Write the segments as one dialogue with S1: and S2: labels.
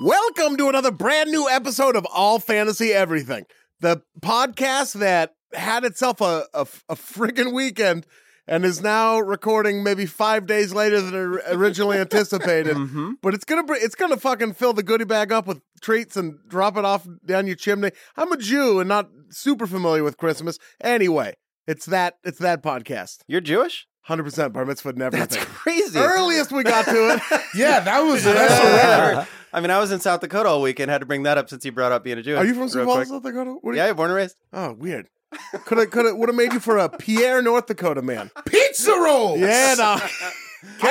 S1: Welcome to another brand new episode of All Fantasy Everything, the podcast that had itself a, a, a friggin' weekend and is now recording maybe five days later than or- originally anticipated. But it's gonna br- it's gonna fucking fill the goodie bag up with treats and drop it off down your chimney. I'm a Jew and not super familiar with Christmas. Anyway, it's that it's that podcast.
S2: You're Jewish?
S1: Hundred percent bar mitzvah and everything.
S2: crazy.
S1: Earliest we got to it.
S3: Yeah, that was that's a record.
S2: I mean, I was in South Dakota all weekend. Had to bring that up since you brought up being a Jewish.
S1: Are you from Sioux
S2: real
S1: Falls,
S2: quick.
S1: South Dakota? What are you-
S2: Yeah, born and raised.
S1: Oh, weird. Could have could have would have made you for a Pierre, North Dakota man.
S3: pizza rolls.
S1: Yeah, no.
S3: I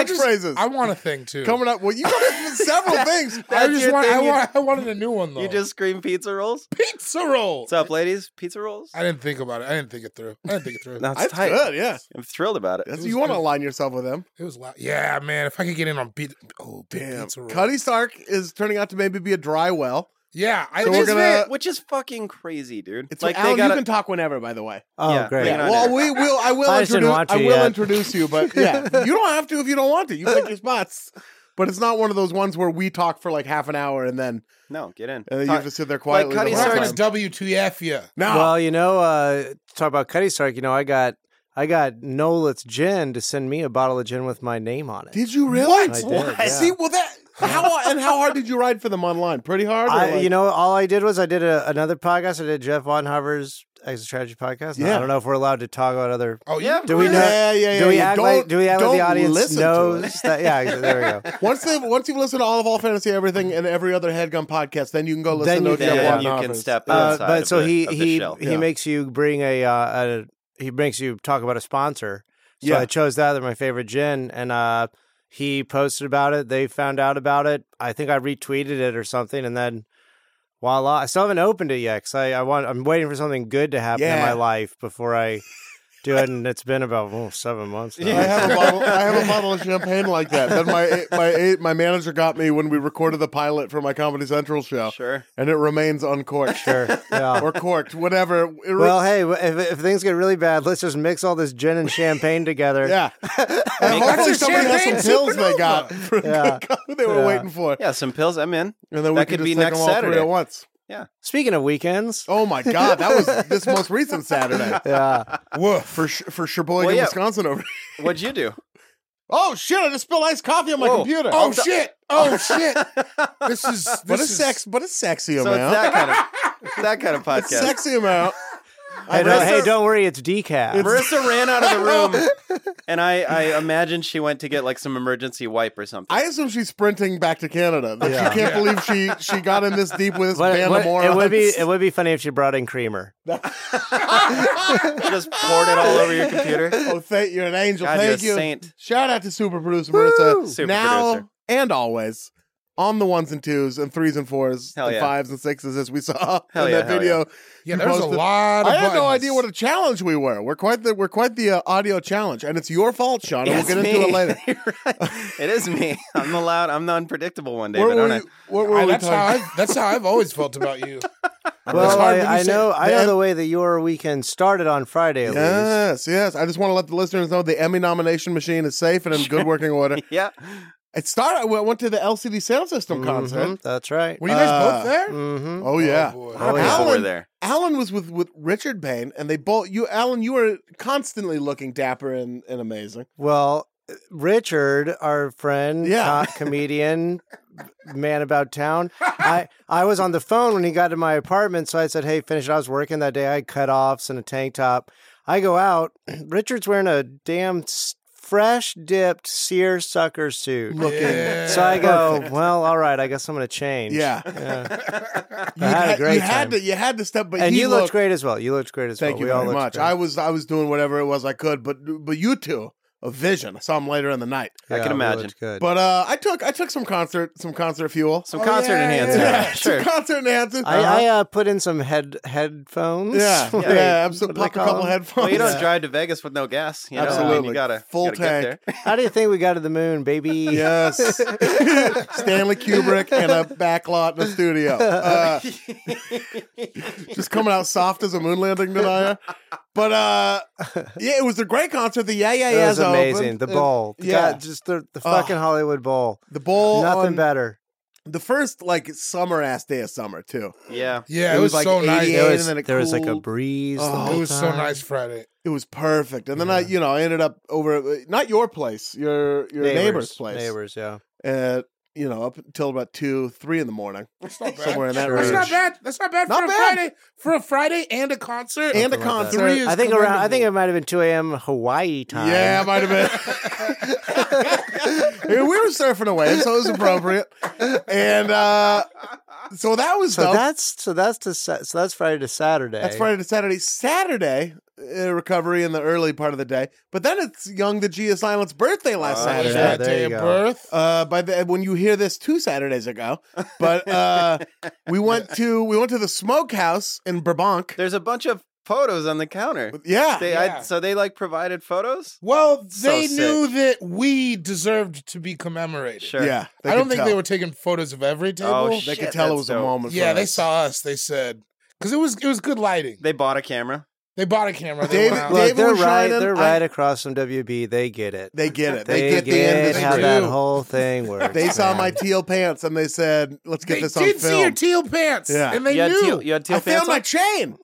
S3: just-
S1: Catchphrases.
S3: I want a thing too.
S1: Coming up, well, you got several things.
S3: I
S2: That's
S3: just
S2: your
S3: want, I,
S2: thing, you-
S3: want, I wanted a new one though.
S2: You just scream pizza rolls.
S3: pizza rolls.
S2: What's up, ladies? Pizza rolls.
S3: I didn't think about it. I didn't think it through. I didn't think it through.
S2: No, it's
S1: That's
S2: tight.
S1: good. Yeah,
S2: I'm thrilled about it.
S1: That's- you want to align yourself with them.
S3: It was loud. Yeah, man. If I could get in on pizza, oh
S1: Damn,
S3: pizza rolls.
S1: Cuddy Stark is turning out to maybe be a dry well.
S3: Yeah, I
S1: So we're
S3: just,
S1: gonna-
S2: Man, Which is fucking crazy, dude.
S1: It's
S2: like
S1: Alan,
S2: they got
S1: you can talk whenever, by the way.
S4: Oh,
S2: Yeah,
S4: great.
S2: bring it on
S1: Well,
S2: air.
S1: we will. I will
S4: I just didn't
S1: introduce.
S4: want
S1: I
S4: to
S1: will
S4: yet.
S1: introduce you, but yeah, you don't have to if you don't want to. You pick your spots. But it's not one of those ones where we talk for like half an hour and then
S2: no get in.
S1: and then you
S2: Talk-
S1: have to sit there quietly.
S2: Cuddy
S1: the
S3: we're
S1: whole
S3: not
S2: Stark
S1: time.
S3: gonna WTF you.
S1: No,
S4: Well, you know, uh, talk about Cuddy Stark. You know, I got I got Nolitz Gin to send me a bottle of gin with my name on it.
S1: Did you really?
S4: I did,
S1: What?
S4: yeah.
S1: See, well, that how uh, and how hard did you ride for them online? Pretty hard. or
S4: I,
S1: like-
S4: you know, all I did was I did a, another podcast. I did Jeff Von Hover's Exit Strategy podcast. Now,
S1: Yeah.
S4: I don't know if we're allowed to talk about other.
S3: Oh
S2: Yeah,
S3: yeah.
S4: Do we know?
S1: Yeah, yeah, yeah,
S4: do we
S1: yeah.
S4: act
S1: Don't-
S4: like? Do we act like
S1: don't
S4: the audience
S1: listen to
S4: knows that? Yeah, exa- there we go.
S1: once they once you've listened to all of all fantasy everything and every other headgun podcast, then you can go listen
S4: Then
S1: to
S4: you
S1: Jeff
S4: can-
S1: Juan
S2: Then you can
S1: Roberts.
S2: step
S4: Uh,
S2: outside.
S4: but
S2: of
S4: so
S2: the-
S4: he
S2: of the
S4: he
S2: shell.
S4: he
S1: Yeah.
S4: makes you bring a, uh, a he makes you talk about a sponsor. So
S1: Yeah.
S4: I chose that. They're my favorite gin, and uh, he posted about it. They found out about it. I think I retweeted it or something, and then voila! I still haven't opened it yet because I, I want I'm waiting for something good to happen in
S1: Yeah.
S4: my life before I do it. And it's been about oh, seven months. Now.
S1: I have a bottle. I have a bottle of champagne like that. That my my my manager got me when we recorded the pilot for my Comedy Central show,
S2: Sure.
S1: and it remains uncorked
S4: Sure. Yeah.
S1: or corked, whatever. It re-
S4: well, hey, if, if things get really bad, let's just mix all this gin and champagne together.
S1: yeah. And hopefully
S3: That's a
S1: somebody has some
S3: champagne
S1: pills they
S3: supernova.
S1: got. For
S4: Yeah.
S1: they were
S4: Yeah.
S1: waiting for.
S2: Yeah, some pills. I'm in.
S1: And then we
S2: That
S1: could
S2: could
S1: just
S2: be
S1: take
S2: next
S1: them all
S2: Saturday.
S1: three at once.
S4: Speaking of weekends,
S1: Oh my God, that was this most recent Saturday
S4: yeah,
S3: Woof.
S1: for Sh- for Sheboygan,
S2: Well, yeah.
S1: Wisconsin. Over.
S2: What'd you do?
S1: Oh shit! I just spilled iced coffee on my
S2: Whoa.
S1: computer.
S3: Oh shit. Oh shit. This is this
S1: But a
S3: is
S1: sex, but a sexy
S2: so it's
S1: amount.
S2: that kind of that kind of
S1: It's
S2: podcast.
S1: sexy amount.
S4: Hey, don't, hey, don't worry, it's decaf.
S2: Marissa ran out of the room, and I, I imagine she went to get like some emergency wipe or something.
S1: I assume she's sprinting back to Canada. That
S4: Yeah.
S1: She can't believe she she got in this deep with this
S4: What-
S1: band
S4: what-
S1: of
S4: it
S1: morons.
S4: would be it would be funny if she brought in creamer.
S2: Just poured it all over your computer.
S1: oh, thank you're an angel.
S2: God, you're a
S1: thank you.
S2: saint.
S1: Shout out to super producer Marissa.
S2: Super
S1: now
S2: producer.
S1: and always on the ones and twos and threes and fours
S2: Hell
S1: and
S2: yeah.
S1: fives and sixes as we saw
S2: Hell
S1: in
S2: yeah,
S1: that
S2: hell
S1: video.
S3: Yeah,
S1: You
S3: there's a
S1: posted-
S3: lot of
S1: I had no
S3: buttons.
S1: idea what a challenge we were. We're quite the we're quite the uh, audio challenge, and it's your fault, Sean. and
S2: It's
S1: we'll get into
S2: me.
S1: it later.
S2: You're right. It is me. I'm the loud. I'm the unpredictable one,
S1: What
S2: David,
S1: were,
S2: aren't
S1: we,
S2: I?
S1: what were
S3: I,
S1: we
S3: that's, how
S1: talking
S3: I, that's how I've always felt about you.
S4: Well,
S3: hard when
S4: I,
S3: you
S4: I
S3: say
S4: know I
S3: the
S4: know
S3: M-
S4: the way that your weekend started on Friday. At
S1: Yes,
S4: least.
S1: yes. I just want to let the listeners know the Emmy nomination machine is safe and in good working order.
S2: Yeah.
S1: It started. I went to the LCD Sound System
S2: Mm-hmm.
S1: concert.
S4: Mhm, That's right.
S3: Were you guys
S1: Uh,
S3: both there?
S4: hmm
S1: Oh yeah.
S2: A
S3: boy.
S2: lot of
S4: Oh, yeah.
S2: people were
S1: Alan-
S2: there.
S1: Alan was with with Richard Payne, and they both you Alan, you were constantly looking dapper and, and amazing.
S4: Well, Richard, our friend,
S1: Yeah.
S4: co- comedian, man about town. I I was on the phone when he got to my apartment, so I said, "Hey, finish." it." I was working that day. I had cutoffs and a tank top. I go out. Richard's wearing a damn s- fresh dipped seersucker suit.
S1: Looking.
S3: Yeah.
S4: So I go, well, all right, I guess I'm gonna change.
S1: Yeah.
S4: Yeah.
S1: You
S4: I had a great
S1: you had
S4: time.
S1: to you had to step but
S4: And
S1: he
S4: you looked,
S1: looked
S4: great as well. You looked great as
S1: Thank
S4: well.
S1: you
S4: We all
S1: very
S4: looked
S1: much.
S4: great.
S1: I was I was doing whatever it was I could, but but you two, a vision. I saw him later in the night.
S2: I
S4: Yeah,
S2: can
S4: we
S2: imagine.
S4: looked good.
S1: But uh, I took I took some concert some concert fuel.
S2: Some
S3: Oh,
S2: concert
S3: yeah,
S2: enhancer.
S3: yeah.
S2: Sure.
S1: some concert enhances.
S4: I, I uh, put in some head headphones.
S1: uh-huh. yeah,
S4: Wait,
S1: yeah,
S4: what
S1: absolutely.
S4: do they
S1: Popped a
S4: call
S1: couple
S4: them?
S1: headphones.
S2: Well, you don't
S1: Yeah.
S2: drive to Vegas with no gas. You know? I mean,
S1: Absolutely.
S2: you gotta
S1: Full
S2: you gotta
S1: tank.
S2: Get there.
S4: How do you think we got to the moon, baby?
S1: Yes. Stanley Kubrick and a back lot in the studio. Uh, just coming out soft as a moon landing denier. But uh, yeah, it was a great concert. The Yeah Yeah
S4: It
S1: Yeahs
S4: was amazing.
S1: opened.
S4: The
S1: Uh,
S4: bowl.
S1: yeah.
S4: Yeah. just the, the
S1: Ugh.
S4: fucking Hollywood Bowl.
S1: The bowl.
S4: Nothing
S1: on
S4: better.
S1: The first like summer ass day of summer too.
S2: Yeah.
S3: Yeah, it, was,
S1: like
S3: so nice.
S1: 88
S4: There was,
S1: and then it
S4: there was like a
S1: cooled.
S4: breeze. the
S1: Oh,
S4: whole
S3: It was so
S4: time.
S3: nice Friday.
S1: It was perfect. And then I, you know, I ended up over not your place, your your neighbor's, place.
S4: Neighbors, yeah.
S1: At you know up until about two, three in the morning,
S3: That's not bad.
S1: somewhere in that
S3: That's
S1: range.
S3: not bad. That's not bad
S1: Not
S3: for
S1: bad.
S3: a Friday. For a Friday and a concert.
S1: and a
S4: Something like that.
S1: concert.
S3: Three is
S4: I think around. I think
S3: commendable.
S4: it might have been 2 a.m. Hawaii time.
S1: Yeah, it might have been. Yeah, we were surfing away, so it was appropriate. And uh, so that was
S4: So
S1: dope.
S4: that's so that's to sa- so that's Friday to Saturday.
S1: That's Friday to Saturday. Saturday, uh, recovery in the early part of the day. But then it's Young the G is Silent's birthday last
S2: Oh,
S3: It was
S1: Saturday.
S3: that
S4: there
S3: day
S4: you
S3: of
S4: go.
S3: birth.
S1: Uh, by the when you hear this two Saturdays ago, but uh, we went to we went to the smokehouse in Burbank.
S2: There's a bunch of photos on the counter.
S1: Yeah,
S2: They,
S3: Yeah.
S2: I, so they like provided photos.
S3: Well,
S2: So
S3: they
S2: sick.
S3: knew that we deserved to be commemorated.
S2: Sure.
S1: yeah.
S3: I don't
S1: could
S3: think
S1: tell.
S3: they were taking photos of every table.
S2: Oh,
S1: They
S2: Shit,
S1: could tell it
S2: that's
S1: was a
S2: dope.
S1: moment.
S3: yeah,
S1: for
S3: they
S1: us.
S3: saw us. They said because it was it was good lighting.
S2: They bought a camera.
S3: They bought a camera. They
S1: David-
S3: went out.
S4: Look,
S1: David
S4: they're
S1: was
S4: right.
S1: shining.
S4: They're
S1: I-
S4: right across from WB. They get it.
S1: They get it. They,
S4: They,
S1: get, the end of
S3: it.
S1: the
S4: how
S3: They
S4: that
S3: do.
S4: whole thing works.
S1: They saw
S4: man.
S1: my teal pants and they said, "Let's get
S3: They
S1: this on
S3: did
S1: film."
S3: see your teal pants,
S1: Yeah.
S3: and they
S2: you had
S3: knew.
S2: teal, you had teal
S1: I
S2: pants
S1: found my
S2: on?
S1: chain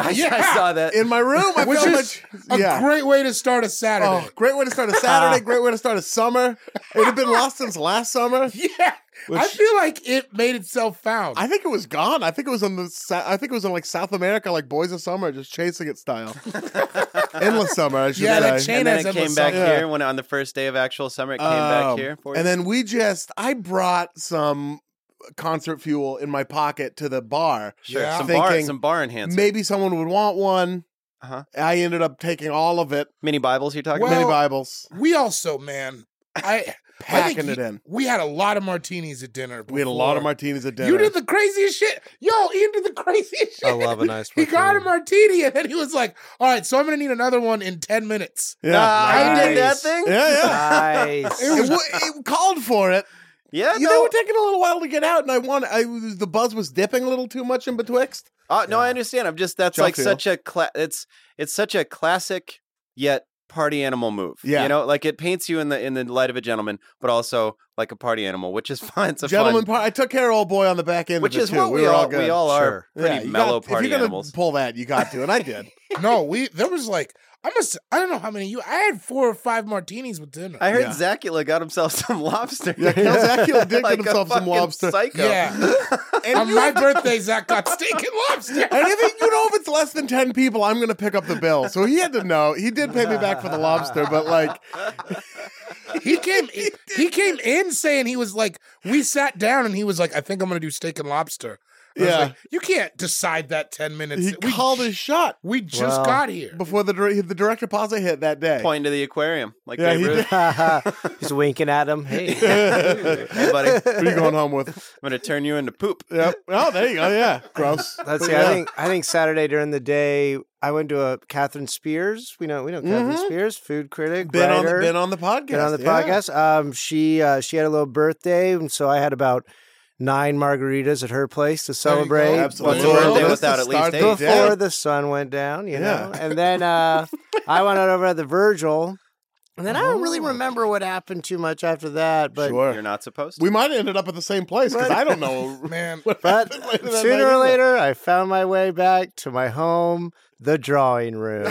S2: I
S3: Yeah.
S2: saw that.
S1: in my room. I
S3: Which
S1: found
S3: is
S1: my
S3: a
S1: yeah.
S3: great way to start a Saturday.
S1: Oh, great way to start a Saturday. great way to start a summer. It had been lost since last summer.
S3: Yeah, I
S1: Which-
S3: feel like it made itself found.
S1: I think it was gone. I think it was on the. Sa- I think it was on like South America, like Boys of Summer, just chasing it style. Endless summer, I should say.
S3: yeah, that chain
S2: and then
S3: has
S2: it
S3: endless
S2: came back
S3: summer.
S1: Yeah.
S2: here when on the first day of actual summer it came
S1: Um,
S2: back here. For
S1: and then we just. I brought some concert fuel in my pocket to the bar.
S2: sure,
S3: Yeah.
S2: some bar,
S1: thinking
S2: some bar enhancer.
S1: Maybe someone would want one.
S2: Uh-huh.
S1: I ended up taking all of it.
S2: mini Bibles you're talking
S3: Well-
S1: mini Bibles,
S3: We also, man, I I
S1: packing
S3: think
S1: it
S3: you-
S1: in.
S3: we had a lot of martinis at dinner.
S1: We had a lot of
S3: before.
S1: martinis at dinner.
S3: You did the craziest shit. Yo, Ian did the craziest shit.
S4: I love a nice
S3: He got a
S4: martini.
S3: martini and then he was like, all right, so I'm going to need another one in 10 minutes.
S1: yeah,
S2: Ah, you did that
S4: Nice.
S2: thing?
S1: yeah, yeah.
S4: Nice.
S1: It, wa- it called for it.
S2: Yeah,
S1: You
S2: no.
S1: know, it taking a little while to get out, and I want. I was- the buzz was dipping a little too much in betwixt.
S2: Uh, no, I understand. I'm just that's
S1: Jump
S2: like
S1: feel.
S2: such a cla- it's it's such a classic yet party animal move.
S1: Yeah.
S2: you know, like it paints you in the in the light of a gentleman, but also like a party animal, which is fun. It's a
S1: Gentlemen,
S2: fun,
S1: par- I took care of old boy on the back end,
S2: which
S1: of it
S2: is
S1: too.
S2: what we,
S1: were
S2: all
S1: good.
S2: we all are
S4: Sure.
S2: pretty
S1: Yeah, you
S2: mellow
S1: got-
S2: party
S1: If you're gonna
S2: animals.
S1: pull that, you got to, and I did.
S3: no, we, there was like, I must, I don't know how many you, I had four or five martinis with dinner.
S2: I heard
S1: Yeah.
S2: Zacula got himself some lobster.
S1: Yeah, Zacula did get
S2: Like a
S1: himself some
S2: fucking
S1: lobster.
S2: Psycho.
S3: Yeah.
S1: And
S3: On
S1: you,
S3: my birthday's that got steak and lobster.
S1: and if it, you know if it's less than ten people, I'm gonna pick up the bill. So he had to know. He did pay me back for the lobster, but like
S3: He came he, he came in saying he was like, we sat down and he was like, I think I'm gonna do steak and lobster. I was
S1: Yeah.
S3: like, you can't decide that ten minutes.
S1: he
S3: we,
S1: called his shot
S3: we just
S4: Well,
S3: got here.
S1: before the dir- the direct deposit hit that day.
S2: Point to the aquarium, like
S1: Yeah,
S2: Babe
S1: he
S2: Ruth.
S4: He's winking at him. Hey,
S2: hey, buddy, I'm
S1: Who you going home with?
S2: gonna turn you into poop.
S1: Yep. Oh, there you go. Yeah, gross.
S4: let's
S1: But
S4: see.
S1: yeah.
S4: I think I think Saturday during the day, I went to a Catherine Spears. We know we know Catherine Spears, food critic,
S1: Mm-hmm. been on
S4: writer.
S1: the been on the podcast.
S4: been on the
S1: yeah.
S4: podcast. Um, she uh, she had a little birthday, and so I had about nine margaritas at her place to
S3: you go.
S4: celebrate.
S1: Oh, Absolutely.
S2: What's a birthday
S1: Let's
S2: without at least
S1: start
S2: eight?
S1: the
S4: before
S1: day.
S4: the sun went down, you know.
S1: Yeah.
S4: And then uh, I went out over at the Virgil, and then I don't really remember what happened too much after that. But
S1: Oh. Sure.
S2: You're not supposed to.
S1: We might have ended up at the same place because I don't know.
S3: Man,
S4: but
S1: later that
S4: sooner
S1: night,
S4: or
S1: isn't it?
S4: later, I found my way back to my home, the drawing room,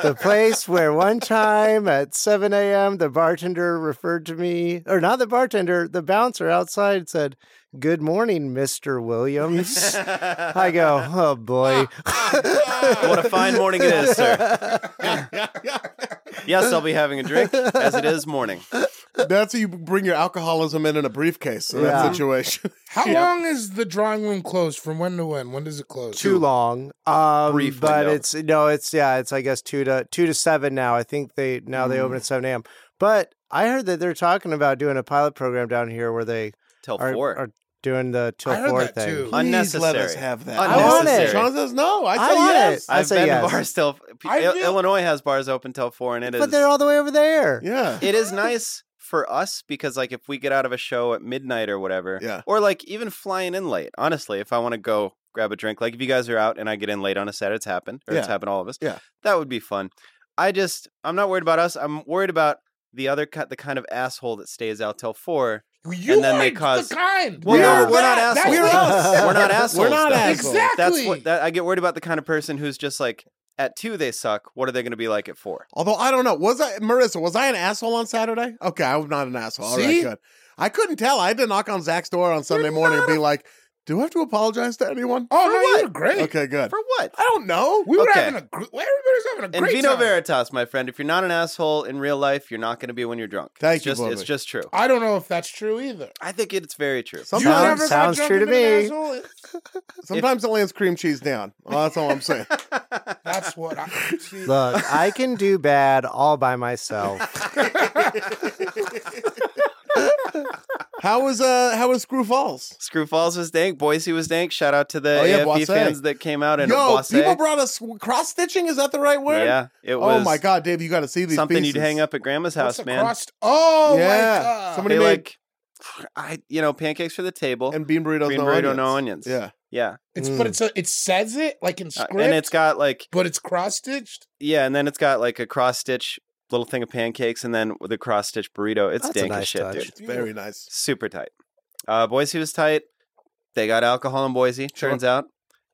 S4: the place where one time at 7 a.m. the bartender referred to me, or not the bartender, the bouncer outside said, "Good morning, Mister Williams." I go, "Oh boy."
S2: what a fine morning it is, sir. yes, I'll be having a drink, as it is morning.
S1: That's how you bring your alcoholism in in a briefcase in
S4: Yeah.
S1: that situation.
S3: how long is the drawing room closed? From when to when? When does it close?
S4: too long. Um,
S2: Brief
S4: but
S2: window.
S4: it's no, it's yeah, it's I guess two to two to seven now. I think they now they
S3: Mm.
S4: open at seven a.m. But I heard that they're talking about doing a pilot program down here where they
S2: Till
S4: are,
S2: four.
S4: are doing the till
S3: I heard
S4: four
S3: that
S4: thing.
S3: too.
S1: Please let us
S2: Unnecessary.
S1: have that.
S2: I
S4: want it.
S1: Sean says no. I
S4: I
S1: say
S4: want
S1: yes.
S4: it. I
S2: I've
S4: say
S2: been
S4: yes.
S2: to bars till
S3: I
S2: Il-
S3: feel-
S2: Illinois has bars open till four, and it is.
S4: But they're all the way over there.
S1: Yeah.
S2: it is nice for us because like if we get out of a show at midnight or whatever
S1: Yeah.
S2: or like even flying in late honestly if i want to go grab a drink like if you guys are out and i get in late on a saturday it's happened or it's
S1: Yeah.
S2: happened to all of us
S1: Yeah.
S2: that would be fun i just i'm not worried about us i'm worried about the other ki- the kind of asshole that stays out till four
S3: You
S2: And then
S3: are
S2: they cause-
S3: the kind.
S2: well
S3: You're
S2: no we're not
S3: that. That's
S2: assholes
S3: the-
S1: us.
S2: we're not assholes
S1: We're not
S2: though.
S1: assholes.
S3: Exactly.
S2: that's what that, i get worried about the kind of person who's just like at two they suck what are they going to be like at four
S1: Although I don't know, was I Marissa? Was I an asshole on Saturday? Okay, I'm not an asshole. All right,
S3: See?
S1: good. I couldn't tell. I had to knock on Zach's door on Sunday morning and be like, "Do I have to apologize to anyone?"
S3: oh
S2: For
S3: no,
S2: what?
S3: you're great.
S1: Okay, good.
S2: for what
S1: I don't know.
S3: We were
S2: Okay.
S3: having a gr- everybody's having a great
S2: And Vino
S3: time.
S2: Veritas, my friend, if you're not an asshole in real life, you're not going to be when you're drunk.
S1: Thank
S2: it's
S1: you,
S2: just,
S1: Bobby.
S2: It's just true.
S3: I don't know if that's true either.
S2: I think it's very true.
S3: You
S1: Sometimes-
S3: never got
S4: sounds
S3: drunk
S4: true to
S3: and been an
S4: me.
S3: asshole?
S1: Sometimes it lands cream cheese down. Well, that's all I'm saying.
S3: That's what I see.
S4: Look, I can do bad all by myself.
S1: How was uh how was Screw Falls?
S2: Screw Falls was dank. Boise was dank. Shout out to the
S1: Oh, yeah,
S2: AFP
S1: Boise.
S2: fans that came out and
S1: Yo,
S2: Boise.
S1: people brought us cross stitching. Is that the right word?
S2: yeah, it was
S1: Oh my god, Dave, you got to see these.
S2: something
S1: pieces.
S2: you'd hang up at grandma's
S3: What's
S2: house, man.
S3: across- Oh
S1: Yeah.
S3: my god.
S1: Somebody-
S2: they
S1: What do you mean?
S2: like, I you know, pancakes for the table.
S1: and bean burritos.
S2: Green
S1: no
S2: burrito,
S1: onions.
S2: no onions.
S1: Yeah,
S2: yeah,
S3: it's
S4: Mm.
S3: but it's a, it says it like in
S2: Uh,
S3: script,
S2: and it's got like
S3: but it's cross stitched.
S2: yeah, and then it's got like a cross stitch little thing of pancakes, and then the cross stitch burrito. It's
S4: That's a
S2: dank as
S4: nice
S2: shit,
S4: touch.
S2: dude.
S1: it's very nice.
S2: super tight. Uh, Boise was tight. They got alcohol in Boise,
S1: Sure.
S2: turns out,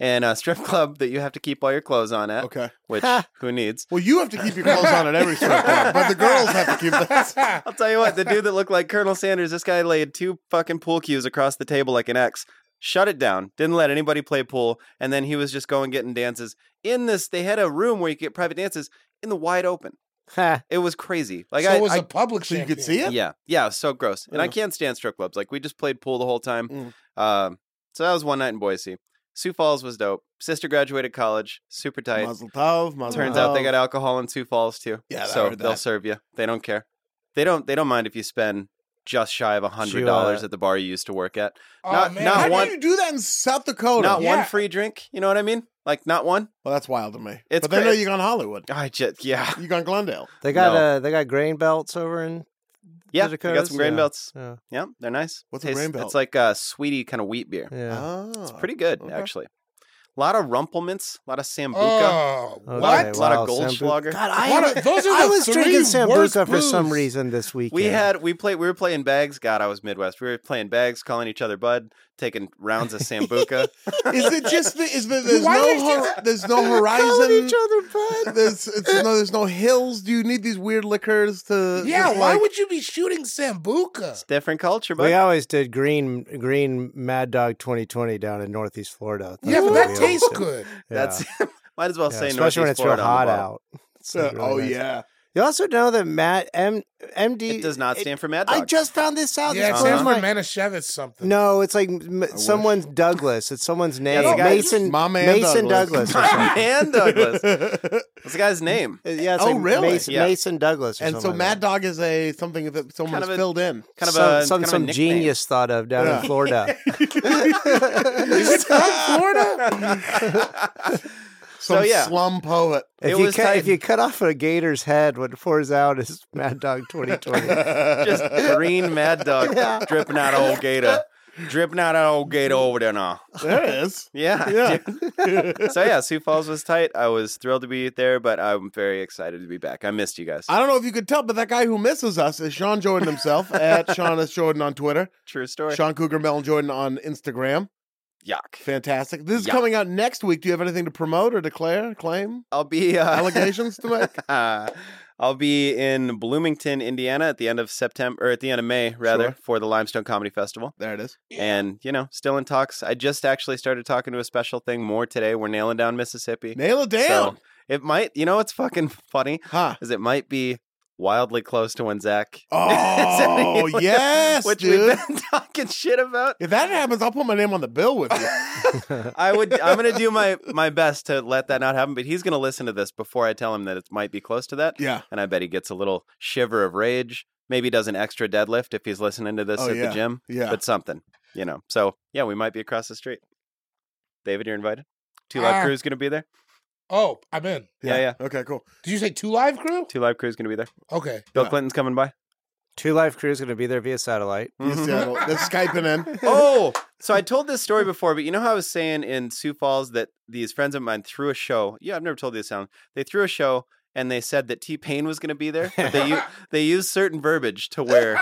S2: and a strip club that you have to keep all your clothes on
S4: Oh,
S2: at,
S1: Okay.
S2: which who needs?
S1: Well, you have to keep your clothes on at every strip club, but the girls have to keep that.
S2: I'll tell you what, the dude that looked like Colonel Sanders, this guy laid two fucking pool cues across the table like an X. Shut it down. Didn't let anybody play pool, and then he was just going getting dances. In this, they had a room where you could get private dances in the wide open.
S4: Ha.
S2: It was crazy. Like
S3: Like so
S2: I,
S3: it was
S2: I-
S3: a public
S1: So you
S3: champagne.
S1: could see it.
S2: yeah, yeah, it was so gross. And I
S1: Ugh.
S2: can't stand strip clubs. Like we just played pool the whole time.
S1: Mm.
S2: Um, so that was one night in Boise. Sioux Falls was dope. Sister graduated college, super tight.
S1: Mazel tov, mazel
S2: Turns out they
S1: tov.
S2: got alcohol in Sioux Falls too.
S1: oh. Yeah, I
S2: so
S1: heard
S2: they'll
S1: that.
S2: serve you. They don't care. They don't. They don't mind if you spend just shy of a hundred dollars
S4: She, uh,
S2: at the bar you used to work at.
S3: Oh,
S2: Not-
S3: man.
S2: not
S1: How
S3: How
S1: do
S3: did
S2: one-
S1: you do that in South Dakota?
S2: Not one
S3: yeah.
S2: free drink. You know what I mean? Like not one.
S1: Well, that's wild to me.
S2: It's
S1: but they
S2: cra-
S1: know you're on Hollywood.
S2: I just yeah
S1: You're on Glendale.
S4: They got
S2: No.
S4: uh, they got grain belts over in
S2: yeah.
S4: The
S2: They got
S4: Dakotas?
S2: some grain
S4: Yeah.
S2: belts.
S4: yeah.
S2: Yeah, they're nice.
S1: What's a grain belt?
S2: It's like a sweetie kind of wheat beer.
S4: yeah.
S1: Oh,
S2: It's pretty good
S1: okay.
S2: actually. A lot of rumplements, a lot of sambuca.
S3: Oh,
S4: Okay,
S3: what?
S2: A lot of
S4: wow, Sambu-
S2: Goldschlager.
S4: God, I,
S3: What are- those are
S4: I
S3: Oh, the
S4: was
S3: three
S4: drinking
S3: worst
S4: sambuca for some
S3: booze.
S4: reason this weekend.
S2: We had we played we were playing bags. God, I was Midwest. We were playing bags, calling each other bud, taking rounds of sambuca.
S1: Is it just the, is the, there's
S3: Why
S1: no
S3: did
S1: hor-
S3: you-
S1: there's no
S4: Calling
S1: horizon?
S4: each other bud.
S1: There's it's, no there's no hills. Do you need these weird liquors to?
S3: Yeah,
S1: just,
S3: why
S1: like-
S3: would you be shooting Sambuca?
S2: Different culture, but
S4: We always did green green Mad Dog 2020 down in Northeast Florida. That's
S3: Yeah, but
S4: what
S3: that
S4: we
S3: tastes
S4: always did.
S3: good.
S4: Yeah.
S2: that's might as well
S4: Yeah,
S2: say
S4: especially when
S2: Northeast
S4: it's
S2: Florida
S4: real
S2: on the
S4: hot
S2: bottle.
S4: out. It's
S1: Uh,
S4: really
S1: oh
S4: nice.
S1: yeah,
S4: You also know that Matt M MD
S2: It does not stand for Mad Dog.
S4: I just found this out.
S3: Yeah, it
S4: This
S2: Uh-huh.
S3: sounds like
S4: person's like-
S3: Manischewitz something.
S4: no, it's like m- someone's Douglas. It's someone's name.
S1: that's-
S4: Mason
S1: my man
S4: Mason
S1: Douglas.
S4: Douglas. or something.
S2: My man Douglas. That's the guy's name.
S4: Uh, Yeah, it's
S1: Oh,
S4: like
S1: really?
S4: Mason,
S2: Yeah.
S4: Mason Douglas. Or
S1: and so
S4: something
S1: Mad
S4: like that.
S1: Dog is a something that someone's
S2: Kind of a-
S1: filled in.
S2: Kind of
S4: some,
S2: a
S4: some,
S2: kind of a
S4: some
S2: nickname.
S4: genius thought of down
S1: Yeah.
S4: in Florida.
S3: Is it from Florida?
S1: Some
S2: So, yeah.
S1: slum poet.
S4: if
S2: It
S4: you
S2: was
S4: cut, if
S2: tight.
S4: you cut off a gator's head, what pours out is Mad Dog 2020.
S2: just green Mad Dog dripping out of old Gator, dripping out of old Gator over there now.
S1: There it is.
S2: Yeah. dude. so yeah, Sioux Falls was tight. I was thrilled to be there, but I'm very excited to be back. I missed you guys.
S1: I don't know if you could tell, but that guy who misses us is Sean Jordan himself at Sean S. Jordan on Twitter,
S2: True story.
S1: Sean Cougar Mellon Jordan on Instagram.
S2: Yuck.
S1: Fantastic. This is
S2: Yeah.
S1: coming out next week. Do you have anything to promote or declare, claim,
S2: I'll be uh,
S1: allegations to make?
S2: Uh, I'll be in Bloomington, Indiana at the end of September or at the end of May rather
S1: Sure.
S2: for the Limestone Comedy Festival.
S1: There it is.
S2: And, you know, still in talks. I just actually started talking to a special thing more today. We're nailing down Mississippi.
S1: Nail it down.
S2: So it might, you know, what's fucking funny
S1: huh.
S2: is it might be wildly close to when Zach.
S1: Oh,
S2: Which-
S1: yes,
S2: which
S1: dude.
S2: we've been talking shit about.
S1: If that happens, I'll put my name on the bill with you.
S2: I would. I'm gonna do my my best to let that not happen. But he's gonna listen to this before I tell him that it might be close to that.
S1: yeah.
S2: And I bet he gets a little shiver of rage. Maybe does an extra deadlift if he's listening to this
S1: Oh,
S2: at
S1: yeah,
S2: the gym.
S1: Yeah.
S2: But something, you know. So yeah, we might be across the street. David, you're invited. Two Live
S3: Ah.
S2: Crew's gonna be there.
S3: Oh, I'm in.
S2: Yeah, yeah.
S1: Okay, cool.
S3: Did you say two live crew?
S2: Two Live Crew's gonna be there.
S3: Okay.
S2: Bill
S1: Yeah.
S2: Clinton's coming by.
S4: Two Life Crew is going to be there via satellite.
S1: Yes,
S2: Mhm.
S1: Seattle. They're Skyping in.
S2: oh, so I told this story before, but you know how I was saying in Sioux Falls that these friends of mine threw a show. Yeah, I've never told you this sound. They threw a show and they said that T Pain was going to be there. But they u- they used certain verbiage to where.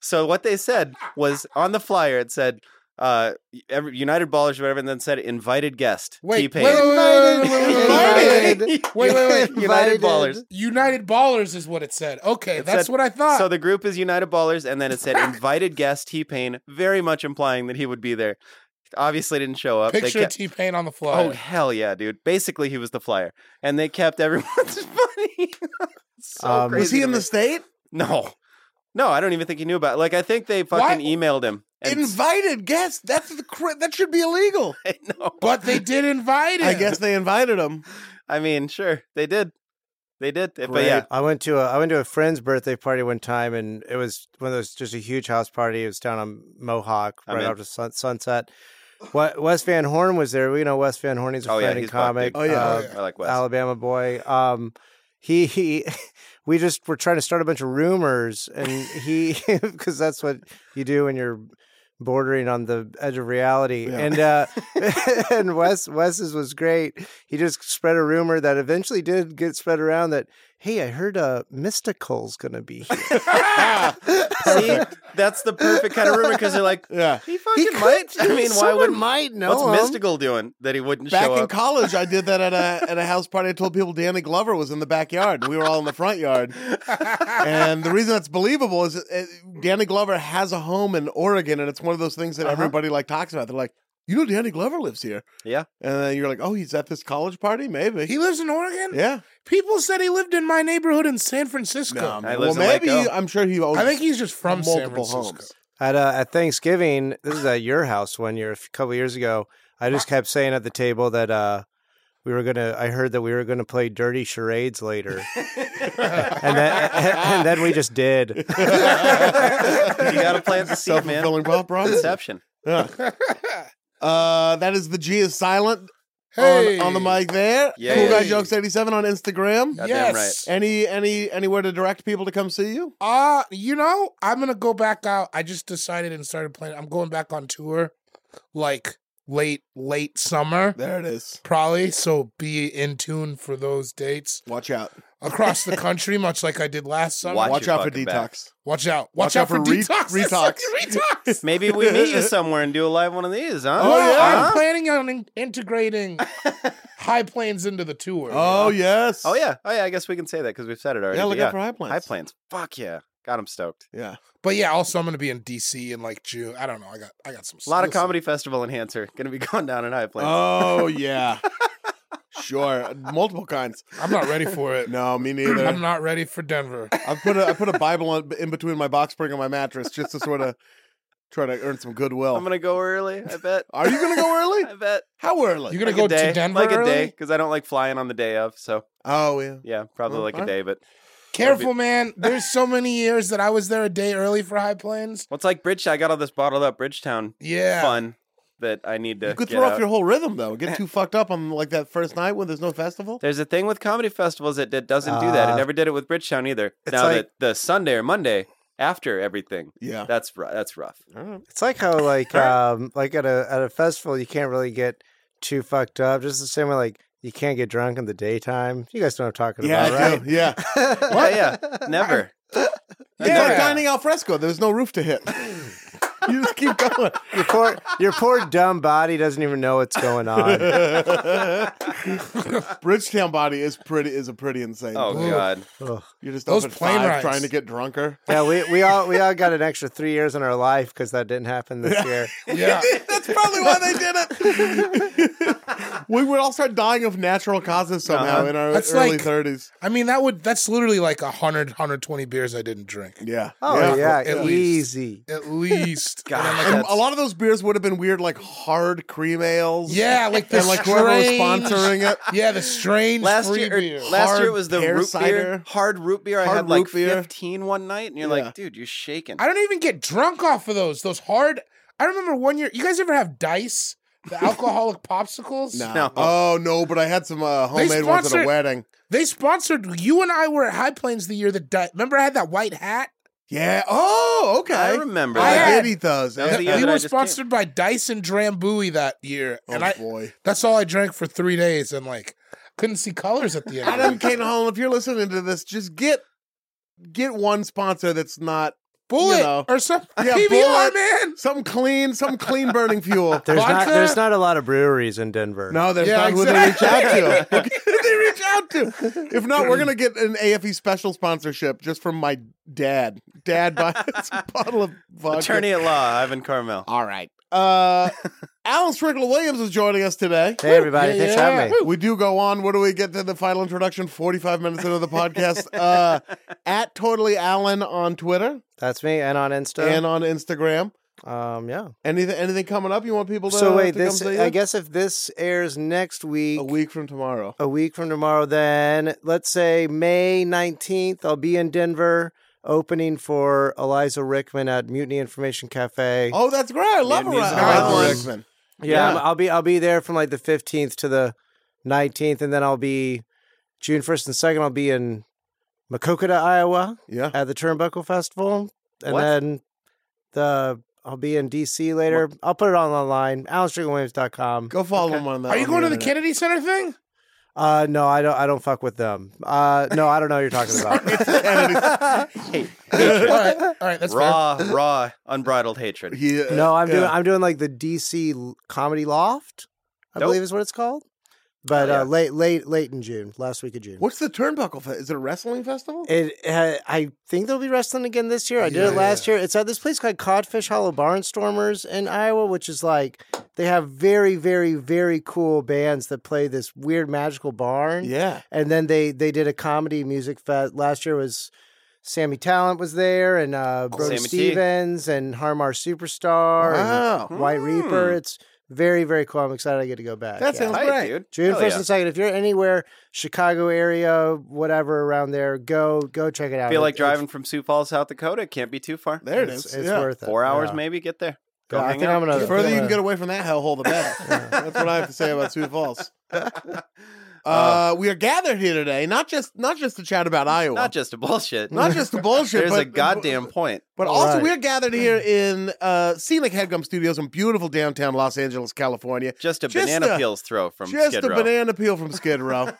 S2: So what they said was on the flyer. It said. Uh, every, United Ballers or whatever, and then said invited guest
S3: Wait,
S2: T Pain.
S3: wait, wait, wait, wait,
S1: wait, wait,
S3: Wait, wait, wait.
S2: United Ballers.
S3: United Ballers is what it said. Okay,
S2: It
S3: that's
S2: said-
S3: what I thought.
S2: So the group is United Ballers, and then it said invited guest T Pain, very much implying that he would be there. Obviously didn't show up. They
S3: Picture
S2: kept-
S3: T Pain on the
S2: Oh
S3: floor.
S2: hell yeah, dude! Basically, he was the flyer, and they kept everyone's money. so
S4: Um,
S2: crazy
S1: Was he
S2: to
S1: in
S2: me.
S1: the state?
S2: No, no, I don't even think he knew about. It. Like, I think they fucking emailed him. And
S1: Invited guests. That's the cri- that should be illegal.
S2: no,
S3: But they did invite him.
S1: I guess they invited him.
S2: I mean, sure, they did, they did. But
S4: Great.
S2: yeah,
S4: I went to a I went to a friend's birthday party one time, and it was one of those just a huge house party. It was down on Mohawk,
S2: I'm
S4: right
S2: in.
S4: after sun, sunset. What Wes Van Horn was there. You know Wes Van Horn. He's a
S2: oh yeah,
S4: friend
S2: he's
S4: and comic.
S2: Buck, dude.
S1: Oh, yeah.
S4: uh,
S3: Oh, yeah.
S2: I like Wes.
S4: Alabama boy. Um, he he, we just were trying to start a bunch of rumors, and he because that's what you do when you're bordering on the edge of reality.
S1: Yeah.
S4: And uh, and Wes Wes's was great. He just spread a rumor that eventually did get spread around that hey, I heard uh, Mystical's gonna be here.
S2: See, that's the perfect kind of rumor because they're like,
S1: Yeah.
S2: he fucking
S4: could-
S2: might. I mean, why
S4: someone
S2: wouldn't?
S4: might know
S2: What's
S4: him.
S2: mystical doing that he wouldn't
S1: Back
S2: show
S1: in
S2: up?
S1: college, I did that at a at a house party. I told people Danny Glover was in the backyard, and we were all in the front yard. And the reason that's believable is uh, Danny Glover has a home in Oregon, and it's one of those things that
S2: Uh-huh.
S1: everybody like talks about. They're like, "You know, Danny Glover lives here,"
S2: yeah,
S1: and then you're like, "Oh, he's at this college party, maybe."
S3: he lives in Oregon.
S1: yeah,
S3: People said he lived in my neighborhood in San Francisco.
S1: no,
S2: I
S1: well,
S2: lives in
S1: maybe
S2: Lake O.
S1: I'm sure he owns.
S3: I think he's just from San
S1: multiple
S3: Francisco.
S1: homes.
S4: At uh, at Thanksgiving, this is at your house one year, a f- couple years ago. I just kept saying at the table that uh, we were gonna. I heard that we were gonna play dirty charades later, and then and then we just did.
S2: you got to plant the seed, man.
S1: self-fulfilling prophecy.
S2: Inception.
S1: Uh, that is the G is silent
S3: Hey,
S1: on, on the mic there.
S2: Yeah.
S1: Cool guy
S3: Hey.
S1: jokes eighty seven on Instagram.
S2: Goddamn
S3: yes.
S1: Any any anywhere to direct people to come see you?
S3: Uh, you know, I'm gonna go back out. I just decided and started playing. I'm going back on tour, like late late summer,
S1: There it is.
S3: probably. So be in tune for those dates.
S1: Watch out.
S3: across the country, much like I did last summer.
S2: Watch
S3: Watch,
S1: Watch
S2: your
S1: out for
S2: fucking
S1: detox.
S2: back.
S3: out! Watch, out, for,
S1: re-
S3: detox.
S1: retox.
S3: retox.
S2: Maybe we meet you somewhere and do a live one of these, huh?
S3: Oh,
S1: yeah.
S3: I'm planning on in- integrating High Plains into the tour.
S1: Oh yes.
S2: Oh yeah. Oh yeah. I guess we can say that because we've said it already.
S1: Yeah.
S2: but
S1: Look out for high planes.
S2: high planes. Fuck yeah. God, I'm stoked.
S1: Yeah.
S3: But yeah, also I'm going to be in DC in like June. I don't know. I got I got some
S2: A lot of
S3: listen,
S2: comedy festival enhancer. Going to be going down in high planes.
S1: Oh yeah. sure. Multiple kinds.
S3: I'm not ready for it.
S1: No, me
S3: I'm
S1: neither.
S3: not ready for Denver.
S1: I put a I put a Bible on, in between my box spring and my mattress just to sort of try to earn some goodwill.
S2: I'm going to go early. I bet.
S1: Oh. Are you gonna go early?
S2: I bet.
S1: How early?
S3: You're going
S2: Like
S3: to go
S2: a day,
S3: to Denver
S2: like a
S3: early?
S2: day because I don't like flying on the day of. So
S1: Oh yeah.
S2: yeah, probably
S1: Oh,
S2: like a
S1: alright.
S2: day. But
S3: Careful, man. There's so many years that I was there a day early for High Plains.
S2: well, it's like Bridge. I got all this bottled up Bridgetown
S3: Yeah.
S2: fun that I need to.
S1: You could
S2: get
S1: throw
S2: out.
S1: off your whole rhythm though. Get too fucked up on like that first night when there's no festival.
S2: There's a thing with comedy festivals that, that doesn't do that. It
S4: Uh,
S2: never did it with Bridgetown either.
S4: it's
S2: Now
S4: like-
S2: that the Sunday or Monday after everything,
S1: Yeah.
S2: that's ru- that's rough.
S4: It's like how like um like at a at a festival you can't really get too fucked up. Just the same way like you can't get drunk in the daytime. You guys know what I'm talking
S1: Yeah,
S4: about,
S1: I do.
S4: right?
S1: yeah.
S2: Yeah, yeah, never.
S1: It's like
S3: Yeah.
S1: dining al fresco. There's no roof to hit. you just keep going.
S4: Your poor your poor dumb body doesn't even know what's going on.
S1: Bridgetown Body is pretty is a pretty insane.
S2: Oh
S3: Ooh.
S2: god,
S1: You're just
S3: Those
S1: up at
S3: plane
S1: five
S3: rides.
S1: trying to get drunker.
S4: Yeah, we, we all we all got an extra three years in our life because that didn't happen this year.
S3: Yeah.
S1: That's probably why they did it. we would all start dying of natural causes somehow in our
S3: That's
S1: early
S3: like-
S1: 30s.
S3: I mean, that would that's literally like 100, 120 beers I didn't drink.
S1: Yeah.
S4: Oh yeah,
S3: at least.
S4: easy.
S3: At least.
S2: God,
S3: And I'm like,
S1: And
S2: that's-
S1: a lot of those beers would have been weird, like hard cream ales.
S3: yeah, like the
S1: And like whoever was
S3: strange-
S1: sponsoring it.
S3: Yeah, the strange
S2: last
S3: free
S2: year
S3: beer.
S2: or, last year it
S1: Hard
S2: was the
S1: pear
S2: root beer,
S1: cider.
S2: hard root beer. I
S1: Hard
S2: had like
S1: root beer.
S2: 15 one night, and you're
S1: Yeah.
S2: like, dude, you're shaking.
S3: I don't even get drunk off of those. Those hard. I remember one year. You guys ever have Dice, the alcoholic popsicles?
S1: No.
S2: No.
S1: Oh no, but I had some uh, homemade ones at
S3: sponsored-
S1: a wedding.
S3: They sponsored you and I were at High Plains the year that Dice. Remember, I had that white hat.
S1: Yeah. Oh, okay.
S2: I remember
S1: I
S2: that.
S3: had-
S1: did eat those.
S2: That was the
S1: Yeah.
S2: year
S3: we
S2: that I
S3: were
S2: just came.
S3: sponsored by Dice and Drambuie that year,
S1: Oh
S3: and I.
S1: boy.
S3: That's all I drank for three days, and like couldn't see colors at the end.
S1: Adam
S3: Adam,
S1: Kane Holland, if you're listening to this, just get get one sponsor that's not
S3: Bullet
S1: you know.
S3: or something.
S1: Yeah,
S3: PBR,
S1: Bullet.
S3: man.
S1: some clean, some clean burning fuel.
S4: There's not
S3: Vodka?
S4: there's not a lot of breweries in Denver.
S1: No, there's
S3: Yeah,
S1: not who they
S3: exactly.
S1: reach out to. they reach out to. If not, we're gonna get an AFE special sponsorship just from my dad. Dad buys a bottle of vodka.
S2: Attorney at law, Ivan Carmel.
S1: All right. Uh, Alan Strickland Williams is joining us today.
S4: Hey everybody,
S3: Yeah,
S4: thanks for
S3: yeah.
S4: having me.
S1: We do go on. What do we get to the final introduction? Forty-five minutes into the podcast. Uh, at totally Alan on Twitter
S4: That's me and on Insta.
S1: and on Instagram.
S4: um yeah.
S1: Anything anything coming up? You want people to
S4: So wait,
S1: to
S4: this
S1: come see you?
S4: I guess Oh, if this airs next week
S1: a week from tomorrow.
S4: a week from tomorrow, then let's say May 19th, I'll be in Denver opening for Eliza Rickman at Mutiny Information Cafe.
S1: Oh, that's great! I love
S2: Mutiny
S1: Orion-
S2: is
S4: a
S1: Orion
S4: good
S1: Rickman.
S4: yeah,
S1: yeah.
S4: I'll be I'll be there from like the 15th to the 19th and then I'll be June 1st and 2nd I'll be in Makokata, Iowa
S1: Yeah,
S4: at the Turnbuckle Festival and
S2: What?
S4: then the I'll be in DC later. I'll put it all online. AlanStricklandWilliams.com.
S1: go follow him on that.
S3: Are you
S1: on
S3: going to the
S1: internet.
S3: Kennedy Center thing?
S4: Uh no, I don't I don't fuck with them. Uh no, I don't know what you're talking about.
S2: Hate.
S3: all right, all right, that's fair.
S2: raw, raw, unbridled hatred.
S1: Yeah.
S4: No, I'm doing
S1: uh, Yeah.
S4: I'm doing like the DC l- Comedy Loft, I
S2: Dope.
S4: believe is what it's called. But
S2: yeah.
S4: uh, late late late in June, last week of June.
S1: What's the Turnbuckle? Fe- is it a wrestling festival?
S4: It uh, I think they'll be wrestling again this year. I did
S3: Yeah.
S4: it last year. It's at this place called Codfish Hollow Barnstormers in Iowa, which is like they have very very very cool bands that play this weird magical barn.
S1: yeah.
S4: And then they they did a comedy music fest last year was Sammy Talent was there and uh Brody
S2: Sammy T.
S4: Stevens and Harmar Superstar and
S1: Wow,
S4: White Reaper.
S2: Hmm.
S4: It's very, very cool. I'm excited I get to go back.
S1: That sounds-
S2: Tight,
S1: Right.
S2: dude.
S4: June
S2: Hell
S4: first
S2: yeah.
S4: and second. If you're anywhere, Chicago area, whatever around there, go go check it out.
S2: I feel
S4: It-
S2: like
S4: it's-
S2: driving from Sioux Falls, South Dakota. It can't be too far.
S1: there it
S4: It's,
S1: is.
S4: it's
S1: yeah.
S4: worth it.
S2: Four hours,
S4: Yeah.
S2: maybe. Get there. Go
S4: Yeah, I
S2: hang
S4: think
S2: out.
S4: I'm gonna.
S1: The further you can get away from that hellhole, the better. That's what I have to say about Sioux Falls. Uh, we are gathered here today, not just not just to chat about Iowa,
S2: Not just a bullshit.
S1: Not just the bullshit.
S2: There's
S1: but,
S2: a goddamn point.
S1: But also,
S4: right.
S1: we're gathered here in uh, scenic Headgum Studios in beautiful downtown Los Angeles, California.
S2: Just a
S1: Just
S2: banana
S1: a-
S2: peel's throw from
S1: just
S2: Skid
S1: a
S2: Row.
S1: banana peel from Skid Row.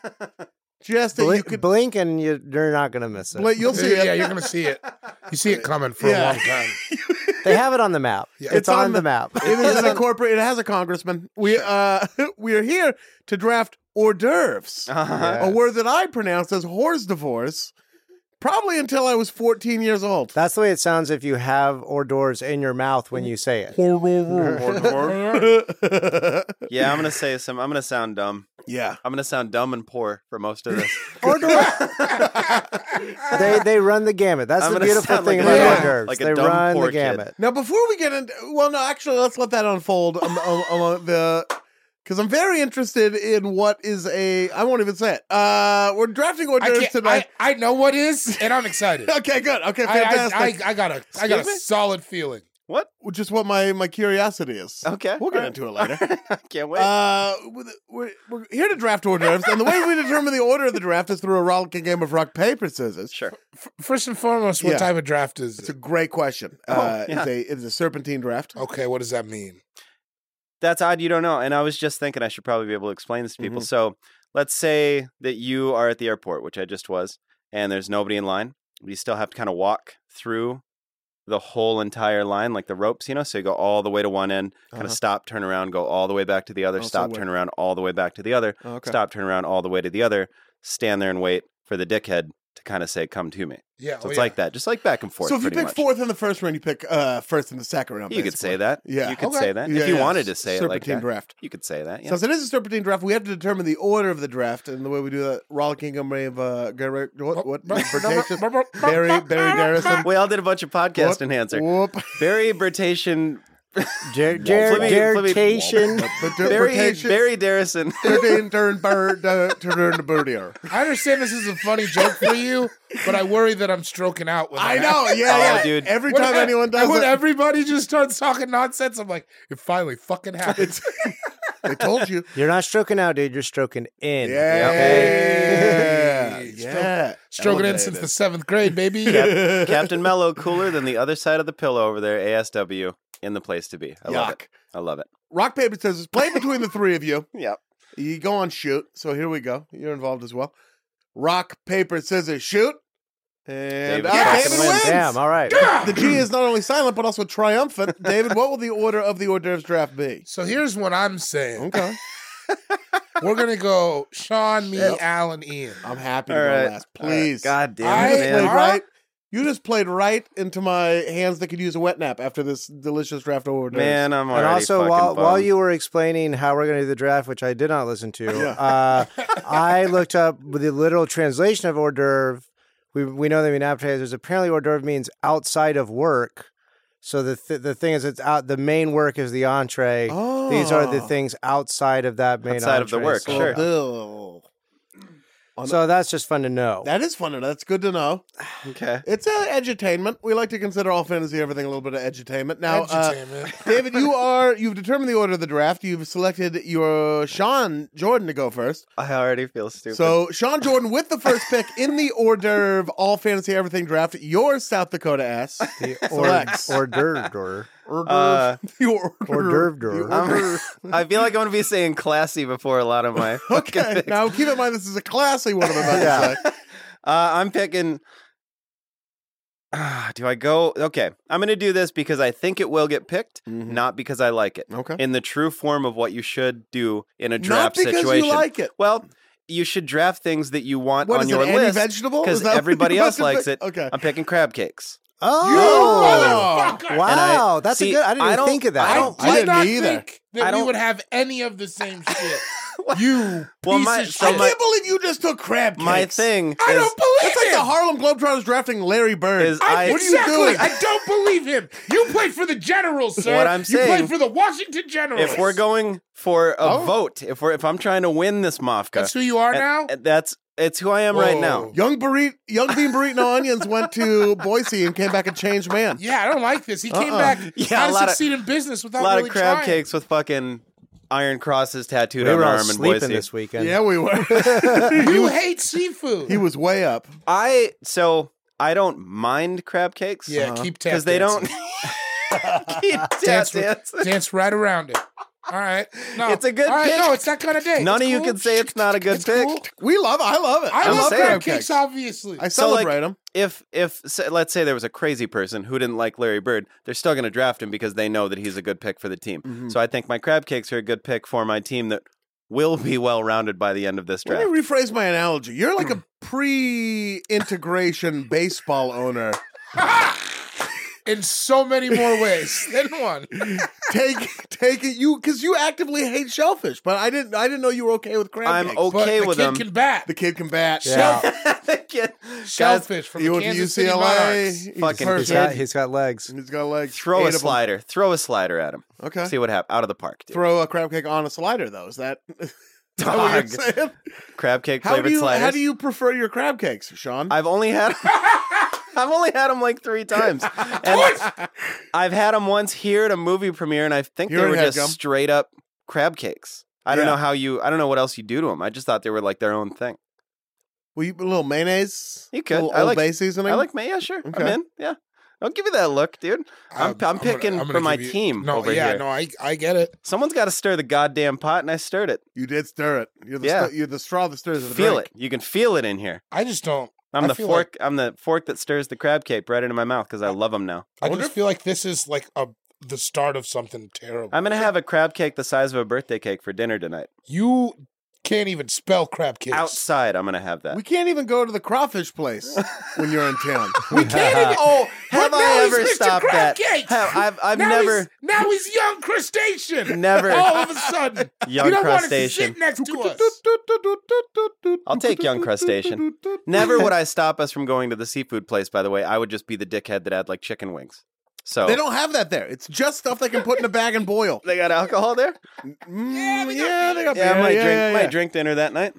S1: just that
S4: Bli-
S1: you could.
S4: blink and you, you're not gonna miss it.
S1: Bla- you'll see it.
S3: yeah, you're gonna see it. You see it coming for
S1: Yeah.
S3: a long time.
S4: They have it on the map.
S3: Yeah.
S4: It's, on, the map.
S1: It is a corporate. It has a congressman. We uh, we are here to draft hors d'oeuvres,
S2: Uh-huh.
S1: a word that I pronounced as whore's divorce, probably until I was 14 years old.
S4: That's the way it sounds if you have hors d'oeuvres in your mouth when you say it.
S2: Yeah, I'm gonna say some. I'm gonna sound dumb.
S1: yeah,
S2: I'm gonna sound dumb and poor for most of this.
S4: Hors d'oeuvres. they they run the gamut. That's
S2: I'm
S4: the
S2: gonna
S4: beautiful
S2: sound like
S4: thing
S2: a
S4: about
S1: dumb-
S4: hors d'oeuvres.
S2: like a
S4: they
S2: dumb
S4: run
S2: poor
S4: the
S2: kid.
S4: gamut.
S1: Now, before we get into well, no, actually, let's let that unfold um, um, um, the because I'm very interested in what is a I won't even say it. Uh, we're drafting hors
S3: I,
S1: d'oeuvres
S3: can't, I,
S1: tonight.
S3: I know what is, and I'm excited. I,
S1: okay, good. Okay,
S3: I,
S1: fantastic.
S3: I, I got a I got a
S2: Excuse me?
S3: solid feeling.
S2: What?
S1: Just what my my curiosity is.
S2: Okay,
S1: we'll get
S2: all
S1: into it
S2: right.
S1: later.
S2: I can't wait.
S1: Uh, with- we're, we're here to draft hors d'oeuvres, and the way we determine the order of the draft is through a rollicking game of rock paper scissors.
S2: sure.
S3: F- First and foremost, what
S1: Yeah.
S3: type of draft is
S1: It's a
S3: it?
S1: great question. uh,
S2: Oh, yeah.
S1: it's a it's a serpentine draft.
S3: Okay, what does that mean?
S2: That's odd. You don't know. And I was just thinking I should probably be able to explain this to people.
S4: Mm-hmm.
S2: So let's say that you are at the airport, which I just was, and there's nobody in line. You still have to kind of walk through the whole entire line, like the ropes, you know? So you go all the way to one end, kind of
S1: Uh-huh.
S2: stop, turn around, go all the way back to the other,
S1: Oh, so
S2: stop,
S1: wait.
S2: turn around, all the way back to the other,
S1: Okay.
S2: stop, turn around, all the way to the other, stand there and wait for the dickhead to kind of say, come to me.
S3: Yeah,
S2: So it's like that, just like back and forth.
S1: Oh, So if you
S2: pretty
S1: pick
S2: much.
S1: fourth in the first round, you pick uh, first in the second round.
S2: you could
S1: basically.
S2: say that.
S1: Yeah.
S2: You could
S3: Okay.
S2: say that.
S1: Yeah,
S2: if you
S1: yeah,
S2: wanted to say it like
S1: serpentine
S2: that,
S1: draft.
S2: you could say that. Yeah.
S1: Since it is a serpentine draft, we have to determine the order of the draft, and the way we do that, rollicking array of uh, gar-
S2: Oh,
S1: what, what Bertation- Barry Barry Garrison.
S2: we all did a bunch of podcast
S1: Whoop,
S2: enhancer.
S1: Whoop.
S2: Barry Bertation,
S4: Jer-
S2: Flippy-
S4: jer-
S2: flippy-
S4: jertation.
S2: Barry
S1: Bertation-
S2: Barry Darrison.
S1: Turn turn bird uh, turn birdier.
S3: I understand this is a funny joke for you, but I worry that I'm stroking out. When
S1: I know, yeah,
S2: Oh,
S1: yeah.
S2: dude.
S1: Every time anyone does
S3: when
S1: it,
S3: everybody just starts talking nonsense, I'm like, it finally fucking happens.
S1: I told you.
S4: You're not stroking out, dude. You're stroking in.
S1: Yeah, yeah.
S3: Yep. Stroking in since the seventh grade, baby.
S2: Captain Mello, cooler than the other side of the pillow over there, ASW, in the place to be. I love
S1: Yuck.
S2: it. I love it.
S1: Rock paper scissors. Play between the three of you.
S2: Yep.
S1: You go on shoot. So here we go. You're involved as well. Rock paper scissors shoot. And
S2: David
S1: uh,
S2: fucking
S1: David
S2: wins.
S1: wins.
S4: Damn. All right.
S1: The G is not only silent but also triumphant. David, what will the order of the hors d'oeuvres draft be?
S3: So here's what I'm saying.
S1: Okay,
S3: We're gonna go Sean, me, Alan, Ian.
S1: I'm happy to
S2: All
S1: go
S2: right.
S1: last. Please,
S2: God
S3: I
S2: damn
S1: you
S2: it,
S1: just
S2: man.
S1: played
S3: Huh?
S1: right. You just played right into my hands that could use a wet nap after this delicious draft over.
S2: Man, I'm already
S4: And also,
S2: fucking
S4: while while
S2: bummed.
S4: you were explaining how we're going to do the draft, which I did not listen to,
S1: Yeah.
S4: uh, I looked up the literal translation of hors d'oeuvre. We we know they mean appetizers. Apparently, hors d'oeuvre means outside of work. So the th- the thing is, it's out. The main work is the entree.
S1: oh.
S4: These are
S2: Ah.
S4: the things outside of that main
S2: Outside of the
S4: entree.
S2: work,
S4: So,
S2: sure.
S1: Bill.
S4: so that's just fun to know.
S1: That is fun. and That's good to know.
S2: okay.
S1: It's uh, edutainment. We like to consider all fantasy everything a little bit of edutainment. Now, uh,
S3: Entertainment.
S1: David, you are you've determined the order of the draft. You've selected your Sean Jordan to go first.
S2: I already feel stupid.
S1: So Sean Jordan with the first pick in the hors d'oeuvre all fantasy everything draft. Your South Dakota ass.
S4: the
S1: Selects.
S4: hors d'oeuvre.
S1: Hors
S2: Uh,
S1: d'oeuvre. The hors
S4: d'oeuvre.
S1: d'oeuvre. The
S2: I'm-
S1: hors
S2: I feel like I'm going to be saying classy before a lot of my. uh,
S1: d'oeuvre.
S2: fucking
S1: Okay.
S2: picks.
S1: Now keep in mind this is a classy one I'm about
S4: Yeah.
S1: to say.
S2: Uh, I'm picking. Ah, do I go? Okay, I'm going to do this because I think it will get picked,
S3: Mm-hmm.
S2: not because I like it.
S1: Okay.
S2: In the true form of what you should do in a
S1: Not
S2: draft
S1: because
S2: situation.
S1: you like it.
S2: well, you should draft things that you want
S1: What
S2: on
S1: is
S2: your
S1: it? Any
S2: list
S1: vegetable? Is
S2: because
S1: that what
S2: everybody
S1: you're
S2: else
S1: about to
S2: likes
S1: pick?
S2: it.
S1: Okay.
S2: I'm picking crab cakes.
S4: Oh,
S3: motherfucker!
S2: And I-
S4: wow! that's
S2: see,
S4: a good. I didn't
S2: I don't-
S4: even think of that.
S2: I
S3: I
S2: don't-
S3: don't,
S1: I didn't
S3: not
S1: either.
S3: think that
S2: I
S3: we
S2: don't-
S3: would have any of the same shit. you
S2: Well,
S3: piece
S2: my-
S3: of
S2: so
S3: shit.
S1: I
S2: my-
S1: can't believe you just took crab cakes.
S2: My thing
S3: I
S2: is,
S3: don't believe
S1: It's like the
S3: him.
S1: Harlem Globetrotters drafting Larry Bird.
S2: Is-
S3: I,
S2: I-
S1: What are you
S3: exactly.
S1: doing?
S3: I don't believe him. You play for the Generals, sir.
S2: What I'm
S3: you
S2: saying-
S3: play for the Washington Generals.
S2: if we're going for a
S3: Oh.
S2: vote, if we're if I'm trying to win this mofka,
S3: that's who you are
S2: and-
S3: now.
S2: and that's it's who I am right
S3: Whoa.
S2: now.
S1: Young burrito, young bean burrito onions went to Boise and came back a changed man.
S3: yeah, I don't like this. He came
S1: Uh-uh.
S3: back.
S2: Yeah,
S3: how
S2: a
S3: to
S2: lot of-
S3: succeed in business without
S2: a lot
S3: really
S2: of crab
S3: trying.
S2: cakes with fucking iron crosses tattooed
S4: we
S2: on
S4: were
S2: our
S4: all
S2: arm in Boise.
S4: sleeping this weekend.
S1: Yeah, we were.
S3: You hate seafood.
S1: he was way up.
S2: I so I don't mind crab cakes.
S4: Uh-huh.
S3: yeah, keep tapping
S2: because they don't. Keep tap
S3: dance, with-
S2: dancing.
S3: dance right around it. All all right. No.
S2: It's a good
S3: All right,
S2: pick.
S3: No, it's that kind of day.
S2: None
S3: It's
S2: of you
S3: cool.
S2: can say it's not a good
S3: It's
S2: pick.
S3: cool.
S1: We love. I love it.
S3: I
S2: I'm
S3: love
S2: saying.
S3: crab cakes, obviously.
S1: I
S2: So, like-
S1: celebrate them.
S2: If if say, let's say there was a crazy person who didn't like Larry Bird, they're still going to draft him because they know that he's a good pick for the team.
S4: Mm-hmm.
S2: So I think my crab cakes are a good pick for my team that will be well rounded by the end of this draft.
S1: Let me rephrase my analogy. You're like a pre-integration baseball owner,
S3: In so many more ways than one.
S1: take take it you because you actively hate shellfish, but I didn't. I didn't know you were okay with crab.
S2: I'm
S1: cakes.
S3: But
S2: okay
S3: the
S2: with
S3: kid
S2: them.
S3: can bat.
S1: The kid can bat.
S4: Yeah.
S3: Shell-
S2: The kid- Guys,
S3: shellfish from
S1: He
S3: the
S1: went to
S3: Kansas City
S1: UCLA.
S3: Monarchs.
S1: He's
S2: Fucking-
S1: perfect.
S4: He's got, he's got legs.
S1: He's got like
S2: throw
S1: eight
S2: a
S1: of 'em.
S2: slider. Throw a slider at him.
S1: Okay.
S2: See what happens. Out of the park, dude.
S1: Throw a crab cake on a slider though. Is that, is that what
S2: Dog.
S1: you're saying?
S2: Crab cake
S1: How
S2: flavored
S1: do you
S2: sliders.
S1: how do you prefer your crab cakes, Sean?
S2: I've only had I've only had them like three times. And I've had them once here at a movie premiere, and I think
S1: Here
S2: they
S1: in
S2: were just
S1: Headgum.
S2: straight up crab cakes. I don't
S1: Yeah.
S2: know how you. I don't know what else you do to them. I just thought they were like their own thing.
S1: Will you a little mayonnaise?
S2: You could.
S1: A little
S2: I
S1: Old
S2: like-
S1: Bay seasoning.
S2: I like me. Yeah, sure. I'm
S1: Okay.
S2: in. Yeah. Don't give me that look, dude. I'm- I'm picking for my
S3: give
S2: team
S3: No,
S2: over
S3: yeah,
S2: here.
S3: no, I, I get it.
S2: Someone's got to stir the goddamn pot, and I stirred it.
S1: You did stir it. You're the
S2: Yeah.
S1: st- you're the straw that stirs the
S2: Feel
S1: drink.
S2: it. You can feel it in here.
S3: I just don't.
S2: I'm
S3: I
S2: the
S3: feel
S2: fork. I'm the fork that stirs the crab cake right into my mouth because I love them now.
S3: I
S1: wonder
S3: just feel like this is like a the start of something terrible.
S2: I'm gonna have a crab cake the size of a birthday cake for dinner tonight.
S3: you can't even spell crab cakes.
S2: Outside, I'm gonna have that.
S1: We can't even go to the crawfish place when you're in town.
S4: We can't even.
S2: Oh, have
S3: But
S2: I
S3: now he's
S2: ever
S3: Mr.
S2: stopped that?
S3: Crab Cakes.
S2: Have, I've, I've
S3: now
S2: never,
S3: He's, now he's young crustacean.
S2: Never.
S3: All of a sudden,
S2: Young
S3: you don't want to
S2: crustacean.
S3: sit next to us.
S2: I'll take young crustacean. never would I stop us from going to the seafood place. By the way, I would just be the dickhead that had like chicken wings. So
S1: They don't have that there. It's just stuff they can put in a bag and boil.
S2: They got alcohol there.
S1: Mm,
S3: Yeah, we got
S1: yeah, they got
S2: Yeah, I
S1: beer.
S2: might
S1: yeah,
S2: drink,
S1: yeah, yeah.
S2: might drink dinner that night.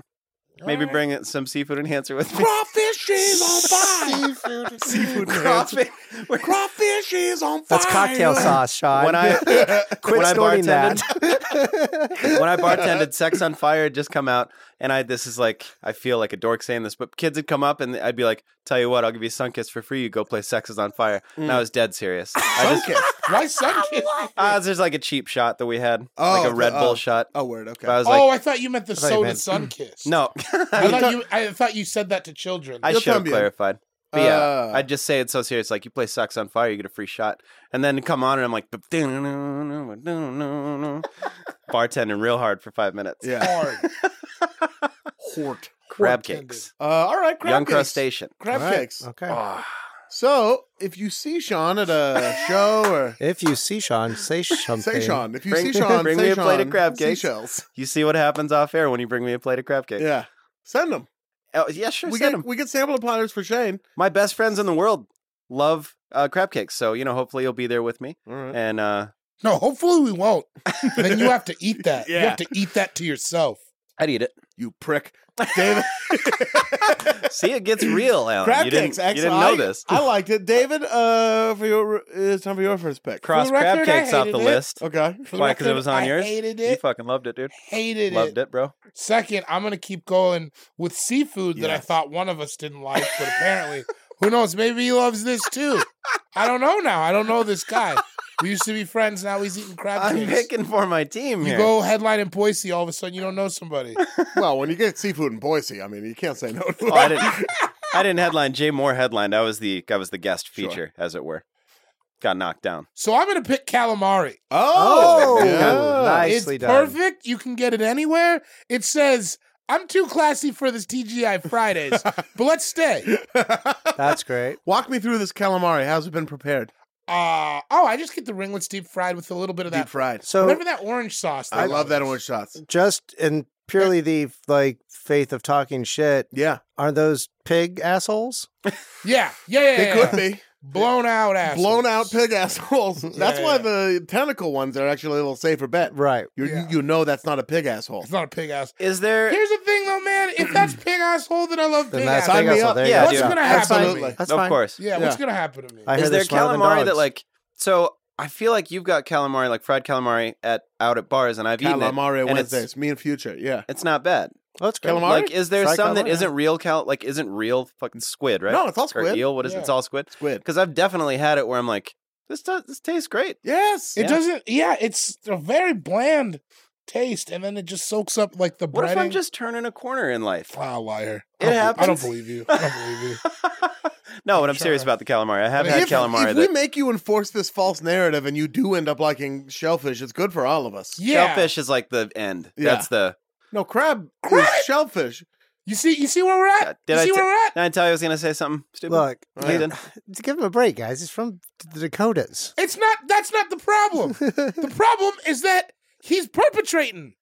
S2: Maybe
S3: Alright.
S2: bring it, some seafood enhancer with me.
S1: Crawfish is on fire.
S3: Seafood.
S1: Seafood crawfish.
S2: Crawfish. When
S1: Crawfish is on fire.
S4: That's cocktail sauce, Sean.
S2: I
S4: Quit
S2: when I
S4: snorting
S2: bartended-
S4: that.
S2: when I bartended, Sex on Fire had just come out, and I this is like I feel like a dork saying this, but kids would come up and I'd be like, "Tell you what, I'll give you sun kiss for free. You go play Sex is on Fire." And I was dead serious. I just
S1: Okay.
S3: Why sun kiss?
S2: ah, it's just like a cheap shot that we had,
S1: Oh,
S2: like a Red
S1: the-
S2: Bull
S1: oh.
S2: shot.
S1: Oh, word.
S2: But
S1: Okay.
S2: I was like,
S3: Oh, I thought you meant the
S4: thought you
S3: soda
S4: meant-
S3: sun kiss.
S2: no,
S3: I thought you. I thought you said that to children.
S2: I
S1: You'll
S2: should
S1: tell
S2: have
S1: me.
S2: clarified. But yeah,
S1: Uh.
S2: I'd just say it's so serious. Like you play "Sex on Fire, you get a free shot, and then come on, and I'm like, bartending real hard for five minutes.
S1: Yeah.
S3: hard.
S1: Hort.
S2: crab
S3: Bartended.
S2: cakes,
S1: Uh, all right. Crab
S2: young
S1: cakes.
S2: crustacean.
S1: Crab
S4: All right,
S1: cakes.
S4: Okay.
S1: So, if you see Sean at a show or
S4: If you see Sean, say something.
S1: say Sean, if you
S2: Bring-
S1: see Sean,
S2: bring
S1: say
S2: me a
S1: Sean,
S2: plate of crab cakes.
S1: Seashells.
S2: You see what happens off air when you bring me a plate of crab cakes.
S1: Yeah. Send them.
S2: Oh, yeah, sure.
S1: we
S2: send
S1: get
S2: 'em.
S1: we get sample platters for Shane.
S2: My best friends in the world love uh, crab cakes, so you know, hopefully you'll be there with me.
S1: All right.
S2: And uh,
S3: No, hopefully we won't. then you have to eat that. You
S1: Yeah.
S3: have to eat that to yourself.
S2: I'd eat it.
S1: You prick, David.
S2: See, it gets real, Alan.
S1: crab
S2: Oh, you didn't,
S1: cakes. Excellent.
S2: You didn't know
S1: I-
S2: this.
S1: I liked it, David. Uh, for your it's time for your first pick.
S2: Cross
S3: For the
S2: crab
S3: record, I
S2: cakes off the
S3: hated it.
S2: list.
S1: Okay.
S3: For the
S2: Why? Because it
S3: record,
S2: was on
S3: I
S2: yours.
S3: hated
S2: You
S3: it.
S2: fucking loved it, dude.
S3: hated
S2: Loved it, bro.
S3: Second, I'm gonna keep going with seafood that I
S1: Yes.
S3: thought one of us didn't like, but apparently, who knows? Maybe he loves this too. I don't know now. I don't know this guy. We used to be friends. Now he's eating crab
S2: I'm
S3: cakes.
S2: picking for my team
S3: you
S2: here.
S3: go headline in Boise, all of a sudden you don't know somebody.
S1: well, when you get seafood in Boise, I mean, you can't say no. To
S2: Oh, I didn't. I didn't headline. Jay Moore headlined. I was the I was the guest
S1: Sure.
S2: feature, as it were. Got knocked down.
S3: So I'm gonna pick calamari.
S1: Oh,
S4: Oh,
S1: yeah.
S4: nicely
S3: it's
S4: done.
S3: perfect. You can get it anywhere. It says, "I'm too classy for this TGI Fridays, but let's stay."
S4: That's great.
S1: Walk me through this calamari. How's it been prepared?
S3: Uh, oh, I just get the ringlets deep fried with a little bit of
S1: Deep
S3: that
S1: fried.
S4: So
S3: whatever that orange sauce. they
S1: I love that
S3: use.
S1: orange shots.
S4: just in purely the like faith of talking shit,
S1: Yeah,
S4: are those pig assholes?
S3: Yeah, yeah, yeah.
S1: they
S3: yeah,
S1: could
S3: yeah.
S1: be
S3: blown out ass.
S1: blown out pig assholes. That's
S3: Yeah,
S1: why
S3: yeah.
S1: the tentacle ones are actually a little safer bet.
S4: Right.
S1: You
S3: Yeah.
S1: you know that's not a pig asshole.
S3: It's not a pig ass.
S2: Is there?
S3: Here's the thing, though, man. If that's pig asshole, then I love
S4: Then
S3: pig
S4: that's
S3: asshole.
S1: Sign
S4: pig
S1: me
S4: asshole.
S1: up.
S4: There you
S2: Yeah,
S4: go.
S3: What's
S2: dude.
S3: gonna happen to
S1: Absolutely.
S3: me?
S4: That's
S2: of
S4: fine.
S2: course.
S3: Yeah,
S1: Yeah.
S3: what's gonna happen to me?
S4: I hear
S2: is there
S4: they're smarter than
S2: calamari that
S4: dogs.
S2: like? So I feel like you've got calamari, like fried calamari, at out at bars, and I've eaten it.
S1: Calamari
S2: and it's-
S1: Wednesdays. Me and Future. Yeah.
S2: It's not bad.
S4: Oh, that's great.
S1: Calamari?
S2: Like, is there
S4: Fried
S2: some that
S4: calamari,
S2: isn't real cal? Like, isn't real fucking squid? Right?
S1: No, it's all
S2: Or
S1: squid.
S2: eel? What is? it?
S3: Yeah.
S2: It's all squid.
S1: Squid.
S2: Because I've definitely had it where I'm like, This does this tastes great.
S1: Yes.
S3: It
S2: Yeah.
S3: doesn't. Yeah, it's a very bland taste, and then it just soaks up like the bread.
S2: What if I'm just turning a corner in life?
S3: Wow, liar!
S2: It
S3: I don't be- I
S2: happens.
S3: don't believe you. I don't believe you.
S2: no, but I'm
S3: Sure.
S2: serious about the calamari. I have
S3: I mean,
S2: had
S1: if,
S2: calamari
S1: if we
S2: that
S1: make you enforce this false narrative and you do end up liking shellfish, it's good for all of us.
S3: Yeah,
S2: shellfish is like the end.
S1: Yeah.
S2: That's the.
S1: No, crab,
S3: Crab?
S1: is shellfish.
S3: You see, you see where we're at.
S2: God, did
S3: you
S2: I
S3: see
S2: t-
S3: where we're at.
S2: Did I tell you I was gonna say something stupid?
S4: Look,
S1: All right.
S2: Layden.
S4: give him a break, guys. He's from the Dakotas.
S3: It's not. That's not the problem. the problem is that he's perpetrating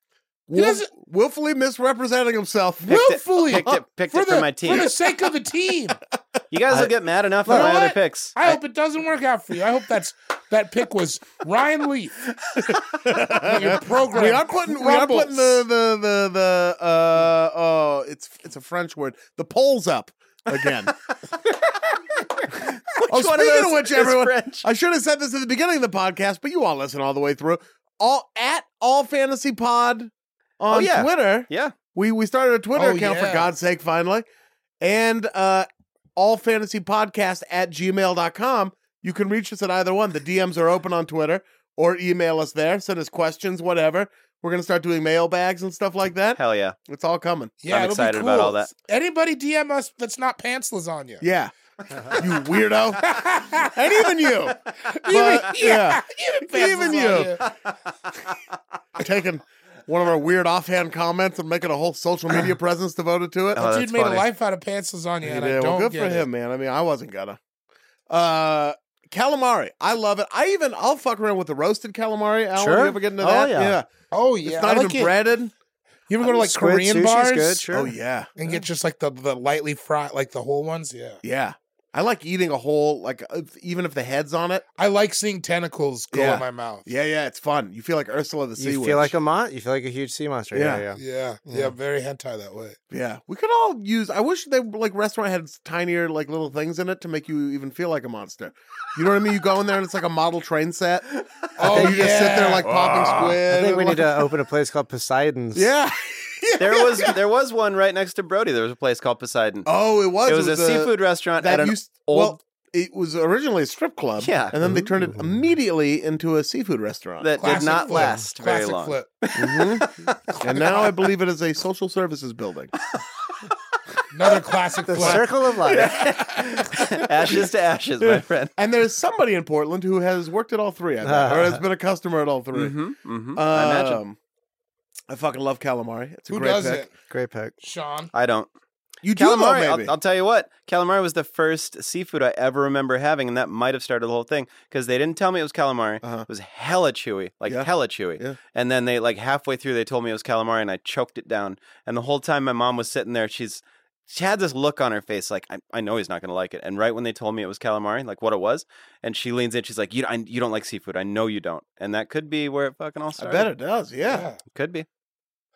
S3: He
S1: Wil-
S3: doesn't-
S1: willfully misrepresenting himself.
S2: Picked it-
S3: willfully
S2: picked it- picked
S3: for
S2: it
S3: the
S2: from my team.
S3: for the sake of the team.
S2: You guys
S4: I-
S2: will get mad enough
S3: You
S2: at
S3: know
S2: my other
S3: what?
S2: picks.
S3: I hope it doesn't work out for you. I hope that's that pick was Ryan Leaf. Your program.
S1: We are putting we are putting
S3: crumbles.
S1: the the the, the uh oh it's it's a French word the polls up again. oh,
S2: Which one of
S1: speaking of,
S2: those
S1: which,
S2: is
S1: everyone,
S2: French?
S1: I should have said this at the beginning of the podcast, but you all listen all the way through. All at all fantasy pod on
S2: Oh, yeah.
S1: Twitter.
S2: Yeah.
S1: We we started a Twitter
S3: Oh,
S1: account for
S3: yeah.
S1: God's sake, finally. And uh all fantasy podcast at gmail.com. You can reach us at either one. The DMs are open on Twitter or email us there. Send us questions, whatever. We're gonna start doing mailbags and stuff like that.
S2: Hell yeah!
S1: It's all coming.
S3: Yeah,
S2: I'm
S3: it'll be
S2: excited about
S3: cool.
S2: all that.
S3: Anybody DM us that's not pants lasagna.
S1: Yeah. you weirdo. and even you.
S3: even,
S1: But,
S3: yeah, even, pants
S1: Even
S3: lasagna.
S1: Taking one of our weird offhand comments and making a whole social media presence devoted to it.
S2: Oh,
S3: Dude
S2: that's
S3: made
S2: funny.
S3: a life out of pants lasagna,
S1: He
S3: and I
S1: did.
S3: Uh, don't
S1: well, good
S3: get
S1: for
S3: it.
S1: him, man. I mean, I wasn't gonna. Uh, calamari, I love it. I even I'll fuck around with the roasted calamari. Alan,
S4: Sure.
S1: you ever get into
S4: Oh,
S1: that?
S4: yeah.
S3: Oh
S1: it's
S3: yeah,
S1: not
S3: I like
S1: even
S3: it.
S1: breaded.
S3: You ever go to like
S4: Squid
S3: Korean
S4: sushi's
S3: bars
S4: good, sure.
S1: Oh yeah,
S3: and get just like the the lightly fried, like the whole ones? Yeah,
S1: yeah. I like eating a whole like uh, even if the head's on it.
S3: I like seeing tentacles go
S1: Yeah.
S3: in my mouth.
S1: Yeah, yeah. It's fun. You feel like Ursula the sea
S4: You
S1: witch.
S4: feel like a mon- You feel like a huge sea monster. Yeah,
S1: Yeah.
S4: yeah.
S3: yeah, yeah,
S1: Yeah.
S3: very hentai that way.
S1: yeah. We could all use. I wish they like restaurant had tinier like little things in it to make you even feel like a monster. You know what I mean? You go in there and it's like a model train set.
S3: Oh,
S1: and you just sit there
S3: yeah.
S1: like popping squid.
S4: I think we
S1: and,
S4: need
S1: like-
S4: to open a place called Poseidon's.
S1: Yeah.
S2: There was there was one right next to Brody. There was a place called Poseidon.
S1: Oh, it was.
S2: it was, a, seafood restaurant at
S1: that
S2: an
S1: used
S2: old-
S1: well. It was originally a strip club,
S2: Yeah. Mm-hmm.
S1: and then they turned it
S4: Ooh.
S1: immediately into a seafood restaurant.
S2: that
S3: Classic
S2: did not
S3: flip.
S2: last very
S3: Classic
S2: long.
S3: flip.
S1: Mhm. and now I believe it is a social services building.
S3: Another classic
S4: The
S3: flip.
S4: circle of life.
S2: ashes to ashes, my friend.
S1: And there's somebody in Portland who has worked at all three, I think, or
S2: Uh-huh.
S1: has been a customer at all 3
S2: Mm-hmm, mm-hmm. I imagine.
S1: Um, I fucking love calamari. It's a
S3: Who
S1: great
S3: does
S1: pick.
S3: it?
S4: Great pick.
S3: Sean.
S2: I don't.
S1: You do though,
S2: Calamari.
S1: maybe.
S2: I'll, I'll tell you what. Calamari was the first seafood I ever remember having, and that might have started the whole thing because they didn't tell me it was calamari.
S1: Uh-huh.
S2: It was hella chewy, like
S1: Yeah.
S2: hella chewy.
S1: Yeah.
S2: And then they like halfway through, they told me it was calamari, and I choked it down. And the whole time, my mom was sitting there. She's she had this look on her face, like I, I know he's not gonna like it. And right when they told me it was calamari, like what it was, and she leans in, she's like, "You I, you don't like seafood. I know you don't." And that could be where it fucking all
S1: I
S2: started.
S1: bet it does. Yeah,
S2: could be.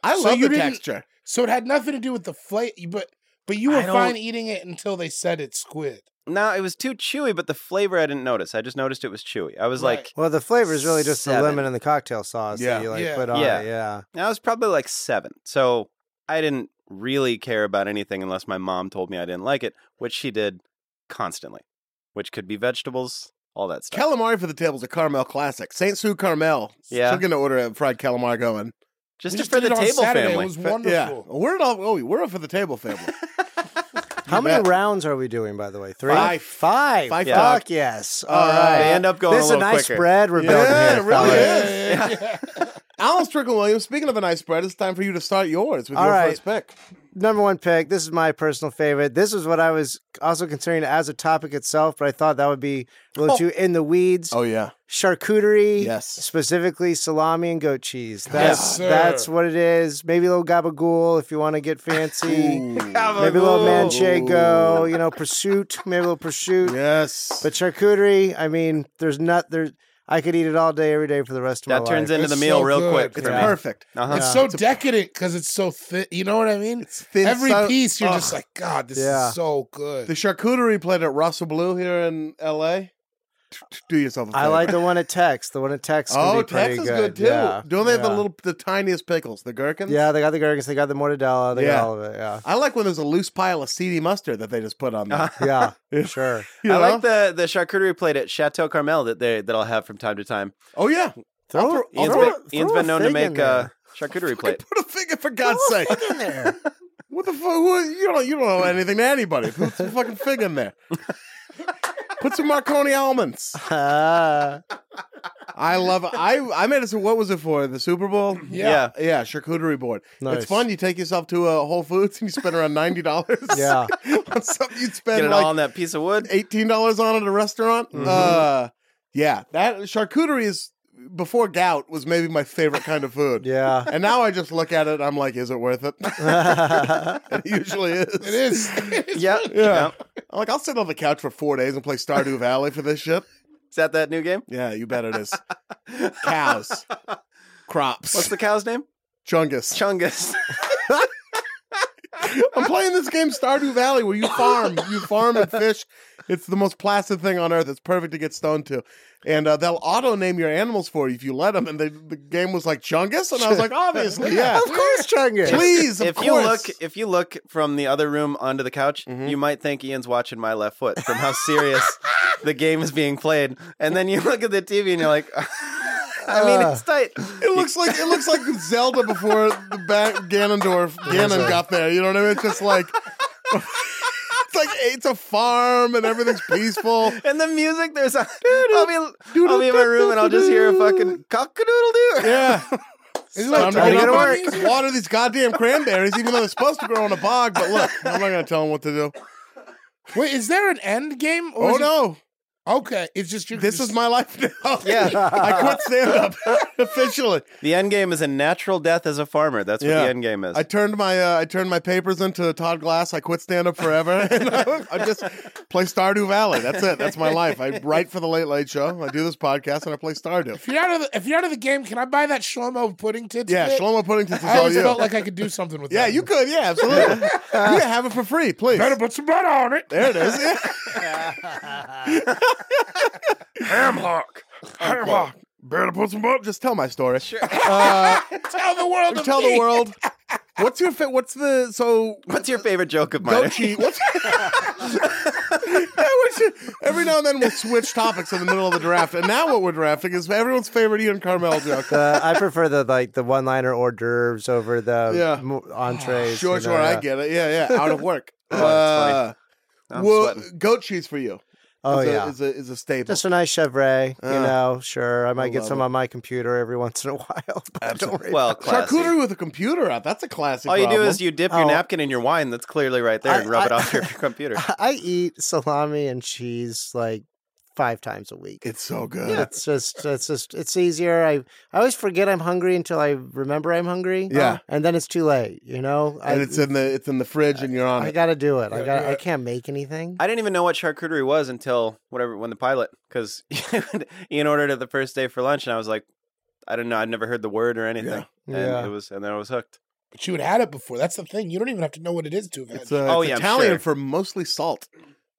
S1: I
S3: So
S1: love
S3: you
S1: the
S3: didn't-
S1: texture.
S3: So it had nothing to do with the flavor, but but you
S2: I
S3: were
S2: don't-
S3: fine eating it until they said it's squid.
S2: No, it was too chewy, but the flavor I didn't notice. I just noticed it was chewy. I was
S3: Right.
S2: like,
S4: Well, the flavor is really just
S2: Seven.
S4: the lemon and the cocktail sauce
S1: Yeah.
S4: that you like
S3: Yeah.
S4: put on
S2: Yeah.
S4: it. Yeah.
S2: I was probably like seven. So I didn't really care about anything unless my mom told me I didn't like it, which she did constantly, which could be vegetables, all that stuff.
S1: Calamari for the tables a Carmel classic. Saint Sue Carmel.
S2: Yeah.
S1: she'll get an order of fried calamari going.
S3: We
S2: just,
S3: just
S2: for
S3: did
S2: the
S3: it on
S2: table
S3: Saturday.
S2: family.
S3: It was
S1: But,
S3: wonderful.
S1: Yeah, we're it all. Oh, we're it for the table family.
S4: How many
S1: bet.
S4: rounds are we doing, by the way? Three?
S1: Five.
S4: Five.
S1: Five,
S2: Yeah.
S4: Fuck yes.
S1: Uh,
S4: All right.
S2: They end up going a
S4: this is a
S2: little
S4: nice
S2: quicker.
S4: spread we're
S1: Yeah,
S4: building here.
S1: it really
S4: fellas.
S1: is.
S3: Yeah, yeah, yeah.
S1: Alan Strickland Williams, speaking of a nice spread, it's time for you to start yours with
S4: All
S1: your
S4: right.
S1: first pick.
S4: Number one pick. This is my personal favorite. This is what I was also considering as a topic itself, but I thought that would be a little
S1: Oh.
S4: too in the weeds.
S1: yeah.
S4: Charcuterie,
S1: Yes.
S4: specifically salami and goat cheese. That's
S3: sir.
S4: that's what it is. Maybe a little gabagool if you want to get fancy. Maybe a little manchego, you know, pursuit, maybe a little pursuit.
S1: Yes.
S4: But charcuterie, I mean, there's not there. I could eat it all day, every day for the rest of
S2: That
S4: my
S2: turns
S4: life.
S2: into the
S3: It's
S2: meal
S3: so
S2: real
S3: good.
S2: quick.
S1: it's
S2: for me.
S1: perfect.
S2: Uh-huh.
S3: It's so decadent because it's so thick. You know what I mean?
S1: It's thin.
S3: Every
S1: so-
S3: piece, you're
S1: Ugh.
S3: just like, God, this
S4: Yeah.
S3: is so
S1: The
S3: good.
S1: charcuterie plate at Russell Blue here in L.A. Do yourself a favor.
S4: I like the one at Tex. The one at Tex. can
S1: Oh,
S4: be pretty
S1: Texas good too.
S4: Yeah.
S1: Don't they have the
S4: Yeah.
S1: little, the tiniest pickles, the gherkins?
S4: Yeah, they got the gherkins. They got the mortadella. They
S1: Yeah.
S4: got all of it. Yeah.
S1: I like when there's a loose pile of seedy mustard that they just put on there.
S4: Yeah. sure.
S1: You
S2: I like
S1: know?
S2: the the charcuterie plate at Chateau Carmel that they that I'll have from time to time.
S1: Oh yeah, throw-
S4: Throw- I'll
S2: Ian's
S4: throw
S2: been,
S4: a-
S2: Ian's
S4: throw
S2: been
S4: a
S2: known to
S4: fig in
S2: make
S4: there.
S2: uh, charcuterie
S1: Fucking
S2: plate.
S1: put a fig in for God's
S4: Throw a
S1: sake.
S4: fig in there.
S1: What the fuck? Who, you don't you don't know anything to anybody. Put some fucking fig in there. Put some Marconi almonds.
S4: Ah.
S1: I love. I I made it. So what was it for? The Super Bowl.
S3: Yeah.
S2: Yeah.
S1: Yeah, charcuterie board.
S4: Nice.
S1: It's fun. You take yourself to a Whole Foods and you spend around ninety dollars.
S4: Yeah.
S1: on something you'd
S2: Get
S1: spend
S2: it all on
S1: like
S2: that piece of wood.
S1: eighteen dollars on at a restaurant. Uh, yeah, that charcuterie is before gout was maybe my favorite kind of food.
S4: yeah.
S1: and now I just look at it. I'm like, is it worth it? it usually is.
S3: It is.
S2: Yeah.
S1: Yeah. I'm like, I'll sit on the couch for four days and play Stardew Valley for this shit.
S2: Is that that new game?
S1: Yeah, you bet it is. Cows, crops,
S2: What's the cow's name?
S1: chungus.
S2: Chungus.
S1: I'm playing this game Stardew Valley where you farm, you farm and fish. It's the most placid thing on earth. It's perfect to get stoned to, and uh, they'll auto name your animals for you if you let them. And they, the game was like Chungus, and I was like, obviously, yeah,
S4: Of course, Chungus.
S1: please. Of
S2: if
S1: course.
S2: you look if you look from the other room onto the couch,
S1: Mhm.
S2: you might think Ian's watching my left foot from how serious the game is being played. And then you look at the TV and you're like I mean
S4: Uh.
S1: Ah.
S2: it's tight.
S1: It looks like it looks like Zelda before the ba- Ganondorf Ganon got there. You know what I mean? It's just like it's like it's a farm and everything's peaceful.
S2: And the music there's a I'll be, I'll be in my room and I'll just hear a fucking cockadoodle doo.
S1: Yeah,
S3: It's
S1: time
S3: like
S1: to
S4: Time
S1: get
S4: to
S1: up
S4: work.
S1: and water these goddamn cranberries, even though they're supposed to grow in a bog. But look, I'm not gonna tell them what to do.
S3: Wait, is there an end game? Or
S1: Oh
S3: is it-
S1: no,
S3: Okay, it's just your.
S1: this is my life now.
S2: Yeah.
S1: I quit stand up officially.
S2: The end game is a natural death as a farmer. That's what
S1: Yeah.
S2: the end game is.
S1: I turned my uh, I turned my papers into Todd Glass. I quit stand up forever. And I, I just play Stardew Valley. That's it. That's my life. I write for the Late Late Show. I do this podcast and I play Stardew.
S3: If you're out of the, if you're out of the game, can I buy that Shlomo pudding tits?
S1: Yeah,
S3: bit?
S1: Shlomo Puddington is
S3: I
S1: all
S3: always
S1: you.
S3: felt like I could do something with
S1: yeah,
S3: that.
S1: you could. Yeah, absolutely. you can have it for free, please.
S3: better put some blood on it.
S1: There it is. Yeah.
S3: Ham hock, ham hock.
S1: Better put some up. Just tell my story. Sure.
S3: Tell the world. of
S1: tell the
S3: me.
S1: world. What's your fit? What's the so?
S2: What's your favorite joke of mine?
S1: Don't cheat. What's Yeah, we should- every now and then we'll switch topics in the middle of the draft. And now what we're drafting is everyone's favorite Ian Carmel joke.
S4: The, uh, I prefer the like the one liner hors d'oeuvres over the
S1: Yeah. Oh,
S4: mo- entrees.
S1: Sure,
S4: you know,
S1: sure, I
S4: yeah.
S1: get it. Yeah, yeah. Out of work.
S2: Oh, that's funny.
S1: uh,
S2: I'm
S1: well,
S2: sweating.
S1: goat cheese for you.
S4: Oh
S1: is a,
S4: yeah,
S1: is a is a staple.
S4: just a nice chevre.
S1: Uh,
S4: you know, sure. I might get
S1: love
S4: some
S1: it.
S4: on my computer every once in a while. But don't worry.
S2: Well, classy.
S1: Charcuterie with a computer app. That's a classic.
S2: All you do
S1: problem.
S2: is you dip your
S4: Oh.
S2: napkin in your wine that's clearly right there
S4: I-
S2: and rub it
S4: I-
S2: off your computer.
S4: I eat salami and cheese like five times a week.
S1: It's so good.
S4: And It's just, it's just, it's easier. I, I always forget I'm hungry until I remember I'm hungry.
S1: Yeah.
S4: and then it's too late. You know,
S1: And
S4: I,
S1: it's in the it's in the fridge, and you're on
S4: Uh, I
S1: it.
S4: gotta do it. I
S3: Yeah,
S4: got.
S3: yeah.
S4: I can't make anything.
S2: I didn't even know what charcuterie was until whatever when the pilot because Ian ordered it the first day for lunch and I was like, I don't know, I'd never heard the word or anything, and
S4: Yeah.
S2: it was and then I was hooked.
S3: But you had had it before. That's the thing. You don't even have to know what it is to have had.
S1: It's,
S3: it.
S1: uh,
S2: Oh,
S1: it's
S2: yeah, I'm
S1: Italian
S2: sure.
S1: for mostly salt.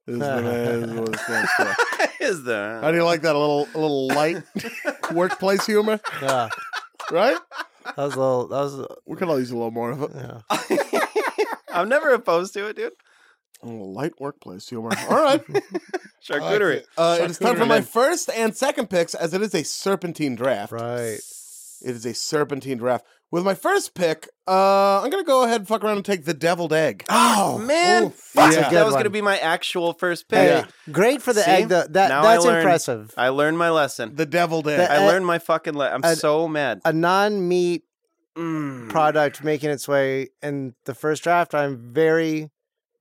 S1: Is what it- is what it stands for.
S2: Is there?
S1: How do you like that a little a little light workplace humor?
S4: Yeah,
S1: Right?
S4: that was a little. That was.
S1: We could all use a little more of it.
S4: Yeah.
S2: I'm never opposed to it, dude.
S1: A little light workplace humor. All right.
S3: I like
S2: Charcuterie.
S3: it.
S1: Uh, it is time for my
S2: Charcuterie.
S1: first and second picks, as it is a serpentine draft.
S4: Right.
S1: It is a serpentine draft. With my first pick, uh, I'm gonna go ahead and fuck around and take the deviled egg.
S4: Oh
S2: Man,
S4: that's a
S1: Yeah.
S4: good
S2: that was
S4: one.
S2: gonna be my actual first pick.
S4: Hey, great for the
S2: See?
S4: egg. Though. That
S2: Now I
S4: that's
S2: learned-
S4: impressive.
S2: I learned my lesson.
S1: The deviled egg.
S4: The-
S2: I
S4: uh,
S2: learned my fucking lesson. I'm
S4: uh,
S2: so mad.
S4: A non-meat
S2: Mm.
S4: product making its way in the first draft. I'm very,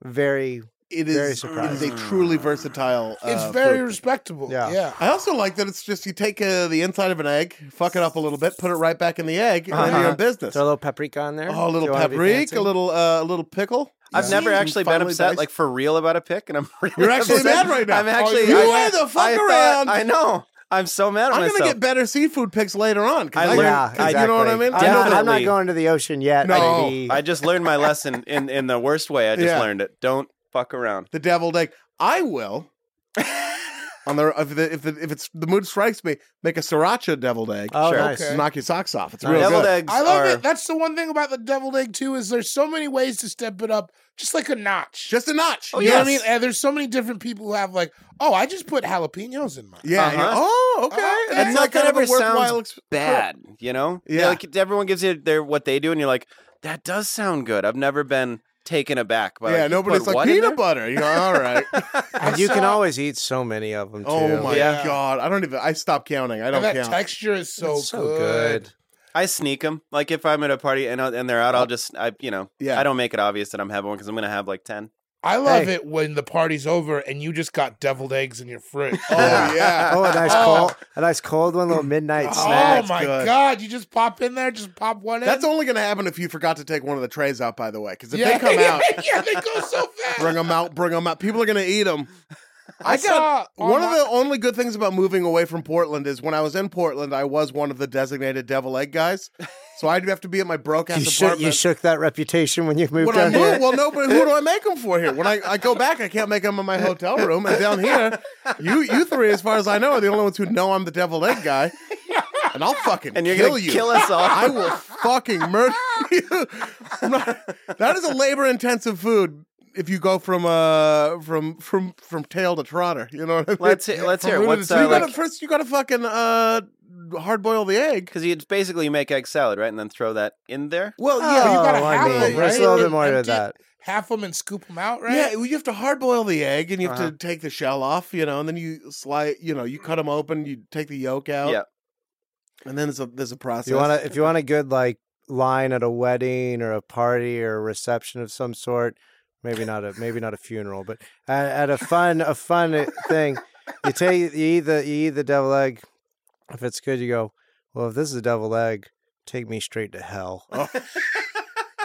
S4: very.
S1: it is. It
S4: very
S1: is
S4: surprised.
S1: a truly versatile. Uh,
S3: It's very
S1: food.
S3: respectable.
S4: Yeah.
S3: Yeah.
S1: I also like that it's just you take uh, the inside of an egg, fuck it up a little bit, put it right back in the egg, and then
S4: Uh-huh.
S1: you're in business.
S4: Throw a little paprika on there.
S1: Oh, a
S4: if you
S1: little
S4: wanna be
S1: paprika,
S4: fancy.
S1: a little, uh, a little pickle.
S2: I've never
S1: Yeah.
S2: actually been
S1: Finely
S2: upset,
S1: diced.
S2: like for real, about a pick, and I'm really
S1: You're actually
S2: upset.
S1: mad right now.
S2: I'm actually.
S1: You
S2: I-
S1: were the fuck
S2: I thought-
S1: around.
S2: I know. I'm so mad at
S1: I'm
S2: myself.
S1: gonna get better seafood picks later on. 'cause
S2: I
S1: I
S2: learned-
S4: Yeah,
S1: 'cause you know what I mean.
S4: exactly.
S1: I know
S4: I'm,
S1: that-
S4: I'm not
S2: Definitely.
S4: going to the ocean yet.
S1: No.
S4: I'd be-
S2: I just learned my lesson in in the worst way. I just
S1: Yeah.
S2: learned it. Don't fuck around.
S1: the deviled egg. I will. on their if the, if, the, if it's the mood strikes me, make a sriracha deviled egg.
S4: Oh,
S2: Sure.
S4: nice.
S3: Okay.
S1: knock your socks off. It's
S4: Nice.
S1: real
S2: Deviled
S1: good.
S2: eggs
S3: I love
S2: are
S3: it. That's the one thing about the deviled egg too is there's so many ways to step it up, just like a notch.
S1: Just a notch.
S3: Oh, you know what I mean? And there's so many different people who have like, oh, I just put jalapenos in mine.
S1: Yeah.
S2: Uh-huh.
S1: you know, oh, okay.
S3: Uh-huh.
S1: That's
S3: And
S1: like
S2: nothing
S1: kind of a
S2: ever sounds
S1: worthwhile ex-
S2: bad. You know, They're
S1: Yeah.
S2: Like everyone gives you their what they do, and you're like, that does sound good. I've never been taken aback by.
S1: yeah,
S2: like, you
S1: nobody's
S2: put
S1: like
S2: what in
S1: peanut
S2: there?
S1: butter. You know, all right.
S3: I
S4: And you can
S3: saw-
S4: always eat so many of them too.
S1: oh my
S3: Yeah.
S1: god, I don't even. I stopped counting. I don't
S3: And that
S1: count.
S3: texture is so,
S4: It's so
S3: good.
S4: good.
S2: I sneak them. Like if I'm at a party and uh, and they're out, I'll just I you know
S1: Uh, Yeah.
S2: I don't make it obvious that I'm having one because I'm gonna have like ten.
S3: I love
S4: Hey.
S3: it when the party's over and you just got deviled eggs in your fridge.
S1: oh yeah.
S4: Oh, a nice
S3: Oh.
S4: cold, a nice cold one, little midnight
S3: Oh
S4: snack.
S3: my
S1: good.
S3: god! You just pop in there, just pop one in.
S1: That's only going to happen if you forgot to take one of the trays out. By the way, because if they
S3: yeah,
S1: come
S3: yeah,
S1: out,
S3: yeah, they go so fast.
S1: bring them out, bring them out. People are going to eat them.
S3: I, saw
S1: One of
S3: online-
S1: the only good things about moving away from Portland is when I was in Portland, I was one of the designated devil egg guys. So I'd have to be at my broke ass
S4: You shook,
S1: apartment.
S4: you shook that reputation when you moved
S1: when I
S4: down
S1: move,
S4: here.
S1: well, no, but who do I make them for here? When I, I go back, I can't make them in my hotel room. And down here, you you three, as far as I know, are the only ones who know I'm the deviled egg guy. And I'll fucking
S2: And you're
S1: kill
S2: gonna
S1: you.
S2: kill us all.
S1: I will fucking murder you. I'm not- that is a labor intensive food. If you go from uh from from from tail to trotter, you know what I mean.
S2: Let's he- let's hear
S3: From
S2: it. what's
S3: Luna's-
S1: So
S2: uh,
S1: you gotta
S2: like
S1: first you gotta fucking uh hard boil the egg.
S2: because you basically you make egg salad right and then throw that in there.
S1: Well,
S3: Yeah, but you gotta
S4: Oh, I
S3: have
S4: mean,
S3: them,
S4: there's
S3: right?
S4: a little bit
S3: And
S4: more to
S3: empty-
S4: that.
S3: half them and scoop them out, right?
S1: Yeah, well, you have to hard boil the egg, and you have
S2: Uh-huh.
S1: to take the shell off, you know, and then you slide, you know, you cut them open, you take the yolk out,
S2: Yeah.
S1: and then there's a there's a process.
S4: If you want to, if you want a good like line at a wedding or a party or a reception of some sort, maybe not a maybe not a funeral, but at, at a fun a fun uh, thing, you take you eat the you eat the devil egg. If it's good, you go. Well, if this is a devil egg, take me straight to hell.
S3: Oh.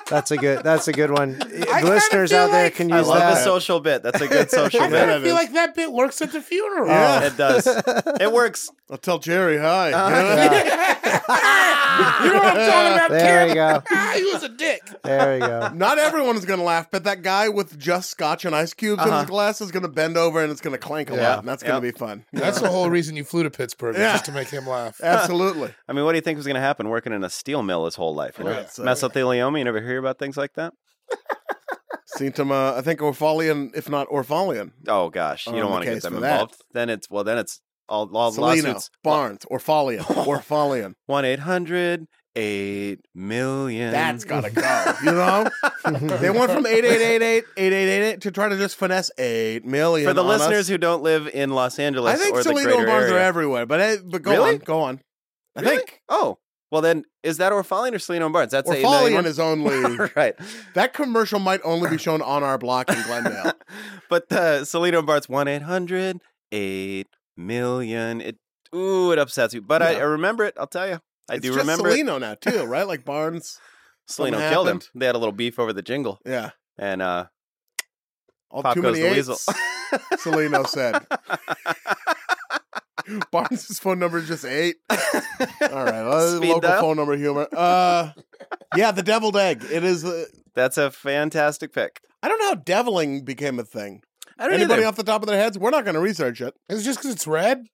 S4: That's a good. That's a good one.
S3: kinda
S4: Listeners
S3: feel
S4: out there
S3: like-
S4: can
S2: I
S4: use
S2: love
S4: that.
S2: a social bit. That's a good
S3: I
S2: social
S3: kind
S2: bit.
S3: of feel like that bit works at the funeral.
S1: Yeah.
S2: It does. It works.
S1: I'll tell Jerry hi.
S2: Uh-huh.
S3: you know what I'm talking about,
S4: There you
S3: Kim?
S4: go.
S3: Ah, he was a dick.
S4: There you go.
S1: Not everyone is gonna laugh, but that guy with just scotch and ice cubes in his glass is gonna bend over and it's gonna clank a lot,
S2: Uh-huh. Yeah.
S1: and that's
S2: Yeah.
S1: gonna be fun.
S3: That's the whole reason you flew to Pittsburgh,
S1: Yeah.
S3: just to make him laugh.
S1: Absolutely.
S2: I mean, what do you think was going to happen working in a steel mill his whole life? You know,
S1: Right, so-
S2: mesothelioma. You never hear about things like that.
S1: Symptoma, I think Orfolian, if not Orfolian.
S2: Oh gosh, you
S1: On the
S2: don't want to
S1: case
S2: get them
S1: for that.
S2: involved. Then it's well, then it's all, all
S1: Salino,
S2: lawsuits.
S1: Barnes, Orfolian, Orfolian.
S2: One eight hundred eight million.
S1: That's gotta go. You know? they went from 8888 8888 to try to just finesse 8 million.
S2: for the
S1: on
S2: listeners
S1: us.
S2: who don't live in Los Angeles.
S1: I think
S2: or the
S1: Salino
S2: greater
S1: and Barnes
S2: area.
S1: are everywhere, but, eh, but go
S2: Really?
S1: on. Go on. I
S2: Really?
S1: think.
S2: Oh, well then, is that Orfolian or Salino and Barnes? That's the 8 million
S1: Orfolian is only.
S2: one? right.
S1: that commercial might only be shown on our block in Glendale.
S2: But uh, Salino and Barnes one eight hundred eight million. It ooh, it upsets you. But I,
S1: Yeah.
S2: I remember it. I'll tell you. I
S1: it's
S2: do
S1: just
S2: remember it.
S1: Salino now, too, right? Like Barnes. Something
S2: Salino killed him.
S1: happened.
S2: They had a little beef over the jingle,
S1: Yeah.
S2: and uh,
S1: All
S2: Pop
S1: too
S2: goes
S1: many
S2: the
S1: eights,
S2: weasel.
S1: Salino said. Barnes' phone number is just eight. All right, well,
S2: Speed
S1: local
S2: dial?
S1: phone number humor. Uh, yeah, the deviled egg. It is. Uh,
S2: that's a fantastic pick.
S1: I don't know how deviling became a thing.
S2: I don't
S1: Anybody
S2: either.
S1: off the top of their heads? We're not going to research it.
S3: It's just because it's red.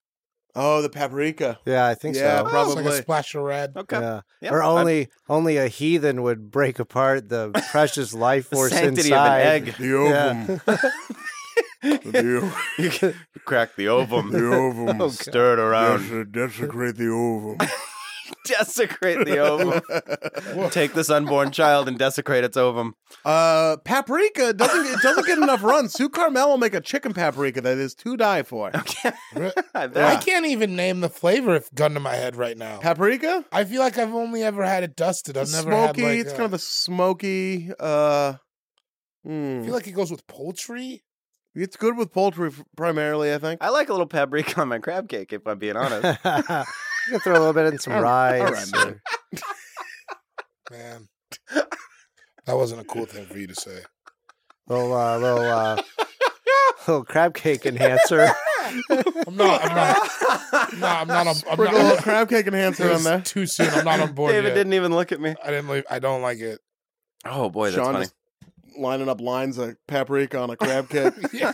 S1: Oh, the paprika.
S4: Yeah, I think
S1: Yeah,
S4: so.
S3: Oh, It's like
S1: Probably.
S3: a splash of red.
S2: Okay.
S4: Yeah.
S2: Yep.
S4: Or
S2: I'm-
S4: only only a heathen would break apart the precious life
S2: the
S4: force
S2: sanctity
S4: inside.
S2: of an egg.
S1: The ovum. the,
S2: You can- you crack the ovum.
S1: ovum.
S2: Stir it around.
S1: desecrate the ovum.
S2: Desecrate the ovum. Take this unborn child and desecrate its ovum.
S1: Uh, paprika doesn't it doesn't get enough runs. Sue Carmel will make a chicken paprika that is to die for.
S2: I
S3: I
S2: bet.
S3: can't even name the flavor if gun to my head right now.
S1: Paprika,
S3: I feel like I've only ever had it dusted. I've never had
S1: smoky.
S3: like
S1: it's
S3: a-
S1: kind of a smoky. Uh,
S3: I
S1: mm.
S3: feel like it goes with poultry.
S1: it's good with poultry f- primarily. I think.
S2: I like a little paprika on my crab cake, if I'm being honest.
S4: you can throw a little bit in some rice.
S1: right, man.
S4: or-
S3: Man, that wasn't a cool thing for you to say.
S4: little uh, little uh, little crab cake enhancer.
S3: I'm not. I'm not. No, I'm not. I'm, I'm
S1: Sprinkle a little
S3: not.
S1: crab cake enhancer on
S3: It's
S1: there.
S3: too soon. I'm not on board
S2: David
S3: yet.
S2: didn't even look at me.
S3: I didn't. Leave, I don't like it.
S2: Oh boy, that's
S1: Sean
S2: funny.
S1: is lining up lines of paprika on a crab cake.
S3: Yeah.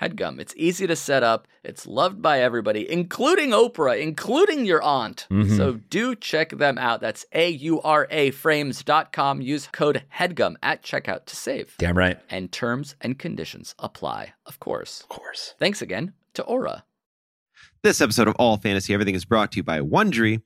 S5: HEADGUM. It's easy to set up, it's loved by everybody, including Oprah, including your aunt.
S6: Mhm.
S5: So do check them out. That's A U R A frames.com. Use code HEADGUM at checkout to save.
S6: Damn right.
S5: And terms and conditions apply, of course.
S6: Of course.
S5: Thanks again to Aura.
S7: This episode of All Fantasy Everything is brought to you by Wondery.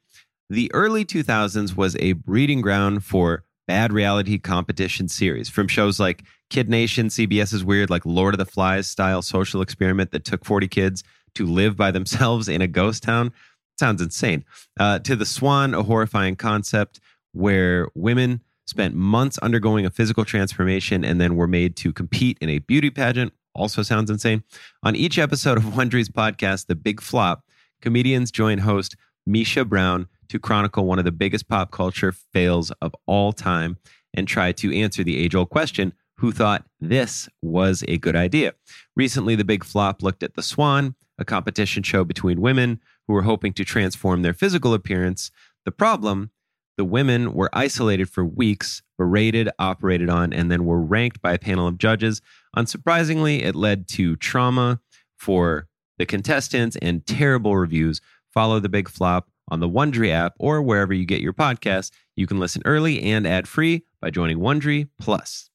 S7: The early 2000s was a breeding ground for bad reality competition series from shows like Kid Nation, CBS's weird, like Lord of the Flies style social experiment that took 40 kids to live by themselves in a ghost town. Sounds insane. Uh, to The Swan, a horrifying concept where women spent months undergoing a physical transformation and then were made to compete in a beauty pageant. Also sounds insane. On each episode of Wondery's podcast, The Big Flop, comedians join host Misha Brown to chronicle one of the biggest pop culture fails of all time and try to answer the age old question who thought this was a good idea? Recently, The Big Flop looked at The Swan, a competition show between women who were hoping to transform their physical appearance. The problem the women were isolated for weeks, berated, operated on, and then were ranked by a panel of judges. Unsurprisingly, it led to trauma for the contestants and terrible reviews. Follow the big flop on the Wondery app or wherever you get your podcasts. You can listen early and ad free by joining Wondery Plus.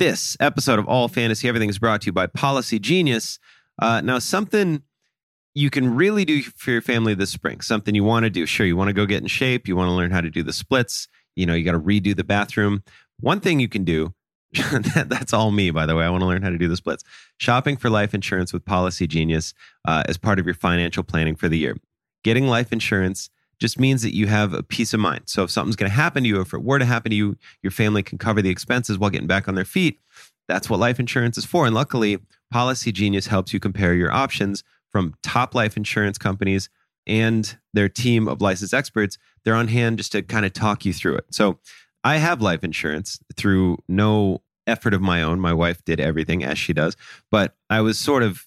S7: This episode of All Fantasy Everything is brought to you by Policy Genius. Uh, now, something you can really do for your family this spring, something you want to do. Sure, you want to go get in shape, you want to learn how to do the splits, you know, you got to redo the bathroom. One thing you can do that, that's all me, by the way. I want to learn how to do the splits. Shopping for life insurance with Policy Genius uh, as part of your financial planning for the year. Getting life insurance just means that you have a peace of mind. So if something's going to happen to you, if it were to happen to you, your family can cover the expenses while getting back on their feet. That's what life insurance is for. And luckily, Policy Genius helps you compare your options from top life insurance companies and their team of licensed experts. They're on hand just to kind of talk you through it. So I have life insurance through no effort of my own. My wife did everything as she does, but I was sort of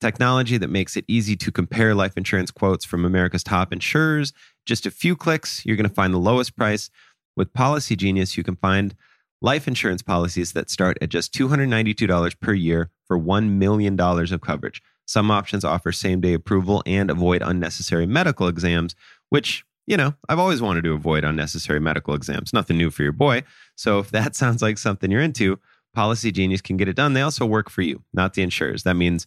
S7: technology that makes it easy to compare life insurance quotes from America's top insurers. Just a few clicks, you're going to find the lowest price. With Policy Genius, you can find life insurance policies that start at just $292 per year for $1 million of coverage. Some options offer same day approval and avoid unnecessary medical exams, which, you know, I've always wanted to avoid unnecessary medical exams. Nothing new for your boy. So if that sounds like something you're into, Policy Genius can get it done. They also work for you, not the insurers. That means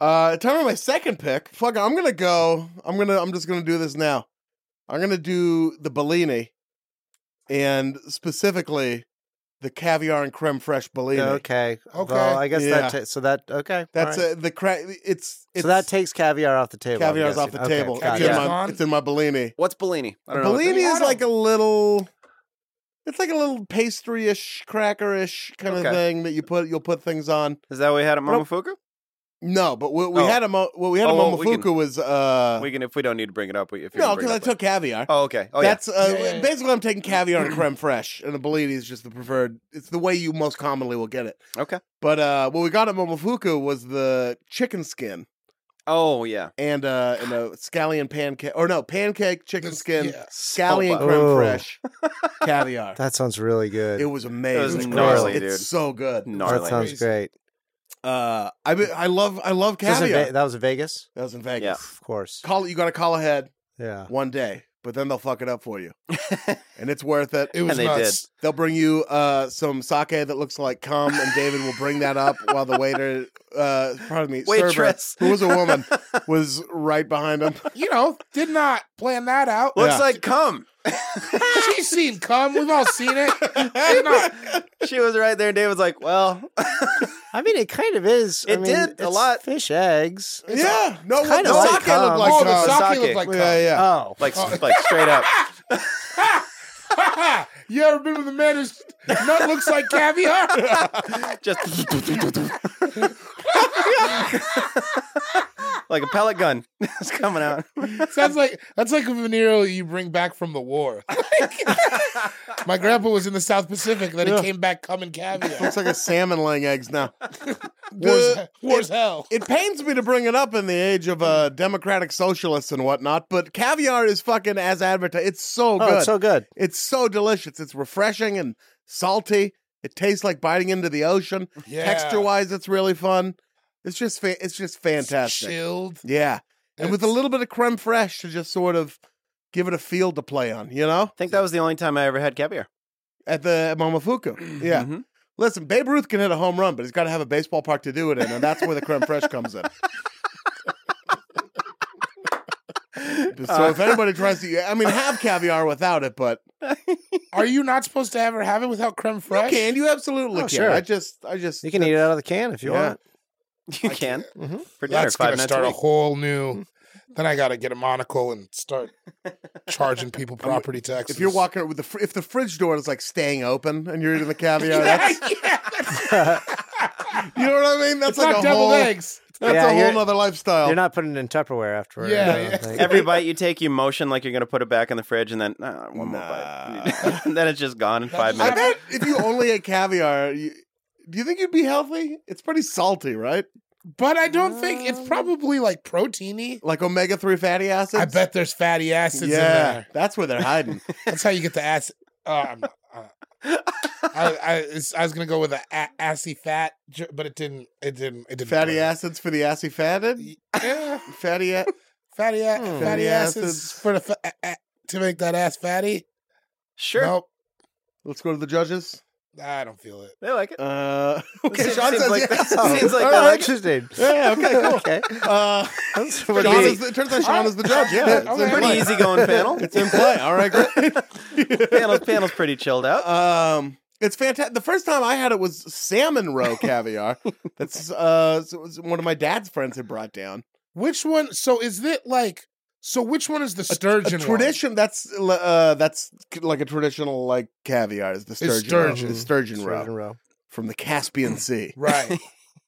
S1: Uh, time for my second pick. Fuck, I'm gonna go. I'm gonna. I'm just gonna do this now. I'm gonna do the Bellini, and specifically the caviar and creme fraiche Bellini.
S4: Okay.
S3: Okay.
S4: Well, I guess that
S1: Yeah.
S4: ta- so that okay.
S1: That's
S4: all right.
S1: uh the cra- It's, it's
S4: So that takes caviar off the table. I'm
S1: caviar's off
S4: guessing.
S1: the
S4: Okay,
S1: table.
S4: got
S1: It's,
S4: it.
S1: in
S3: Caviar's
S1: my,
S3: gone?
S1: it's in my Bellini.
S2: What's Bellini? I don't know. what that
S1: Bellini
S3: is.
S1: is
S3: I don't-
S1: like a little. It's like a little pastry-ish, cracker-ish kind
S2: Okay.
S1: of thing that you put. You'll put things on.
S2: is. Is that what we had at
S1: Nope.
S2: Momofuku?
S1: No, but what we
S2: Oh.
S1: had a mo- what we had a
S2: Oh, well, we
S1: Momofuku
S2: can-
S1: was uh
S2: We can if we don't need to bring it up. we- If you
S1: no
S2: wanna bring
S1: because
S2: it
S1: I
S2: up
S1: took caviar.
S2: later. Oh, okay. Oh,
S1: That's uh,
S3: Yeah, yeah, yeah.
S1: basically I'm taking caviar and creme fraiche, and a Bellini is just the preferred. It's the way you most commonly will get it.
S2: yeah. Okay.
S1: But uh, what we got at Momofuku was the chicken skin
S2: Oh, yeah.
S1: and uh, and a scallion pancake, or no pancake chicken
S3: This-
S1: skin,
S3: yeah.
S1: scallion
S4: wow.
S1: creme
S4: Oh.
S1: fraiche, caviar.
S4: That sounds really good.
S1: It was amazing.
S3: gnarly,
S1: it's
S2: dude.
S1: so good.
S4: that
S2: Gnarly.
S4: sounds
S3: Crazy.
S4: great.
S1: Uh, I be- I love I love
S4: That was, in
S1: caviar.
S4: Ve- that was in Vegas,
S1: that was in Vegas.
S4: of course.
S1: Call you got to call ahead.
S4: Yeah.
S1: one day, but then they'll fuck it up for you. and it's worth it.
S3: It was
S2: they
S3: nuts.
S1: They'll bring you uh, some sake that looks like cum, and David will bring that up while the waiter, uh, pardon me, server,
S2: Waitress.
S1: who was a woman, was right behind him.
S3: You know, did not plan that out.
S2: Looks
S1: Yeah.
S2: like cum.
S3: She's seen cum. We've all seen it. Did not-
S2: She was right there. and David's like, well,
S4: I mean, it kind of is. I
S2: It
S4: mean,
S2: did a
S4: it's
S2: lot.
S4: Fish eggs.
S1: yeah, no, what
S4: kind
S1: the
S4: of like
S1: sake looked
S4: cum.
S1: like
S3: oh,
S1: cum.
S3: the sake,
S2: Sake.
S3: looked like cum.
S1: Yeah, yeah.
S4: Oh,
S2: like,
S3: Oh.
S2: like straight up.
S3: you ever been with a man whose nut looks like caviar?
S2: Just like a pellet gun is coming out.
S3: Sounds like that's like a venereal you bring back from the war. My grandpa was in the South Pacific, then
S1: Yeah.
S3: he came back cum and caviar.
S1: looks like a salmon laying eggs now.
S3: War's,
S1: The-
S3: war's hell.
S1: It pains me to bring it up in the age of uh, democratic socialists and whatnot, but caviar is fucking as advertised. It's so
S4: oh,
S1: good.
S4: it's so good.
S1: It's so delicious. It's refreshing and salty. It tastes like biting into the ocean.
S3: Yeah.
S1: Texture wise, it's really fun. It's just fa- it's just fantastic.
S3: Chilled.
S1: Yeah, and with a
S3: It's-
S1: little bit of creme fraiche to just sort of give it a field to play on. You know,
S2: I think that was the only time I ever had caviar.
S1: at the at Momofuku. Yeah.
S4: Mm-hmm.
S2: Mhm.
S1: Listen, Babe Ruth can hit a home run, but he's got to have a baseball park to do it in, and that's where the creme fraiche comes in. so if anybody tries to, I mean, have caviar without it, but
S3: Are you not supposed to ever have it without creme fraiche?
S1: You can. You absolutely
S4: Oh,
S1: can.
S4: sure.
S1: I just, I just.
S4: You can eat it out of the can if you
S1: Yeah.
S4: want.
S2: You can
S4: Mhm.
S2: for dinner
S3: That's
S2: five
S3: gonna
S2: minutes.
S3: start
S2: a
S3: a
S2: week.
S3: whole
S1: Hmm.
S3: new. Then I gotta get a monocle and start charging people property taxes.
S1: If you're walking with the, fr- if the fridge door is like staying open and you're eating the caviar, that's, you know what I mean? That's
S3: it's
S1: like
S3: not
S1: a
S3: deviled
S1: whole,
S3: eggs.
S1: that's
S4: Yeah,
S1: a
S4: you're-
S1: whole other lifestyle.
S4: You're not putting it in Tupperware afterward.
S3: Yeah,
S4: I don't
S3: yeah.
S4: think.
S2: Every bite you take, you motion like you're gonna put it back in the fridge, and then nah, one more bite. And then it's just gone in five
S1: I
S2: minutes.
S1: bet if you only ate caviar, you, do you think you'd be healthy? It's pretty salty, right?
S3: But I don't think
S1: Um,
S3: it's probably like proteiny.
S1: Like omega three fatty acids.
S3: I bet there's fatty acids in
S1: Yeah,
S3: there.
S1: that's where they're hiding.
S3: That's how you get the acid. Uh, I'm, uh, I, I, it's, I was gonna go with a, a assy fat, j- but it didn't. It didn't. It didn't.
S1: fatty
S3: play.
S1: acids for the assy fatted.
S3: Yeah,
S1: Fatty. A-
S3: fatty, a-
S4: Hmm.
S3: fatty
S1: Fatty
S3: acids,
S1: acids.
S3: for the fa- a- a- to make that ass fatty.
S2: Sure,
S3: Nope,
S1: Let's go to the judges.
S3: I don't feel it.
S2: they like it.
S1: Uh, okay,
S2: Seems-
S1: Sean
S2: seems
S1: says
S2: like
S1: yes.
S2: that- seems like
S1: All right.
S2: that-
S4: Oh,
S2: like-
S4: interesting.
S1: Yeah, okay, cool.
S4: okay.
S1: Uh,
S4: That's
S1: Sean
S4: what it
S1: is
S4: is.
S1: the- it turns out Sean is the judge. Yeah, it's
S3: Okay.
S1: in
S2: Pretty
S1: play.
S2: easygoing panel.
S1: It's in play. All right, great.
S2: panel's panel's pretty chilled out.
S1: Um, it's fantastic. The first time I had it was salmon roe caviar. That's uh, so it was one of my dad's friends had brought down.
S3: Which one? So is it like? So which one is the
S1: A
S3: sturgeon? one?
S1: tradition. That's uh, that's like a traditional like caviar is the sturgeon.
S3: sturgeon.
S1: Roe, It's sturgeon
S4: Surgeon
S1: roe
S4: row.
S1: from the Caspian Sea.
S3: right?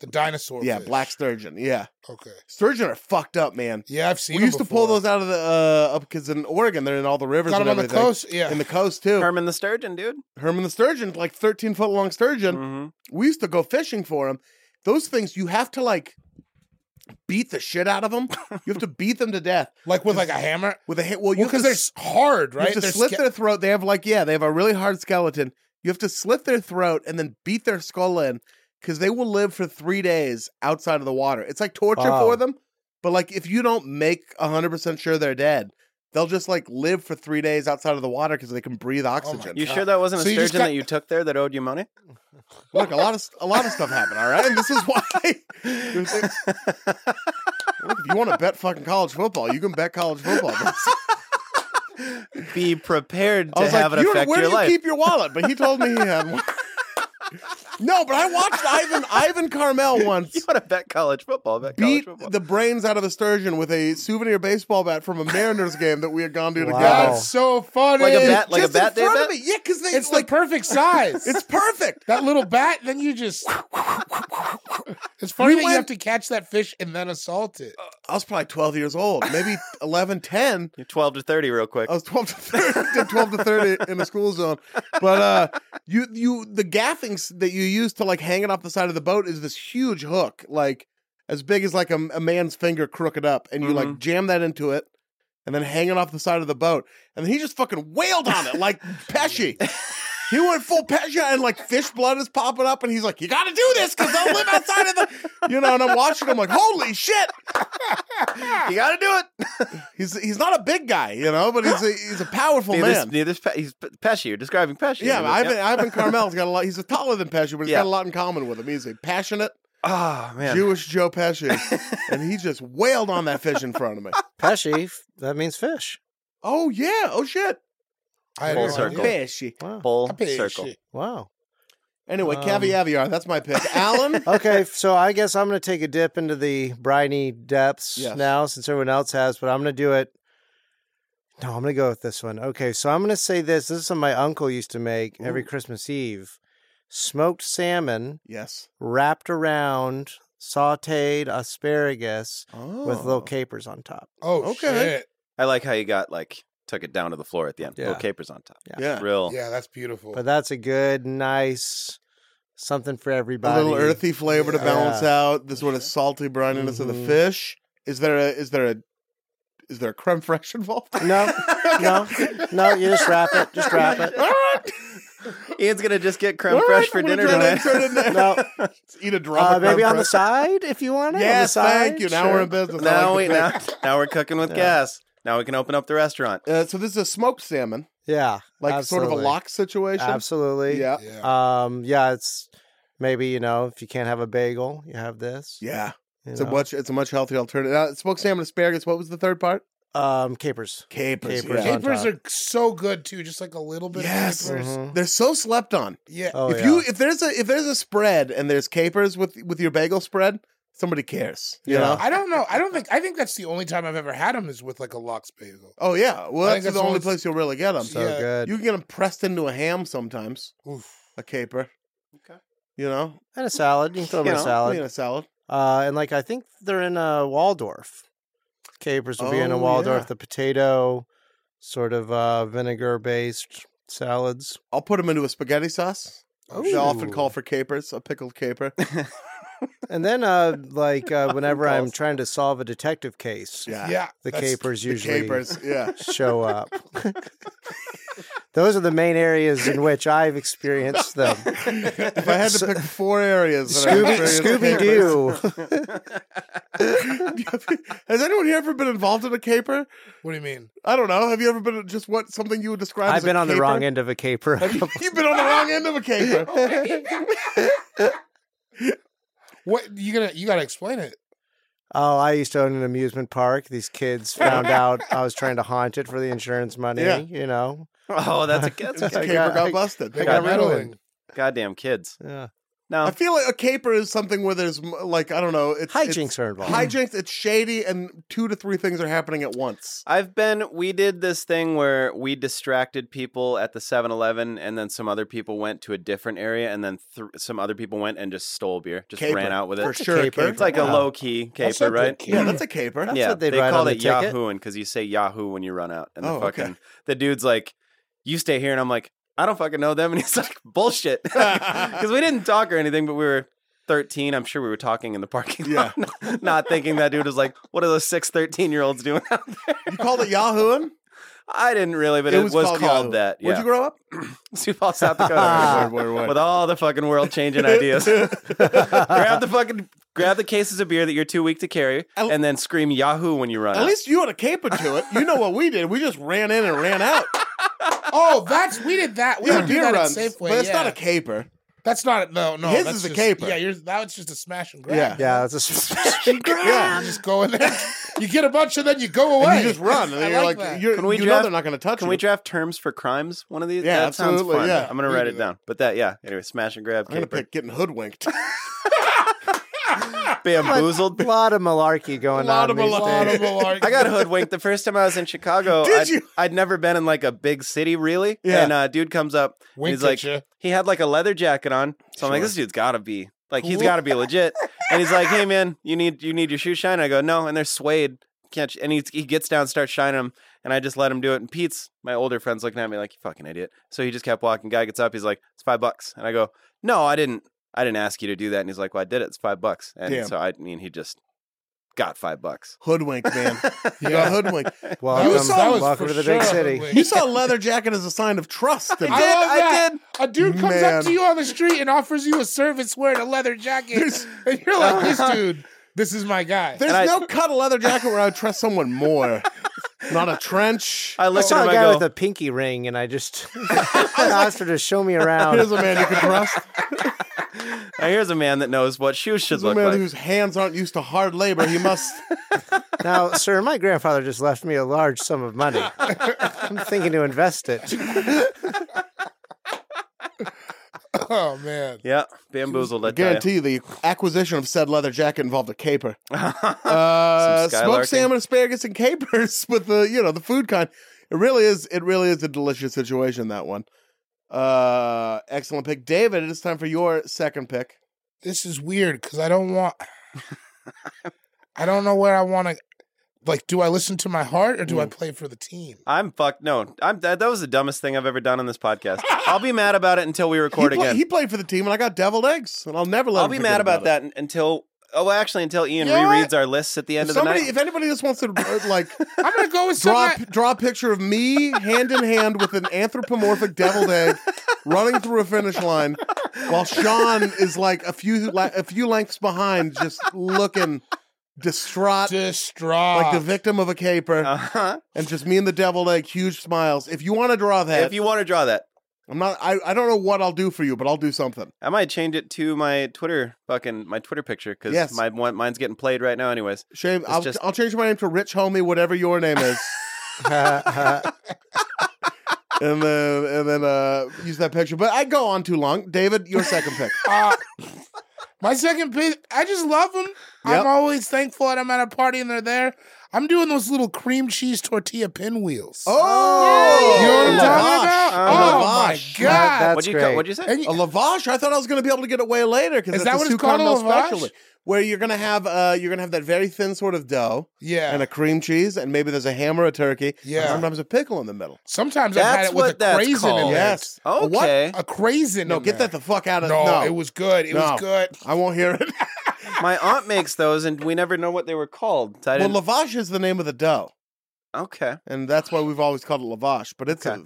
S3: The dinosaur.
S1: Yeah,
S3: fish.
S1: black sturgeon. Yeah,
S3: Okay.
S1: sturgeon are fucked up, man.
S3: Yeah, I've seen.
S1: We used to pull those out of the uh, up because in Oregon they're in all the rivers
S3: Got them
S1: and
S3: on the
S1: everything.
S3: coast. Yeah,
S1: In the coast too.
S2: Herman the Sturgeon, dude.
S1: Herman the sturgeon, like thirteen foot long sturgeon.
S2: hmm
S1: we used to go fishing for them. Those things you have to like beat the shit out of them. You have to beat them to death
S3: like with like a hammer.
S1: with a hit. Well, you
S3: Well,
S1: have to
S3: because they're
S1: s-
S3: s- hard,
S1: you have
S3: right?
S1: to
S3: They're
S1: slit
S3: sca-
S1: their throat. They have like yeah, they have a really hard skeleton. You have to slit their throat and then beat their skull in because they will live for three days outside of the water. It's like torture
S4: Wow.
S1: for them. But like if you don't make hundred percent sure they're dead, they'll just like live for three days outside of the water because they can breathe
S3: Oh
S1: oxygen.
S2: You sure that wasn't a
S3: So you
S2: sturgeon
S3: just got-
S2: that you took there that owed you money?
S1: Look, a lot of a lot of stuff happened. All right, and this is why. Look, if you want to bet fucking college football, you can bet college football.
S2: Be prepared
S1: I
S2: to
S1: was like,
S2: have it
S1: "You-
S2: affect
S1: where
S2: your
S1: do you
S2: life.
S1: keep your wallet? But he told me he had one. no, but I watched Ivan Ivan Carmel once.
S2: you want to bet college football? Bet
S1: Beat
S2: college football.
S1: the brains out of a sturgeon with a souvenir baseball bat from a Mariners game that we had gone to
S4: Wow.
S1: together.
S3: That's so funny.
S2: Like a bat- like
S1: Just
S2: a bat
S1: in
S2: day
S1: front
S2: bet.
S1: of me, yeah, because they
S3: it's
S1: like
S3: the perfect size.
S1: it's perfect.
S3: that little bat, then you just. it's funny
S1: We
S3: that you
S1: went-
S3: have to catch that fish and then assault it.
S1: I was probably 12 years old, maybe 11, 10.
S2: You're twelve to thirty, real quick.
S1: I was 12 to 30, did 12 to 30 in the school zone. But uh, you, you, the gaffings that you use to like hang it off the side of the boat is this huge hook, like as big as like a, a man's finger crooked up, and you like jam that into it, and then hang it off the side of the boat, and he just fucking wailed on it like Pesci. He went full Pesci, and like fish blood is popping up, and he's like, "You got to do this because I'll live outside of the," you know. And I'm watching him like, "Holy shit!"
S2: you got to do it.
S1: He's he's not a big guy, you know, but he's a, he's a powerful
S2: neither,
S1: man.
S2: neither Pe- he's Pe- Pesci. You're describing Pesci.
S1: Yeah,
S2: Yep.
S1: Ivan, Ivan Carmel's got a lot. He's taller than Pesci, but he's
S2: Yeah.
S1: got a lot in common with him. He's a passionate
S2: Oh man.
S1: Jewish Joe Pesci, and he just wailed on that fish in front of me.
S4: Pesci, f- that means fish.
S1: Oh yeah, oh shit,
S3: I had
S2: Full
S3: no
S2: circle.
S3: idea.
S1: Pesci.
S4: Wow.
S2: Full
S3: I paid
S2: circle.
S3: shit.
S4: Wow.
S1: Anyway,
S4: Um, oh.
S1: Cavi Aviar, that's my pick. Alan,
S4: okay, so I guess I'm going to take a dip into the briny depths
S1: Yes.
S4: now since everyone else has, but I'm going to do it. No, I'm going to go with this one. Okay, so I'm going to say this. This is something my uncle used to make every Christmas Eve smoked salmon
S1: yes,
S4: wrapped around sauteed asparagus
S1: oh.
S4: with little capers on top.
S3: Oh,
S1: Okay.
S3: okay.
S2: I like how you got like took it down to the floor at the end.
S4: Yeah.
S2: Little capers on top.
S1: Yeah,
S2: Real.
S3: Yeah, that's beautiful.
S4: But that's a good, nice something for
S1: a
S4: everybody.
S1: little earthy flavor to
S3: Yeah.
S1: balance out the sort of salty brininess of the
S4: Mhm.
S1: fish. Is there a is there a is there a creme fraiche involved?
S4: No, no, no, you just wrap it. Just wrap it.
S1: All right,
S2: Ian's gonna just get creme
S1: all
S2: fraiche
S1: right,
S2: for
S1: I'm gonna
S2: dinner
S1: try to insert
S2: tonight.
S1: it in there.
S4: No,
S1: Eat a drop.
S4: uh,
S1: of creme
S4: maybe on the
S1: fraiche.
S4: side if you want it. on the
S1: Yes, thank
S4: side,
S1: you. Now
S4: sure.
S1: we're in business. I
S2: now we
S1: like the pick.
S2: now, now we're cooking with
S4: Yeah.
S2: gas. Now we can open up the restaurant.
S1: Uh, so this is a smoked salmon,
S4: Yeah,
S1: like sort of a
S4: Absolutely.
S1: lock situation.
S4: absolutely.
S1: Yeah.
S3: yeah.
S4: Um. Yeah. It's maybe you know if you can't have a bagel, you have this.
S1: Yeah.
S4: you
S1: It's a
S4: know.
S1: much it's a much healthier alternative. Uh, smoked salmon asparagus. What was the third part?
S4: Um. Capers.
S1: Capers.
S4: Capers
S1: yeah.
S4: on
S3: Capers
S4: top.
S3: are so good too. Just like a little bit
S1: Yes. Mm-hmm.
S3: of capers.
S4: Mhm.
S1: They're so slept on.
S3: Yeah.
S4: Oh
S1: if
S4: yeah.
S1: you if there's a if there's a spread and there's capers with with your bagel spread, somebody cares. You
S4: Yeah.
S1: know?
S3: I don't know. I don't think. I think that's the only time I've ever had them is with like a lox bagel.
S1: Oh yeah. Well, that's
S3: I think
S1: the
S3: that's
S1: only
S3: always-
S1: place you'll really get them.
S4: so
S3: yeah.
S4: good.
S1: Um, You can get them pressed into a ham sometimes. A caper.
S2: Okay.
S1: You know,
S4: and a salad. You can throw them
S2: You
S4: in
S2: know,
S4: a
S1: I
S4: salad.
S1: mean, a salad.
S4: Uh. And like I think they're in a Waldorf. Capers will be in a
S1: Oh,
S4: Waldorf.
S1: yeah.
S4: The potato, sort of uh, vinegar based salads.
S1: I'll put them into a spaghetti sauce. They often
S3: Ooh.
S1: call for capers, a pickled caper.
S4: And then, uh, like uh, whenever I'm
S2: Awesome.
S4: trying to solve a detective case,
S1: Yeah.
S3: Yeah.
S4: the
S3: that's-
S4: capers
S1: The
S4: usually
S1: capers, yeah.
S4: show up. Those are the main areas in which I've experienced them.
S1: If I had to pick four areas, that I've
S4: Scooby
S1: experienced
S4: Scooby
S1: capers-
S4: Doo.
S1: Has anyone here ever been involved in a caper?
S3: What do you mean?
S1: I don't know. Have you ever been just what something you would describe? as
S4: I've
S1: a
S4: been on the
S1: caper?
S4: wrong end of a caper.
S1: You've been on the wrong end of a caper.
S3: What you gonna? You gotta explain it.
S4: oh, I used to own an amusement park. These kids found out I was trying to haunt it for the insurance money.
S1: Yeah.
S4: You know,
S2: oh, that's a that's
S4: That's
S2: a
S1: The
S4: I
S1: caper
S4: got-
S1: got,
S4: I-
S1: busted.
S3: They
S4: got
S3: got
S4: meddling.
S3: meddling.
S2: goddamn kids.
S4: yeah.
S2: No,
S1: I feel like a caper is something where there's m- like I don't know. It's
S4: hijinks are
S1: It's,
S4: involved.
S1: hijinks. It's shady, and two to three things are happening at once.
S2: I've been. We did this thing where we distracted people at the 7-Eleven, and then some other people went to a different area, and then th- some other people went and just stole beer, just
S1: Caper,
S2: ran out with it.
S1: for sure.
S4: caper.
S2: It's like a
S4: Yeah.
S2: low key
S3: That's
S2: caper,
S3: not good
S2: right?
S3: caper.
S1: Yeah, that's a caper.
S4: That's
S2: yeah,
S4: what they'd
S2: they
S4: write
S2: called
S4: on
S2: it
S4: the ticket.
S2: Yahooing because you say Yahoo when you run out, and
S1: Oh,
S2: the
S1: okay.
S2: fucking the dude's like, "You stay here," and I'm like, "I don't fucking know them," and he's like, "Bullshit," because we didn't talk or anything, but we were 13. I'm sure we were talking in the parking lot, not thinking that dude was like, "What are those six 13 year olds doing out there?"
S1: You called it Yahooing.
S2: I didn't really, but it, was, called,
S1: Yahoo.
S2: that.
S1: Where'd
S2: Yeah.
S1: you grow up?
S2: Sioux Falls, South Dakota.
S1: Wait, wait, wait.
S2: Ah. With all the fucking world changing ideas. grab the fucking grab the cases of beer that you're too weak to carry
S1: At-
S2: and then scream Yahoo when you run.
S1: At
S2: out.
S1: least you had a caper to it. You know what we did? We just ran in and ran out.
S3: Oh, that's we did that. We
S1: Yeah,
S3: would do
S1: beer
S3: that
S1: runs,
S3: at Safeway.
S1: but it's
S3: yeah.
S1: not a caper.
S3: That's not no no.
S1: His
S3: that's
S1: is a
S3: just,
S1: caper.
S3: Yeah, yours that was just a smash and grab.
S1: Yeah.
S4: Yeah, that's just
S3: You just go in there, you get a bunch, and then you go away.
S1: And you just run, and
S3: I
S1: then you're like,
S3: that.
S1: you're,
S2: Can we
S1: you know
S2: draft-
S1: they're not going to touch
S2: Can
S1: you.
S2: we draft terms for crimes one of these?
S1: Yeah,
S2: that
S1: absolutely,
S2: sounds fun.
S1: yeah.
S2: I'm gonna
S1: We
S2: write
S1: do
S2: it
S1: that.
S2: down. But that, yeah. Anyway, smash and grab
S1: I'm going to
S2: caper.
S1: pick getting hoodwinked.
S2: Bamboozled.
S4: a lot of malarkey going
S1: Lot
S4: on.
S1: of
S4: these
S1: malarkey.
S4: days.
S3: Lot of malarkey.
S2: I got hoodwinked the first time I was in Chicago.
S1: Did
S2: I'd,
S1: you?
S2: I'd never been in like a big city really.
S1: Yeah.
S2: And uh dude comes up and
S3: Winked
S2: he's
S3: at
S2: like
S3: ya.
S2: he had like a leather jacket on. So I'm like, this dude's gotta be like he's gotta be legit. And he's like, Hey man, you need you need your shoes shine? I go, No, and they're suede. Can't you? and he, he gets down, starts shining them, and I just let him do it. And Pete's my older friend's looking at me like you fucking idiot. So he just kept walking. Guy gets up, he's like, It's five bucks. And I go, No, I didn't I didn't ask you to do that. And he's like, Well, I did it, it's five bucks. And
S1: Damn.
S2: so I mean he just got five bucks.
S1: hoodwinked, man. You
S3: Yeah.
S1: got hoodwinked.
S4: Welcome,
S3: That was- that was
S4: welcome
S3: for
S4: to the big
S3: sure.
S4: city.
S3: Wait.
S1: You saw a leather jacket as a sign of trust. in
S3: I
S1: me.
S3: love that. A dude comes
S1: Man.
S3: up to you on the street and offers you a service wearing a leather jacket, and you're like, "This dude, this is my guy."
S1: There's
S2: I-
S1: no cut a leather jacket where I would trust someone more. Not a trench.
S2: I
S4: I
S2: looked
S4: saw
S2: at
S4: a
S2: him, I
S4: guy
S2: go,
S4: with a pinky ring, and I just asked her to show me around.
S1: Here's a man you can trust.
S2: Now, here's a man that knows what shoes should
S1: Here's a
S2: look
S1: man
S2: like.
S1: whose hands aren't used to hard labor. He must.
S4: Now, sir, my grandfather just left me a large sum of money. I'm thinking to invest it.
S3: oh man,
S2: Yeah, bamboozled. I
S1: I
S2: tell
S1: guarantee
S2: you.
S1: you, the acquisition of said leather jacket involved a caper. Uh,
S2: skylarking.
S1: smoked salmon, asparagus, and capers with the you know the food kind. It really is. It really is a delicious situation. That one. Uh, excellent pick, David. It is time for your second pick.
S3: this is weird because I don't want. I don't know where I want to. Like, do I listen to my heart or do I play for the team?
S2: I'm fucked. No, I'm that, that was the dumbest thing I've ever done on this podcast. I'll be mad about it until we
S1: He,
S2: record
S1: play-
S2: again.
S1: he played for the team, and I got deviled eggs, and I'll never let.
S2: I'll
S1: him
S2: be
S1: forget
S2: mad about,
S1: about it.
S2: that until oh, well, actually, until Ian
S3: You know what?
S2: rereads our lists at the
S1: If
S2: end of the
S1: somebody,
S2: night.
S1: if anybody just wants to uh, like
S3: I'm gonna go with
S1: draw
S3: somebody.
S1: a, draw a picture of me hand in hand with an anthropomorphic deviled egg running through a finish line, while Sean is like a few like, a few lengths behind, just looking distraught,
S3: Distraught.
S1: like the victim of a caper,
S2: Uh-huh.
S1: and just me and the deviled egg, huge smiles. If you want to draw that,
S2: If you want to draw that,
S1: I'm not. I, I don't know what I'll do for you, but I'll do something.
S2: I might change it to my Twitter fucking my Twitter picture because
S1: Yes.
S2: my one- mine's getting played right now. Anyways,
S1: Shame. I'll
S2: just-
S1: I'll change my name to Rich Homie, whatever your name is, and then and then uh, use that picture. But I go on too long. David, your second pick.
S3: Uh, my second pick, I just love them.
S1: Yep.
S3: I'm always thankful that I'm at a party and they're there. I'm doing those little cream cheese tortilla pinwheels.
S1: Oh,
S3: you know what I'm talking
S1: lavash.
S3: about?
S2: A
S3: Oh my
S1: lavash.
S3: god!
S4: That-
S2: Uh, what
S4: That's
S2: do you
S4: great.
S2: what do you say?
S3: And
S1: A lavash. I thought I was going to be able to get away later because
S3: Is that what it's called, a lavash?
S1: specialty, where you're going to have uh, you're going to have that very thin sort of dough
S3: yeah,
S1: and a cream cheese, and maybe there's a ham or a turkey.
S3: Yeah.
S1: and sometimes a pickle in the middle.
S3: sometimes I've had
S2: That's
S3: it with
S2: what
S3: a
S2: that's
S3: craisin in
S2: called.
S3: it.
S1: Yes.
S3: A what?
S2: Okay.
S3: A craisin.
S1: No,
S3: in
S1: get
S3: there.
S1: that the fuck out of
S3: No,
S1: no.
S3: it was good. It
S1: No.
S3: was good.
S1: I won't hear it.
S2: My aunt makes those, and we never know what they were called. So I
S1: well,
S2: didn't,
S1: lavash is the name of the dough,
S2: okay,
S1: and that's why we've always called it lavash. But it's
S2: Okay.
S1: a,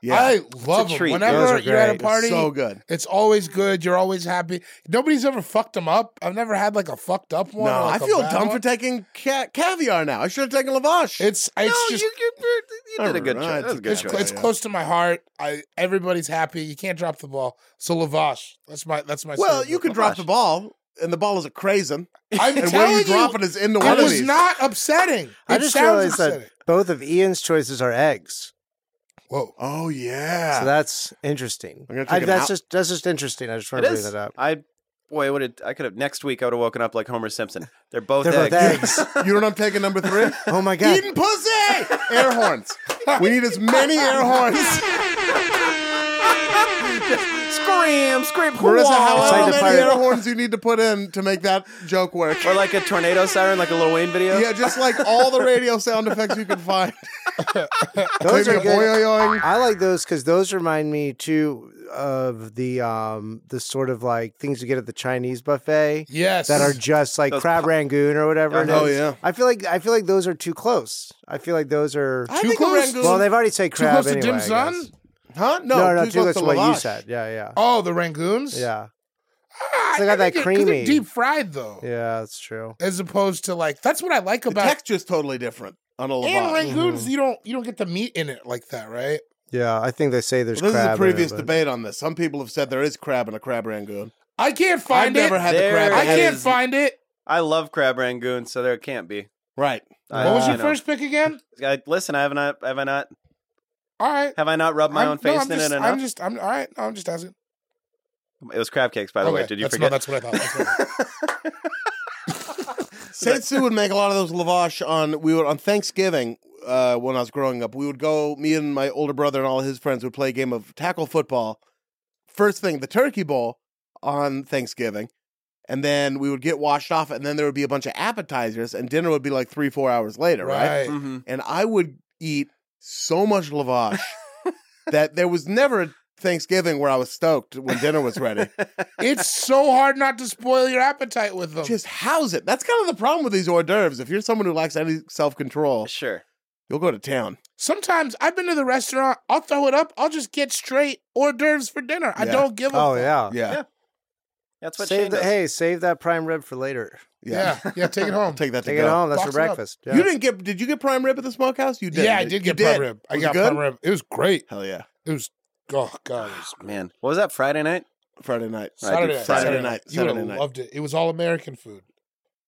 S1: yeah,
S3: I love them.
S2: treat.
S4: Those are
S3: Whenever you're at a
S4: great.
S3: party,
S1: so good.
S3: It's always good. You're always happy. Nobody's ever fucked them up. I've never had like a fucked up one.
S1: no,
S3: or, like,
S1: I
S3: a
S1: feel
S3: bad
S1: dumb
S3: one.
S1: for taking ca- caviar now. I should have taken lavash.
S3: It's it's
S2: no,
S3: just
S2: you, you, you did a good
S1: Alright,
S2: job. That was a good
S3: it's,
S1: Yeah,
S2: choice.
S1: yeah,
S3: it's
S1: yeah.
S3: close to my heart. I everybody's happy. You can't drop the ball. So Lavash, that's my that's my.
S1: well,
S3: cereal.
S1: you could drop the ball, and the ball is a craisin,
S3: I'm
S1: and where
S3: telling
S1: you
S3: you,
S1: drop it is into one
S3: it
S1: of
S3: was
S1: these.
S3: not upsetting.
S4: I
S3: It
S4: just
S3: sounds
S4: realized that
S3: upsetting.
S4: both of Ian's choices are eggs.
S3: Whoa,
S1: Oh yeah.
S3: Ah.
S4: So that's interesting.
S1: I'm gonna take
S4: I,
S1: an
S4: that's
S1: out-
S4: just that's just interesting. I just
S2: It
S4: want to bring
S2: is.
S4: that up.
S2: I boy, would it, I could have next week. I would have woken up like Homer Simpson. They're both
S4: They're both
S2: eggs.
S4: eggs.
S1: you know what I'm taking number three?
S4: Oh my god!
S1: Eating pussy! Air horns. We need as many air horns.
S2: Just scream, scream.
S1: Marissa,
S2: Outside
S1: however
S2: the
S1: many
S2: fire-
S1: air horns you need to put in to make that joke work.
S2: Or like a tornado siren, like a Lil Wayne video.
S1: Yeah, just like all the radio sound effects you can find.
S4: Those
S1: Maybe
S4: are
S1: a
S4: good.
S1: boing-oing.
S4: I like those because those remind me too of the um the sort of like things you get at the Chinese buffet
S3: Yes.
S4: that are just like
S2: Those
S4: crab
S2: pop-
S4: rangoon or whatever. it
S2: Oh,
S4: is.
S1: yeah.
S4: I feel like I feel like those are too close. I feel like those are
S3: too
S1: think it
S3: close.
S1: was-
S4: well. They've already said
S3: too
S4: crab
S3: close to
S4: anyway.
S3: dim
S4: I
S3: sum.
S4: guess.
S1: Huh? No,
S4: No, no,
S1: too
S4: too close to what you
S1: Lavash.
S4: said. Yeah, yeah,
S3: Oh, the rangoons.
S4: yeah,
S3: Ah,
S4: They got
S3: I
S4: that
S3: think it- 'cause they're
S4: creamy.
S3: Deep fried though,
S4: yeah. That's true.
S3: as opposed to like that's what I like
S1: The
S3: about
S1: texture's totally different on a
S3: and
S1: Lavash.
S3: rangoons.
S4: Mm-hmm.
S3: You don't you don't get the meat in it like that, right?
S4: Yeah, I think they say there's.
S1: This is a
S4: crab in it,
S1: previous
S4: but-
S1: debate on this. Some people have said there is crab in a crab rangoon.
S3: I can't find
S1: I've
S3: it.
S1: never had
S2: There-
S1: the crab.
S3: I
S2: had
S3: can't
S2: is-
S3: find it.
S2: I love Crab Rangoon, so there can't be.
S1: Right.
S2: I-
S3: what
S4: Ah,
S3: was
S2: you
S3: your
S2: know.
S3: first pick again?
S2: I, listen, I have not, have I not,
S3: All right.
S2: have I not rubbed my
S3: I'm-
S2: own
S3: no,
S2: face
S3: I'm
S2: in
S3: just,
S2: it
S4: uh,
S2: enough?
S3: I'm just, I'm all right. No, I'm just asking.
S2: It was crab cakes, by the way. Did you
S3: that's,
S2: forget?
S3: No, that's what I thought. That's what I thought.
S1: Saint Sue would make a lot of those lavash on we would on Thanksgiving uh, when I was growing up. We would go. Me and my older brother and all his friends would play a game of tackle football. First thing, the turkey bowl on Thanksgiving, and then we would get washed off, and then there would be a bunch of appetizers, and dinner would be like three, four hours later, right?
S3: right.
S2: Mhm.
S1: And I would eat so much lavash that there was never a Thanksgiving where I was stoked when dinner was ready.
S3: It's so hard not to spoil your appetite with them.
S1: Just house it. That's kind of the problem with these hors d'oeuvres. If you're someone who lacks any self control,
S2: Sure.
S1: You'll go to town.
S3: Sometimes I've been to the restaurant. I'll throw it up. I'll just get straight hors d'oeuvres for dinner. I
S1: Yeah.
S3: don't give a
S4: Oh
S3: fuck.
S4: yeah.
S1: Yeah.
S2: That's what Shane
S4: Save the,
S2: does.
S4: hey, save that prime rib for later.
S3: Yeah. Yeah. take it
S1: I'll
S3: home.
S1: take that to
S4: Take
S1: go.
S4: it home. That's
S3: Box
S4: for
S3: it up.
S4: breakfast. Yeah.
S1: You didn't get did you get prime rib at the smokehouse? You did.
S3: yeah, I did
S1: You
S3: get prime rib. I
S1: Was it
S3: got
S1: good?
S3: prime rib. It was great.
S1: Hell yeah.
S3: It was oh god, it was
S2: Man, what was that Friday night?
S1: Friday night.
S2: I do
S3: Saturday, night.
S2: Friday
S3: Saturday
S1: night.
S3: night. You
S1: Saturday
S3: would have
S1: night.
S3: loved it. It was all American food.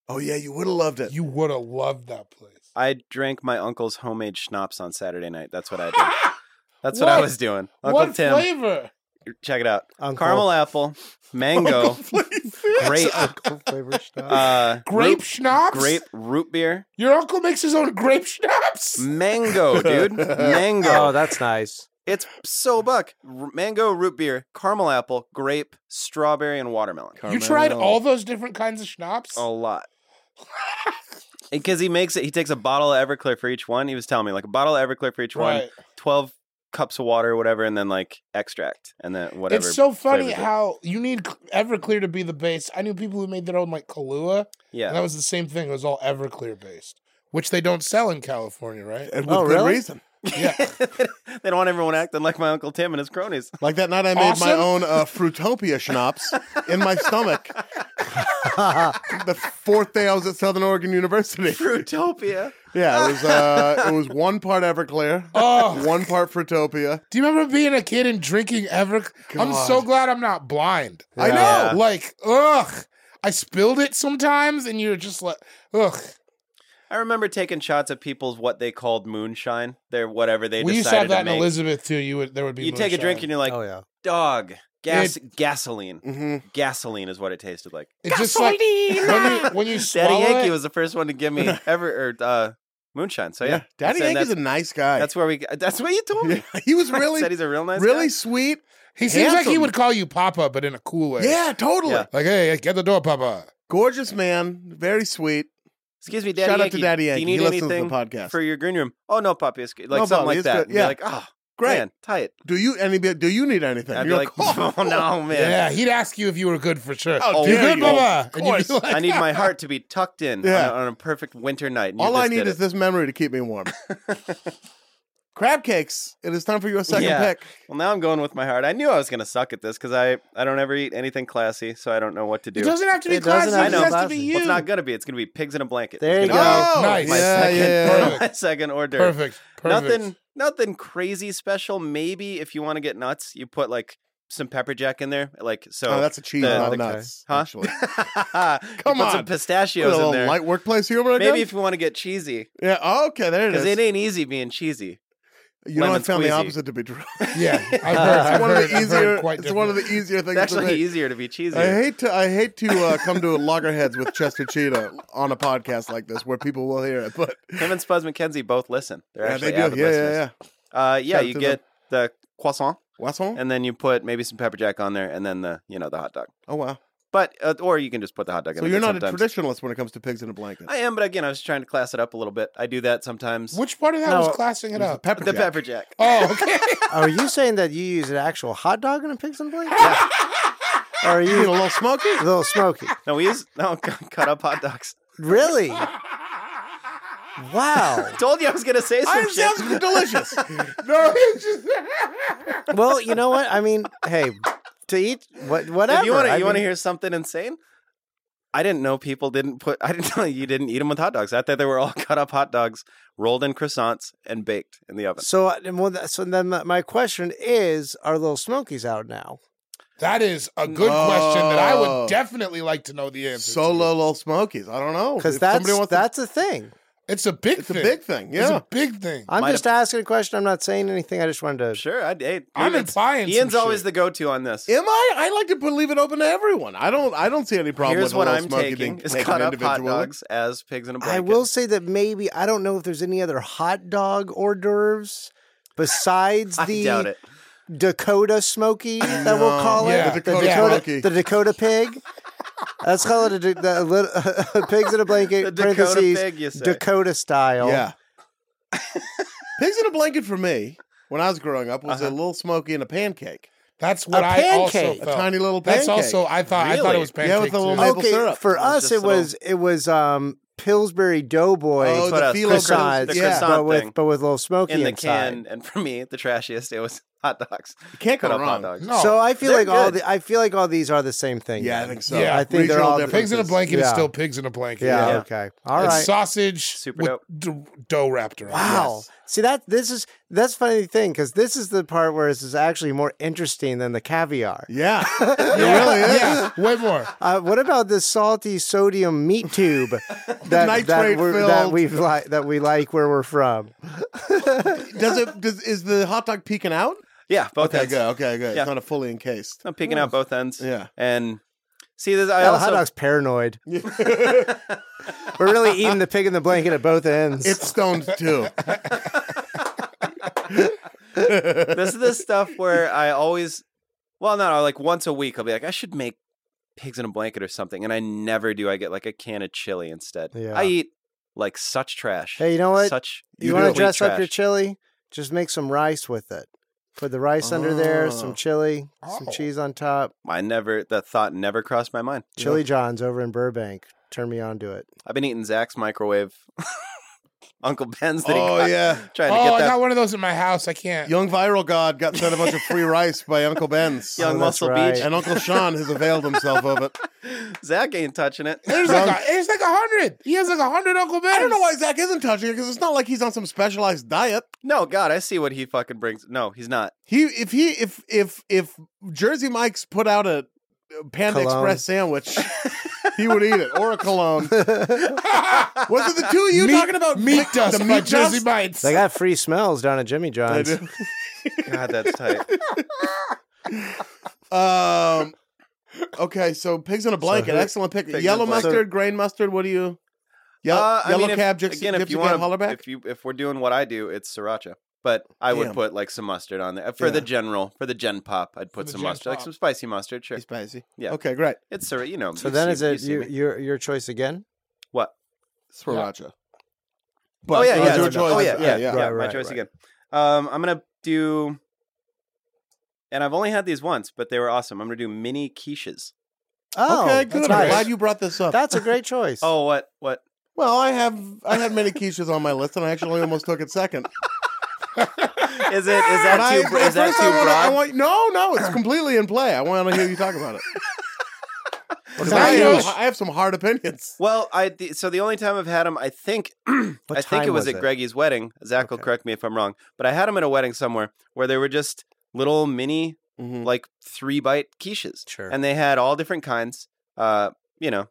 S1: Oh yeah, Uh, you would have loved it.
S3: You would have loved that place.
S2: I drank my uncle's homemade schnapps on Saturday night. That's what I did. That's what I
S3: What?
S2: was doing. Uncle
S3: what
S2: Tim,
S3: flavor?
S2: check it out.
S4: Uncle.
S2: Caramel apple, mango, grape,
S4: Uncle flavored stuff.
S2: uh,
S3: Grape
S2: root-
S3: schnapps.
S2: grape root beer,
S3: Your uncle makes his own grape schnapps.
S2: mango, dude, mango.
S4: Oh, that's nice.
S2: It's so buck. R- mango, root beer, caramel apple, grape, strawberry, and watermelon.
S3: You tried all those different kinds of schnapps.
S1: Oh,
S2: A lot. Because he makes it, he takes a bottle of Everclear for each one. He was telling me like a bottle of Everclear for each one,
S3: right.
S2: twelve cups of water, or whatever, and then like extract, and then whatever.
S3: It's so funny
S2: flavors it-
S3: how you need Everclear to be the base. I knew people who made their own like Kahlua, and that
S2: yeah.
S3: was the same thing. It was all Everclear based, which they don't sell in California, right?
S1: And with
S4: Oh,
S1: good
S4: really?
S1: reason.
S3: Yeah.
S2: they don't want everyone acting like my uncle Tim and his cronies.
S1: Like that night I made my
S3: Awesome.
S1: own uh, Fruitopia schnapps in my stomach the fourth day I was at Southern Oregon University.
S2: Fruitopia.
S1: Yeah, it was uh, it was one part Everclear,
S3: Oh.
S1: one part Fruitopia.
S3: Do you remember being a kid and drinking ever? I'm so
S1: God.
S3: glad I'm not blind.
S1: I know.
S2: Yeah.
S3: Like, ugh, I spilled it sometimes, and you're just like, ugh.
S2: I remember taking shots of people's what they called moonshine. They're whatever they
S3: we used to
S2: decided
S3: have that
S2: to
S3: in
S2: make.
S3: Elizabeth too. You would there would be.
S2: you take a drink and
S3: moonshine.
S2: you're like,
S4: oh yeah.
S2: dog, gas, gasoline,
S1: Mm-hmm.
S2: gasoline is what it tasted like.
S3: It's just like when you, when you
S2: Daddy
S3: swallow
S2: Yankee
S3: it,
S2: was the first one to give me ever or uh, moonshine. So yeah,
S1: Daddy
S2: That's- and
S1: Yankee's a
S2: that's,
S1: nice guy.
S2: that's where we. That's what you told me.
S1: he was
S2: Frank
S1: really
S2: said he's a real nice,
S1: really
S2: guy.
S1: sweet.
S3: he seems like he
S1: handsome.
S3: would call you Papa, but in a cool way.
S1: Yeah, totally.
S2: Yeah.
S3: Like, hey, get the door, Papa.
S1: Gorgeous man, very sweet.
S2: Excuse me, Daddy
S1: Shout out
S2: Yankee.
S1: to Daddy
S2: Do you
S1: Yankee.
S2: need
S1: he listens to the
S2: anything
S1: podcast.
S2: for your green room? Oh no, puppy, it's good. like
S1: No, puppy,
S2: something like
S1: it's
S2: that.
S1: good.
S2: And you're
S1: Yeah.
S2: like oh,
S1: Great.
S2: man, tight.
S1: Do you any do you need anything?
S2: I'd be
S1: You're
S2: like, oh no, man.
S3: Yeah, he'd ask you if you were good for sure.
S2: Oh,
S1: How
S3: you
S1: dare
S3: good,
S1: you.
S3: Papa?
S1: Of
S3: And you'd be
S1: course.
S3: like,
S2: I need my heart to be tucked in
S1: Yeah.
S2: on, a, on a perfect winter night. and you
S1: All I
S2: just
S1: need
S2: did
S1: is
S2: it.
S1: this memory to keep me warm. Crab cakes. It is time for your second
S2: Yeah.
S1: pick.
S2: Well, now I'm going with my heart. I knew I was going to suck at this because I, I don't ever eat anything classy, so I don't know what to do.
S3: it doesn't have to be
S4: It doesn't
S3: classy.
S2: have to
S3: It just
S2: be
S3: has to be
S4: classy.
S3: you.
S2: Well, it's not going to be. It's going to be pigs in a blanket.
S4: There
S2: It's
S4: you
S2: gonna
S4: go.
S1: Oh,
S3: Nice.
S2: be My
S1: Yeah,
S2: second,
S1: yeah, yeah.
S2: my second order.
S3: Perfect. Perfect.
S2: Nothing, nothing crazy special. Maybe if you want to get nuts, you put like some pepper jack in there, like so.
S1: Oh, that's a cheese,
S2: the-
S1: not
S2: the-
S1: nuts.
S2: Huh?
S1: Actually,
S2: Come
S1: on.
S2: some
S1: What a
S2: pistachios in
S1: little
S2: there.
S1: light workplace humor. I
S2: Maybe
S1: guess?
S2: if you want to get cheesy,
S1: yeah. Oh, okay, there it
S2: because
S1: is.
S2: it ain't easy being cheesy.
S1: you know, I
S2: lemon
S1: found
S2: squeezy.
S1: the opposite to be true.
S3: Yeah, I've heard,
S1: it's
S3: I've
S1: one of
S3: heard,
S1: the
S3: I've heard
S1: easier.
S3: quite
S1: It's one of the
S3: different.
S1: easier things.
S2: It's actually
S1: to make.
S2: easier to be cheesy.
S1: I hate to I hate to uh, come to loggerheads with Chester Cheetah on a podcast like this where people will hear it, but
S2: Him and Spuds McKenzie both listen. They're
S1: yeah,
S2: actually
S1: they do.
S2: avid
S1: Yeah, yeah,
S2: listeners.
S1: yeah.
S2: Uh, yeah,
S1: Shout out
S2: you
S1: to
S2: get the croissant,
S1: Wasson?
S2: and then you put maybe some pepper jack on there, and then the you know the hot dog.
S1: Oh wow.
S2: But uh, or you can just put the hot dog.
S1: So
S2: in
S1: you're
S2: it
S1: not
S2: sometimes.
S1: a traditionalist when it comes to pigs in a blanket.
S2: I am, but again, I was trying to class it up a little bit. I do that sometimes.
S3: Which part of that
S4: No,
S3: was classing it
S1: There's the
S3: up?
S1: pepper
S2: the
S1: jack.
S2: pepper jack.
S3: Oh, okay.
S4: Oh, are you saying that you use an actual hot dog in a pig's in blanket? Or are
S1: You need a
S4: you
S1: little smoky.
S4: a little smoky?
S2: No, we use no c- cut up hot dogs.
S4: Really? Wow.
S2: Told you I was gonna say some
S1: It
S2: shit.
S1: sounds delicious.
S3: no, it's just
S4: Well, you know what? I mean, hey, to eat what whatever.
S2: If you want to,
S4: I
S2: you want to
S4: mean,
S2: hear something insane? I didn't know people didn't put. I didn't know you didn't eat them with hot dogs. I thought they were all cut up hot dogs, rolled in croissants, and baked in the oven.
S4: So, uh, well, that- so then my- my question is: Are little smokies out now?
S3: that is a good question that I
S1: No.
S3: would definitely like to know the answer. to.
S1: Oh. Solo little smokies. I don't know
S2: Oh,
S4: Because
S1: If somebody
S4: that's
S1: wants to-
S4: that's a thing.
S3: It's a big
S1: it's a
S3: thing.
S1: big thing.
S3: It's
S1: Yeah.
S3: a big thing.
S4: I'm
S2: Might
S4: just asking a question. I'm not saying anything. I just wanted to.
S2: Sure, I did.
S3: I'm implying.
S2: Ian's
S3: some
S2: always
S3: shit.
S2: the go-to on this.
S1: Am I? I like to put, leave it open to everyone. I don't. I don't see any problem
S2: Here's
S1: with
S2: what
S1: a
S2: I'm
S1: little smoky
S2: taking:
S1: being
S2: is
S1: taken
S2: cut up hot
S1: individually.
S2: dogs as pigs in a blanket.
S4: I will say that maybe I don't know if there's any other hot dog hors d'oeuvres besides
S2: I
S4: the
S2: doubt it.
S4: Dakota Smoky that we'll call it.
S3: Yeah, the
S4: the, Dakota,
S3: Dakota
S1: Smoky.
S4: the Dakota pig. Let's call it a, da- the, lit- pigs in a blanket.
S2: The Dakota
S4: parentheses,
S2: pig, you say.
S4: Dakota style.
S1: Yeah. Pigs in a blanket for me when I was growing up was a
S2: Uh-huh.
S1: little smoky and a pancake,
S3: That's what
S4: A
S3: I
S4: pancake.
S3: also
S1: a
S3: felt.
S1: tiny little pancake.
S3: That's also I thought I thought
S2: Really?
S3: it was
S1: Yeah, with
S3: pancake.
S1: a little
S3: too.
S1: maple
S4: okay,
S1: syrup.
S4: for
S2: It was
S4: us
S2: just
S4: it
S2: a little-
S4: was it was um Pillsbury Doughboy
S1: Oh,
S2: But
S1: the
S2: a
S1: phyllo
S4: croissants,
S2: the
S1: yeah.
S2: croissant
S4: but with
S2: thing.
S4: but with little smoky
S2: in the
S4: inside.
S2: can, and for me, the trashiest it was hot dogs.
S1: You can't
S2: Cut
S1: go
S2: up hot
S1: wrong.
S2: dogs.
S3: No,
S4: so I feel
S2: they're
S4: like all
S2: good.
S4: the I feel like all these are the same thing.
S1: Yeah, I
S4: then.
S1: think so.
S3: Yeah.
S4: I think they're
S1: Regional
S4: all
S1: difference.
S3: pigs in a blanket is
S4: Yeah.
S3: still pigs in a blanket.
S4: Yeah,
S2: Yeah.
S4: okay. All
S3: it's
S4: right.
S3: sausage
S2: Super
S3: with
S2: dope.
S3: d- dough wrapped around. it.
S4: Wow. See that this is that's funny thing because this is the part where this is actually more interesting than the caviar.
S1: Yeah.
S3: Yeah,
S1: really is.
S3: yeah, way more.
S4: Uh, what about this salty sodium meat tube that that,
S1: nitrate
S4: we're, that
S1: filled-
S4: we like that we like where we're from?
S1: Does it? Does is the hot dog peeking out?
S2: Yeah, both
S1: Okay,
S2: ends.
S1: good. Okay, good.
S2: Oh, Yeah.
S1: It's not a fully encased.
S2: I'm picking out both ends.
S1: Yeah.
S2: and see this. I
S4: Yeah, the hot
S2: also
S4: dog's paranoid. We're really eating the pig in the blanket at both ends.
S1: It's stoned too.
S2: this is the stuff where I always, well, no, like once a week, I'll be like, I should make pigs in a blanket or something, and I never do. I get like a can of chili instead.
S4: Yeah.
S2: I eat like such trash.
S4: Hey, you know what?
S2: Such
S4: you want to
S2: complete
S4: dress up your
S2: trash.
S4: chili? Just make some rice with it. Put the rice under there, some
S1: Oh.
S4: chili, some
S3: Oh.
S4: cheese on top.
S2: I never that thought never crossed my mind.
S4: Chili John's over in Burbank. Turn me on to it.
S2: I've been eating Zach's microwave, Uncle Ben's that he
S1: oh
S2: got,
S1: yeah.
S2: trying
S3: Oh,
S2: to
S3: I
S2: get that
S3: got one of those in my house. I can't.
S1: Young viral god got sent a bunch of free rice by Uncle Ben's.
S2: young
S4: Oh, that's
S2: Muscle Beach.
S4: right.
S1: And Uncle Sean has availed himself of it.
S2: Zach ain't touching it.
S3: There's like a, there's like a hundred. He has like a hundred Uncle Ben's.
S1: I don't know why Zach isn't touching it because it's not like he's on some specialized diet.
S2: No, God, I see what he fucking brings. No, he's not.
S1: He if he if if if Jersey Mike's put out a Panda
S4: Cologne.
S1: Express sandwich, he would eat it or a cologne. Was it the two of you talking about
S3: meat dust
S1: The
S3: by
S1: meat
S3: Jersey
S1: dust?
S3: Bites.
S4: They got free smells down at Jimmy
S1: I
S4: John's.
S1: do.
S2: God, that's tight.
S1: Um. Okay, so pigs in a blanket.
S4: who-
S1: Excellent pick.
S2: Pigs in
S1: Yellow
S2: a blanket.
S1: mustard, grain mustard. What do you? Ye-
S2: Uh, I
S1: yellow
S2: mean, if-
S1: cab, gypsy,
S2: again,
S1: gypsy
S2: if you
S1: cab,
S2: want
S1: hollaback.
S2: if you if we're doing what I do, it's sriracha. But I would
S1: Damn.
S2: put like some mustard on there for the
S1: Yeah.
S2: general for the gen pop. I'd put
S3: the
S2: some
S3: gen
S2: mustard, like
S3: pop.
S2: some spicy mustard. Sure,
S1: Be spicy.
S2: Yeah.
S1: Okay, great.
S2: it's sriracha. You know.
S4: So
S2: you've
S4: then
S2: seen-
S4: is it
S2: you've seen
S4: you,
S2: me.
S4: your your choice again?
S2: what?
S1: Sriracha.
S2: oh yeah,
S1: uh,
S2: yeah,
S1: your
S2: no, no,
S1: choice.
S2: oh yeah, yeah, yeah.
S4: Right,
S2: my
S4: right,
S2: choice
S4: right.
S2: again. Um, I'm gonna do, and I've only had these once, but they were awesome. I'm gonna do mini quiches.
S4: Oh,
S1: okay,
S4: that's
S1: good. I'm
S4: nice.
S1: glad you brought this up.
S4: That's a great choice.
S2: Oh, what? What?
S1: well, I have I had many quiches on my list, and I actually almost took it second.
S2: Is it?
S1: But
S2: Is that
S1: I,
S2: too? br- Is
S1: but
S2: that
S1: first I
S2: too
S1: wanna- I
S2: broad?
S1: want- no, no, it's completely in play. I want to hear you talk about it. 'Cause I,
S3: that
S1: have,
S3: yours?
S1: I have some hard opinions.
S2: Well, I the, so the only time I've had them, I think, I think
S4: time
S2: it was,
S4: was
S2: at
S4: it?
S2: Greggy's wedding. Zach will
S4: Okay.
S2: correct me if I'm wrong, but I had them at a wedding somewhere where they were just little mini,
S1: Mhm.
S2: like three bite quiches,
S4: Sure.
S2: and they had all different kinds. Uh, you know,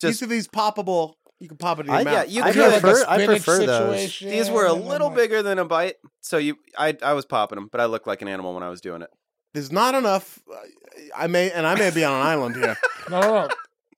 S1: These
S2: just
S1: are these poppable. You can pop it in your
S4: I-
S1: mouth.
S2: yeah, you
S4: I
S2: could.
S3: Like a
S4: prefer I
S3: spinach
S4: prefer those.
S3: situation
S2: these were a
S3: and I'm
S2: little
S3: like-
S2: bigger than a bite, so you, I, I was popping them, but I looked like an animal when I was doing it.
S1: there's not enough. I may and I may be on an island here.
S3: No, no, no.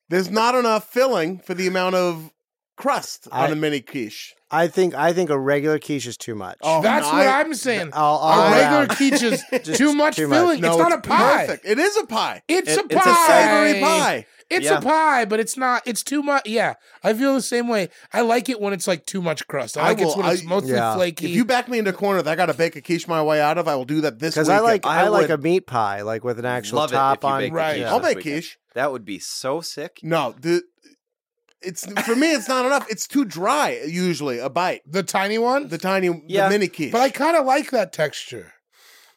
S1: There's not enough filling for the amount of crust
S4: I-
S1: on a mini quiche.
S4: I think I think a regular quiche is too much.
S1: Oh,
S3: That's
S1: no,
S3: what
S1: I- Oh,
S3: I'm saying.
S4: All- all
S3: a regular
S4: around.
S3: quiche is
S4: Oh, Just
S3: too much
S4: too much.
S3: filling.
S1: No,
S3: it's not a pie.
S1: perfect. It is a pie.
S3: It's
S2: It-
S3: a
S2: it's
S3: pie.
S2: a
S1: Savory pie.
S3: It's
S2: Yeah.
S3: a pie, but it's not. It's too much. Yeah, I feel the same way. I like it when it's like too much crust. I
S1: I
S3: like it
S1: will-
S3: when it's
S1: I-
S3: mostly
S4: Yeah.
S3: flaky.
S1: If you back me into a corner that I got to bake a quiche my way out of, I will do that this
S4: Because
S1: weekend.
S4: I like I,
S2: I
S4: like
S2: would
S4: a meat pie, like with an actual
S2: love it if
S4: top
S2: you
S4: on.
S2: bake
S3: the Right. quiche
S4: Yeah.
S1: I'll
S2: this
S1: make
S2: weekend.
S1: quiche.
S2: That would be so sick.
S1: No, the, it's for me. It's not enough. It's too dry. Usually a bite.
S3: the tiny one,
S1: The tiny,
S2: Yeah,
S1: the mini quiche.
S3: but I kind of like that texture.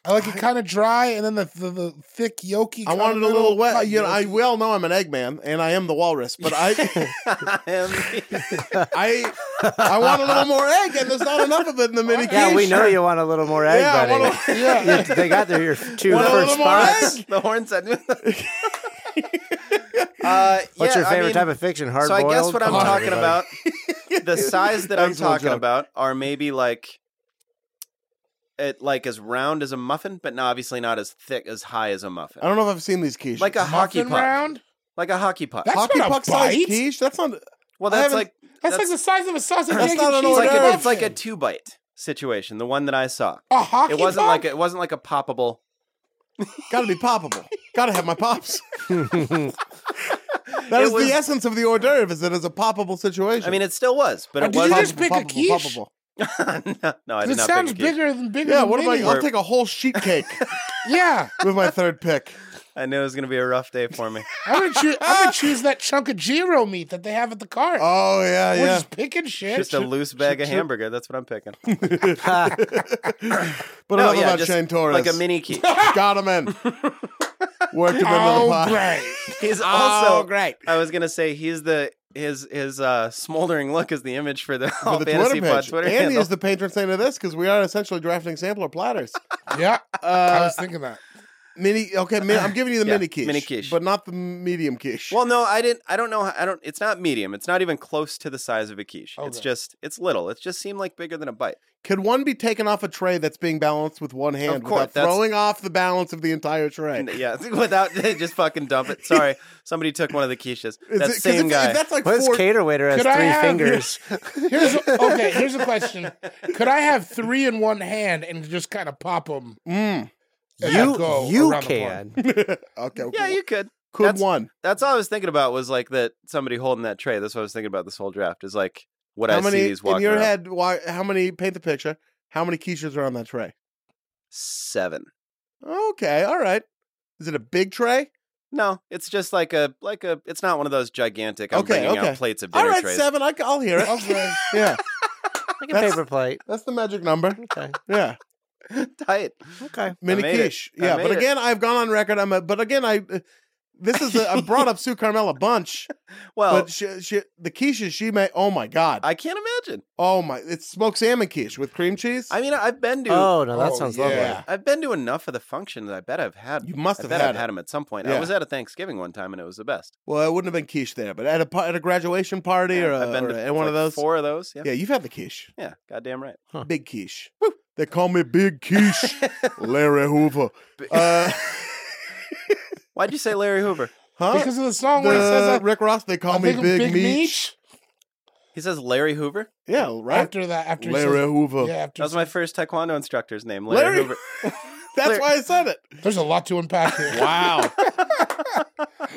S3: I like it kind of dry, and then the the, the thick yolky.
S1: I
S3: kinda
S1: wanted a little wet.
S3: not
S1: You know, I
S3: yolky.
S1: we all know I'm an Eggman and I am the Walrus, but I, I, I want a little more egg, and there's not enough of it in the mini quiche.
S4: Yeah, we know you want a little more egg,
S1: Yeah, I
S4: buddy.
S1: wanna-
S3: yeah.
S4: they got their your two
S1: Want a
S4: first
S1: little more
S4: spots.
S1: egg?
S2: the horn said. uh,
S4: What's
S2: yeah,
S4: your
S2: I
S4: favorite
S2: mean,
S4: type of fiction? Hard
S2: So I
S4: boiled.
S2: guess what I'm
S4: Come on,
S2: talking
S4: everybody.
S2: about, the size that I'm
S4: Thanks for the
S2: talking
S4: joke.
S2: about are maybe like it like as round as a muffin, but not obviously not as thick as high as a muffin.
S1: I don't know if I've seen these quiches.
S2: Like a hockey
S3: Muffin
S2: puck.
S3: round.
S2: Like a hockey puck.
S3: That's
S1: hockey
S3: not a
S1: puck size
S3: bite.
S1: quiche. That's not.
S2: well,
S1: I
S2: that's
S1: haven't-
S2: like
S3: That's,
S2: That's-
S3: like the size of a sausage.
S1: That's
S3: egg
S1: not
S3: and
S1: an
S3: cheese.
S2: it's like,
S1: order.
S2: a, it's like a two bite situation. The one that I saw.
S3: a hockey.
S2: It wasn't
S3: puck?
S2: like a, it wasn't like a poppable.
S1: Got to be poppable. Got to have my pops.
S2: It
S1: That is
S2: was-
S1: the essence of the hors d'oeuvre. Is that it's a poppable situation.
S2: I mean, it still was, but
S3: Or
S2: it
S3: did you
S2: was.
S3: just pick a quiche?
S2: no, no, I did
S3: It
S2: not
S3: sounds
S2: pick a quiche.
S3: bigger than bigger.
S1: Yeah.
S3: than
S1: What about?
S3: mini.
S1: I'll take a whole sheet cake
S3: Yeah,
S1: with my third pick.
S2: I knew it was going to be a rough day for me.
S3: I'm gonna choose. I'm gonna choose that chunk of gyro meat that they have at the cart.
S1: Oh yeah,
S3: We're
S1: yeah.
S3: just picking shit.
S2: just a loose bag of hamburger. That's what I'm picking.
S1: But
S2: No,
S1: enough
S2: Oh, yeah,
S1: about
S2: just
S1: Shane Torres.
S2: Like a mini key.
S1: Got him in. Worked him into the
S3: Oh,
S1: pot.
S3: great.
S2: He's also
S1: Oh, great.
S2: I was gonna say he's the his his uh smoldering look is the image for the,
S1: For
S2: all
S1: the
S2: Oh, fantasy
S1: Twitter
S2: pod
S1: page.
S2: Twitter
S1: Andy
S2: handle.
S1: is the patron saint of this because we are essentially drafting sampler platters.
S3: Yeah, I
S1: Uh,
S3: was thinking that.
S1: mini. Okay, mi- I'm giving you the
S2: Yeah,
S1: mini quiche.
S2: mini quiche.
S1: But not the medium quiche.
S2: well, no, I didn't. I don't know. how- I don't. It's not medium. It's not even close to the size of a quiche.
S1: Oh,
S2: It's
S3: Okay.
S2: just. It's little. It just seemed like bigger than a bite.
S1: Could one be taken off a tray that's being balanced with one hand
S2: Of course,
S1: without
S2: that's-
S1: throwing off the balance of the entire tray?
S2: And yeah, without just fucking dump it. Sorry, somebody took one of the quiches.
S1: Is
S2: that
S1: it- 'cause
S2: same
S1: if-
S2: guy.
S1: If that's like
S4: Well, this
S1: four.
S4: cater waiter has
S3: Could
S4: three
S3: I have-
S4: fingers.
S3: Here's a, okay. Here's a question: Could I have three in one hand and just kind of pop them?
S1: Mm.
S4: you you can.
S1: Okay.
S2: yeah, you could.
S1: could
S2: that's-
S1: one.
S2: That's all I was thinking about was like that somebody holding that tray. That's what I was thinking about this whole draft. Is like what
S1: How
S2: I
S1: many
S2: see these walking
S1: in your
S2: around.
S1: head? Why? How many? Paint the picture. How many quiches are on that tray?
S2: Seven.
S1: Okay, all right. Is it a big tray?
S2: No, it's just like a like a. It's not one of those gigantic. I'm
S1: Okay,
S2: bringing
S1: okay.
S2: out plates of dinner
S1: All right,
S2: trays.
S1: seven. I, will hear it.
S3: Okay.
S1: yeah,
S4: Like a
S1: That's-
S4: paper plate.
S1: that's the magic number.
S4: Okay.
S1: Yeah,
S2: Tight.
S4: Okay.
S1: mini
S2: made it.
S1: quiche.
S2: I
S1: Yeah,
S2: made
S1: but
S2: it.
S1: again, I've gone on record. I'm a, but again, I. uh, This is a, I brought up Sue Carmel a bunch,
S2: Well,
S1: but she, she, the quiches she made. Oh my god!
S2: I can't imagine.
S1: oh my, it's smoked salmon quiche with cream cheese.
S2: I mean, I've been to.
S1: Uh,
S4: Oh no, that
S3: Oh,
S4: sounds
S3: yeah.
S4: lovely.
S2: I've been to enough of the functions. I bet I've had.
S1: you must
S2: I
S1: have
S2: bet
S1: had,
S2: I've had them at some point. I
S1: Yeah.
S2: was at a Thanksgiving one time, and it was the best.
S1: it. Well, it wouldn't have been quiche there, but at a par- at a graduation party or,
S2: Yeah,
S1: a,
S2: I've been
S1: or
S2: to
S1: at one
S2: like
S1: of those.
S2: Four of those. Yeah.
S1: Yeah, you've had the quiche,
S2: Yeah. Goddamn right.
S1: big quiche. They call me Big Quiche, Larry Hoover. Uh,
S2: Why'd you say Larry Hoover?
S1: huh?
S3: Because of the song where it says,
S1: the
S3: uh,
S1: Rick Ross, they call
S3: I
S1: me
S3: think
S1: Big,
S3: Big
S1: Meech.
S3: Meech.
S2: He says Larry Hoover.
S1: Yeah, right.
S3: After that, after he
S1: Larry
S3: says-
S1: Hoover.
S3: yeah, after
S2: That was
S3: he
S2: my
S3: says-
S2: first taekwondo instructor's name, Larry,
S1: Larry-
S2: Hoover.
S1: That's
S2: Larry-
S1: why I said it.
S3: There's a lot to unpack here.
S1: Wow.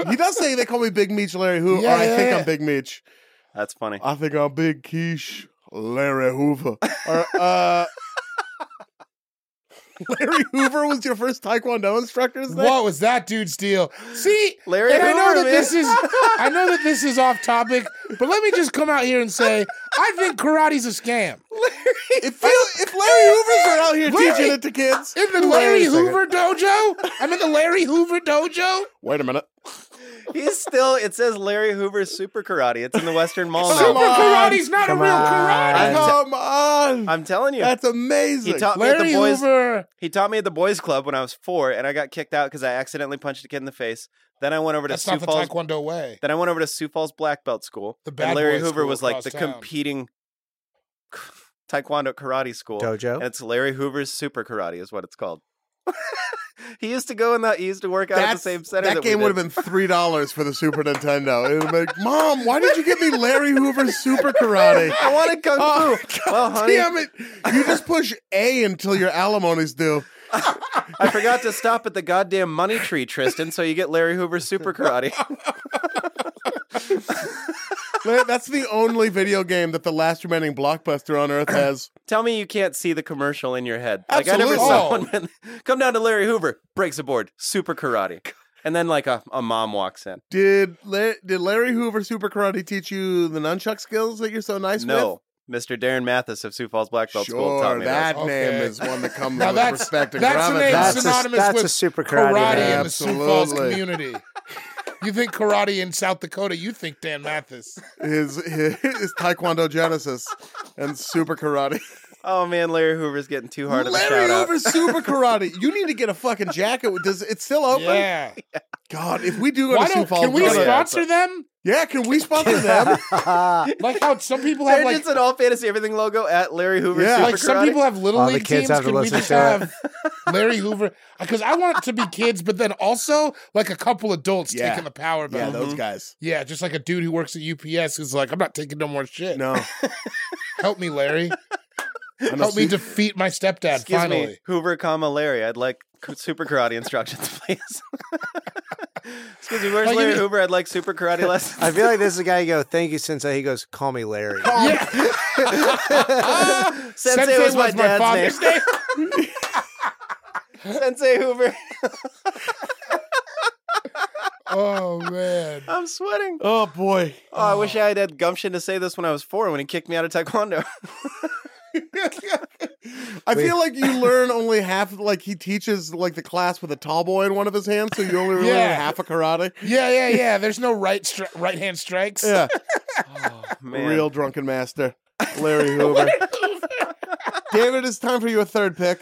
S1: he does say they call me Big Meech, Larry Hoover.
S3: Yeah,
S1: or I
S3: yeah,
S1: think
S3: yeah.
S1: I'm Big Meech.
S2: That's funny.
S1: I think I'm Big Quiche, Larry Hoover. Or, uh, Larry Hoover was your first Taekwondo instructor's name?
S3: What was that dude's deal? See,
S2: Larry
S3: and I know
S2: Hoover,
S3: that
S2: man.
S3: this is I know that this is off topic, but let me just come out here and say I think karate's a scam.
S1: If, you- if Larry Hoover's are out here
S3: Larry-
S1: teaching it to kids.
S3: In the Larry Hoover dojo, I'm in the Larry Hoover dojo.
S1: Wait a minute.
S2: He's still. It says Larry Hoover Super Karate. It's in the Western Mall now.
S3: Super karate's not
S4: Come
S3: a real
S4: on.
S3: karate.
S2: I'm t-
S1: Come on.
S2: I'm telling you.
S1: That's amazing.
S2: He taught me at
S3: Larry
S2: the boys.
S3: Hoover.
S2: He taught me at the boys' club when I was four, and I got kicked out because I accidentally punched a kid in the face. Then I went over to
S3: That's
S2: Sioux
S3: not the
S2: Falls.
S3: Taekwondo way.
S2: Then I went over to Sioux Falls Black Belt School,
S3: The
S2: and
S3: bad
S2: Larry
S3: boys
S2: Hoover
S3: school
S2: was like
S3: across
S2: the
S3: town.
S2: competing Taekwondo Karate School. And
S4: Dojo.
S2: it's Larry Hoover's Super Karate, is what it's called. He used to go in the. He used to work out at the
S1: That's-
S2: same center.
S1: That,
S2: That,
S1: game
S2: would
S1: have been three dollars for the Super Nintendo. It would be like, Mom, why did you give me Larry Hoover's Super Karate?
S2: I wanted kung
S1: Oh,
S2: fu.
S1: God
S2: well, honey,
S1: damn it! You just push A until your alimony's due.
S2: I forgot to stop at the goddamn money tree, Tristan. So you get Larry Hoover's super karate.
S1: La- That's the only video game that the last remaining blockbuster on Earth has.
S2: Tell me you can't see the commercial in your head. Like I never
S1: Absolutely.
S2: saw one. Come down to Larry Hoover, breaks a board, super karate, and then like a, a mom walks in.
S1: Did La- Did Larry Hoover Super Karate teach you the nunchuck skills that you're so nice
S2: no, Mr. Darren Mathis of Sioux Falls Black
S1: with?
S2: Belt School taught
S1: Sure,
S2: me
S1: that
S3: those.
S1: name
S3: Okay.
S1: is one that comes
S3: Now
S1: with
S3: that's-
S1: respect and
S3: that's an
S1: gravitas.
S3: That's
S4: That's, a,
S3: synonymous
S4: that's
S3: with
S4: a super karate.
S3: karate
S4: man.
S3: in the Sioux Falls
S1: Absolutely.
S3: community. You think karate in South Dakota? You think Dan Mathis?
S1: his, his his Taekwondo Genesis and Super Karate.
S2: Oh man, Larry Hoover's getting too hard of a
S1: Larry
S2: shout out.
S1: Hoover Super Karate. You need to get a fucking jacket. Does it's still open?
S3: Yeah.
S1: God, if we do Oh go
S3: Why
S1: to Sioux
S3: don't?
S1: Falls,
S3: Can we
S4: Oh,
S1: we'll go to-
S3: sponsor them?
S1: Yeah, can we sponsor them?
S3: Like how some people have
S2: They're
S3: like
S2: just an all fantasy everything logo at Larry Hoover's
S1: Yeah.
S2: super
S3: like some
S2: karate.
S3: people have little
S4: All Oh, the
S3: league
S4: kids
S3: teams.
S4: have to
S3: Can we
S4: listen
S3: just
S4: to it.
S3: have Larry Hoover? Because I want it to be kids, but then also like a couple adults
S1: Yeah.
S3: taking the power back. Mm-hmm.
S1: yeah,
S3: Yeah,
S1: those guys.
S3: just like a dude who works at UPS who's like, I'm not taking no more shit.
S1: No,
S3: Help me, Larry.
S1: I know
S3: Help me
S1: Su-
S3: defeat my stepdad.
S2: Excuse
S3: finally,
S2: me, Hoover, comma Larry. I'd like k- super karate instructions, please. Excuse me, where's
S3: Like,
S2: Larry
S3: you-
S2: Hoover? I'd like super karate lessons.
S4: I feel like this is a guy you go, thank you, Sensei. He goes, call me Larry.
S3: yeah.
S2: Sensei, was, my dad's
S3: father's
S2: name.
S3: name.
S2: Sensei Hoover.
S3: Oh man.
S2: I'm sweating.
S1: oh boy,
S2: Oh, I wish I had had gumption to say this when I was four when he kicked me out of taekwondo.
S1: I feel like you learn only half. Like he teaches like the class with a tall boy in one of his hands, so you only learn
S3: Yeah.
S1: half of karate.
S3: Yeah, yeah, yeah. There's no right stri- right hand strikes.
S1: Yeah,
S2: Man.
S1: real drunken master, Larry Hoover. David, it's time for your third pick.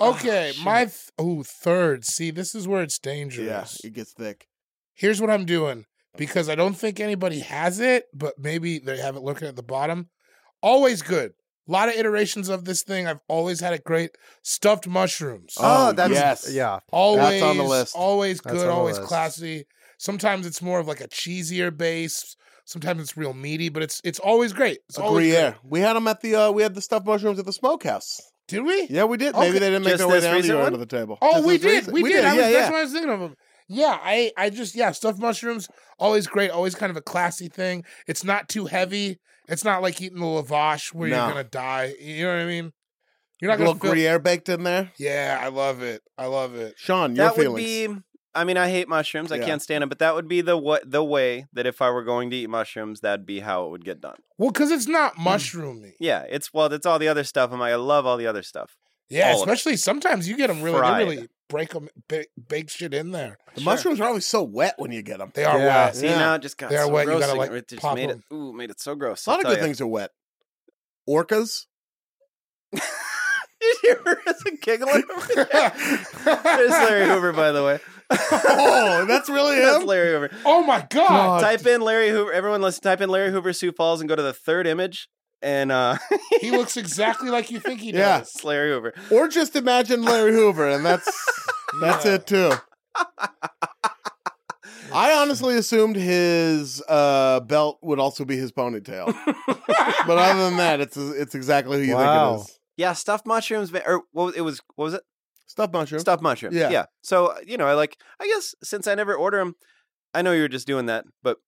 S3: Okay, my th- oh third. See, this is where it's dangerous.
S1: it gets thick.
S3: here's what I'm doing because I don't think anybody has it, but maybe they have it looking at the bottom. Always good. A lot of iterations of this thing. I've always had it great. Stuffed mushrooms.
S1: Oh, yes.
S4: yeah.
S3: always
S1: that's on the list.
S3: Always
S4: That's on
S3: good,
S4: the
S3: always
S4: list.
S3: classy. Sometimes it's more of like a cheesier base. Sometimes it's real meaty, but it's it's always great. It's
S1: A
S3: always
S1: Gruyere.
S3: great.
S1: Oh, We had them at the uh, we had the stuffed mushrooms at the smokehouse.
S3: Did we?
S1: Yeah, we did.
S3: Okay.
S1: Maybe they didn't make their
S2: Just
S1: way
S2: this
S1: down to
S2: recent
S1: your
S2: one?
S1: end of the table.
S3: Oh,
S1: Just
S3: we
S1: this
S3: did.
S1: recent-
S3: we did. I was,
S1: Yeah,
S3: That's
S1: yeah.
S3: what I was thinking of them. Yeah, I, I just yeah, stuffed mushrooms always great. Always kind of a classy thing. It's not too heavy. It's not like eating the lavash where
S1: No.
S3: you're gonna die. You know what I mean? You're not
S1: little
S3: gonna feel.
S1: Gruyere baked in there.
S3: Yeah, I love it. I love it.
S1: Sean, your
S2: that would
S1: feelings.
S2: be I mean, I hate mushrooms. I
S1: Yeah.
S2: can't stand them, but that would be the what the way that if I were going to eat mushrooms, that'd be how it would get done.
S3: Well, because it's not mushroomy.
S2: Yeah, it's well, that's all the other stuff. I'm like, I love all the other stuff.
S3: Yeah,
S2: All of it.
S3: especially sometimes you get them really, they
S2: Fried.
S3: really break them, bake, bake shit in there.
S1: the mushrooms are always so wet when you get them.
S3: They are
S4: Yeah.
S3: wet.
S2: See
S1: Yeah.
S2: now it just got
S3: They're
S2: so
S3: wet, you gotta,
S2: grossing.
S3: like,
S2: it just
S3: pop
S2: made
S3: 'em.
S2: it ooh, made it so gross.
S1: A lot
S2: I'll
S1: of
S2: tell
S1: good
S2: ya.
S1: things are wet. Orcas.
S2: Did you hear us giggling over there? There's Larry Hoover, by the way.
S1: oh, that's really
S2: That's
S1: him.
S2: Larry Hoover.
S3: Oh my god!
S2: Type in Larry Hoover. Everyone, let's type in Larry Hoover Sioux Falls and go to the third image. And uh,
S3: he looks exactly like you think he
S1: Yeah.
S3: does.
S2: it's Larry Hoover.
S1: Or just imagine Larry Hoover, and that's that's
S3: Yeah.
S1: it too. I honestly assumed his uh, belt would also be his ponytail, but other than that, it's it's exactly who you
S4: Wow.
S1: think it is.
S2: Yeah, stuffed mushrooms, ma- or what was, it was? What was it?
S1: Stuffed mushroom.
S2: Stuffed mushrooms.
S1: Yeah.
S2: yeah. So uh, you know, I like. I guess since I never order them, I know you were just doing that, but,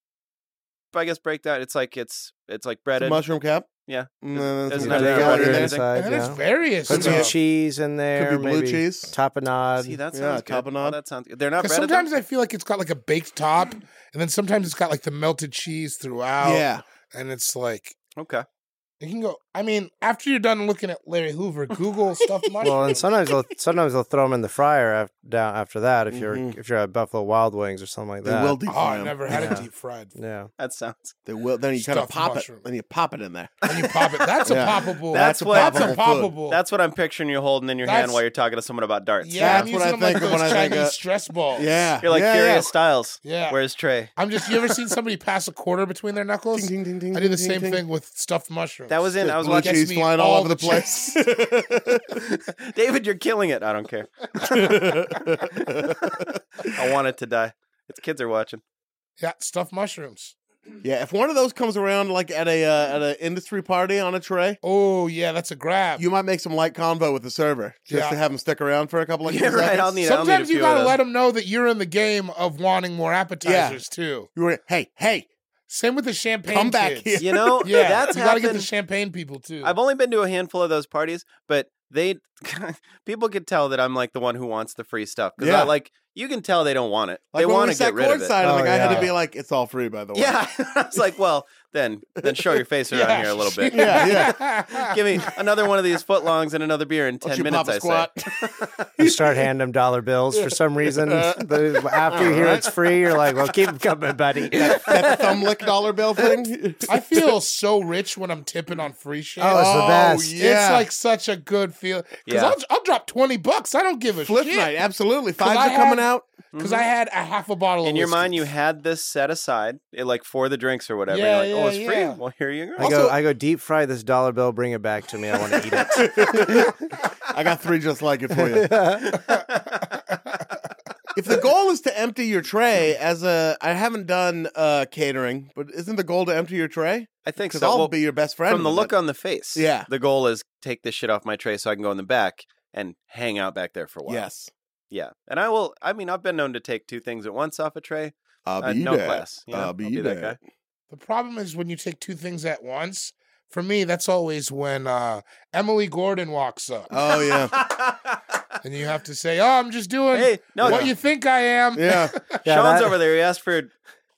S2: but I guess break that. It's like it's it's like
S1: It's a
S2: breaded.
S1: mushroom cap. Mm,
S2: Yeah.
S1: And
S2: Is-
S1: then it's
S2: isn't
S1: got
S2: that
S1: a
S2: butter
S1: gallery there.
S2: in it?
S3: And
S4: inside,
S3: then it's
S4: yeah.
S3: various.
S4: Put some
S3: stuff.
S4: cheese in there.
S1: Could be blue
S4: maybe
S1: cheese.
S4: Tapenade.
S2: See, that
S1: Yeah,
S2: sounds good.
S1: tapenade.
S2: Oh, that sounds good. They're not
S3: Because
S2: breaded. though?
S3: sometimes I feel like it's got like a baked top, and then sometimes it's got like the melted cheese throughout.
S1: Yeah.
S3: and it's like
S2: okay.
S3: you can go. I mean, after you're done looking at Larry Hoover, Google stuffed mushrooms.
S4: Well, and sometimes they'll sometimes they'll throw them in the fryer af- down after that if you're
S1: Mhm.
S4: if you're at Buffalo Wild Wings or something like
S1: They
S4: that.
S1: will deep
S3: oh,
S1: fry
S3: I
S1: 'em.
S3: never had
S4: Yeah.
S3: a deep fried.
S4: yeah,
S2: That sounds.
S1: They will. Then you kind of
S3: Stuffed
S1: pop
S3: mushroom.
S1: it. Then you pop it in there.
S3: And you pop it. That's
S1: Yeah.
S3: a poppable.
S2: That's what-
S3: that's
S1: poppable food.
S3: a poppable.
S2: That's what I'm picturing you holding in your
S3: That's-
S2: hand while you're talking to someone about darts.
S3: yeah.
S1: That's
S3: I'm
S1: what I
S3: using them like
S1: think of when
S3: those
S1: I think
S3: Chinese
S1: of-
S3: stress balls.
S1: Yeah.
S2: You're like
S1: yeah,
S2: Furious Styles.
S3: yeah.
S2: Where's Trey?
S3: I'm just. You ever seen somebody pass a quarter between their
S1: Yeah.
S3: knuckles?
S1: Ding, ding, ding, ding,
S3: I do the
S1: ding,
S3: same
S1: ding.
S3: thing with stuffed mushrooms.
S2: That was in. I was
S3: It
S1: blue
S3: gets
S1: cheese
S3: me
S1: flying all
S3: all
S1: over the
S3: the
S1: place.
S2: David, you're killing it. I don't care. I want it to die. Its kids are watching.
S3: Yeah, stuffed mushrooms.
S1: yeah, if one of those comes around like at a uh, at an industry party on a tray,
S3: Oh yeah, that's a grab.
S1: you might make some light convo with the server just
S3: Yeah.
S1: to have them stick around for a couple of
S2: Yeah,
S1: seconds.
S2: right. I'll need. I'll need a
S3: Sometimes
S2: few
S3: you gotta
S2: of
S3: let
S2: those.
S3: them know that you're in the game of wanting more appetizers too.
S1: You were hey hey,
S3: Same with the champagne.
S1: come back
S3: kids.
S1: here.
S2: You know,
S3: Yeah,
S2: that's
S3: you gotta
S2: happened.
S3: get the champagne people too.
S2: I've only been to a handful of those parties, but they people could tell that I'm like the one who wants the free stuff because
S1: Yeah.
S2: I like you can tell they don't want it.
S1: Like
S2: they
S1: when
S2: want
S1: we
S2: to get
S1: sat
S2: rid of it.
S1: courtside, and the
S4: Oh,
S1: guy had to
S4: yeah.
S1: be like, "It's all free, by the way."
S2: Yeah, I was like, well, then then show your face around
S3: Yeah.
S2: here a little bit.
S1: Yeah,
S3: yeah.
S2: Give me another one of these footlongs and another beer in
S1: Why don't
S2: ten
S1: you pop
S2: minutes.
S1: a
S2: I say.
S1: squat?
S4: You start handing them dollar bills for some reason. The- after you hear it's free, you're like, well, keep coming, buddy.
S1: that thumb lick dollar bill thing.
S3: I feel so rich when I'm tipping on free shit.
S4: Oh, it's the best.
S3: It's
S1: yeah.
S3: like such a good feel. Because
S2: Yeah.
S3: I'll, I'll drop 20 bucks. I don't give a
S1: Flip
S3: shit.
S1: night, absolutely.
S3: 'Cause
S1: Fives
S3: I
S1: are coming
S3: had-
S1: out.
S3: Because I had a half a bottle
S2: Mm-hmm. In
S3: of
S2: your mind,
S3: whiskey.
S2: you had this set aside, eh, like for the drinks or whatever.
S3: Yeah,
S2: You're like, oh, it's
S3: yeah,
S2: free.
S3: yeah.
S2: Well, here you go.
S4: I go, I go deep fry this dollar bill, bring it back to me. I want to eat it.
S1: I got three just like it for you. if the goal is to empty your tray, as a I haven't done uh, catering, but isn't the goal to empty your tray?
S2: I think
S1: Because
S2: so.
S1: I'll
S2: Well,
S1: be your best friend.
S2: from the
S1: with
S2: look
S1: it.
S2: on the face,
S1: Yeah.
S2: the goal is take this shit off my tray so I can go in the back and hang out back there for a while.
S1: yes,
S2: yeah. And I will. I mean, I've been known to take two things at once off a tray.
S1: I'll
S2: Uh, no class. you know?
S1: I'll be
S2: that guy.
S1: there.
S3: The problem is when you take two things at once. For me, that's always when uh, Emily Gordon walks up.
S1: Oh yeah,
S3: and you have to say, oh, I'm just doing
S2: hey, no,
S3: what you think I am.
S1: yeah.
S4: Yeah,
S2: Sean's
S4: that-
S2: over there. He asked for,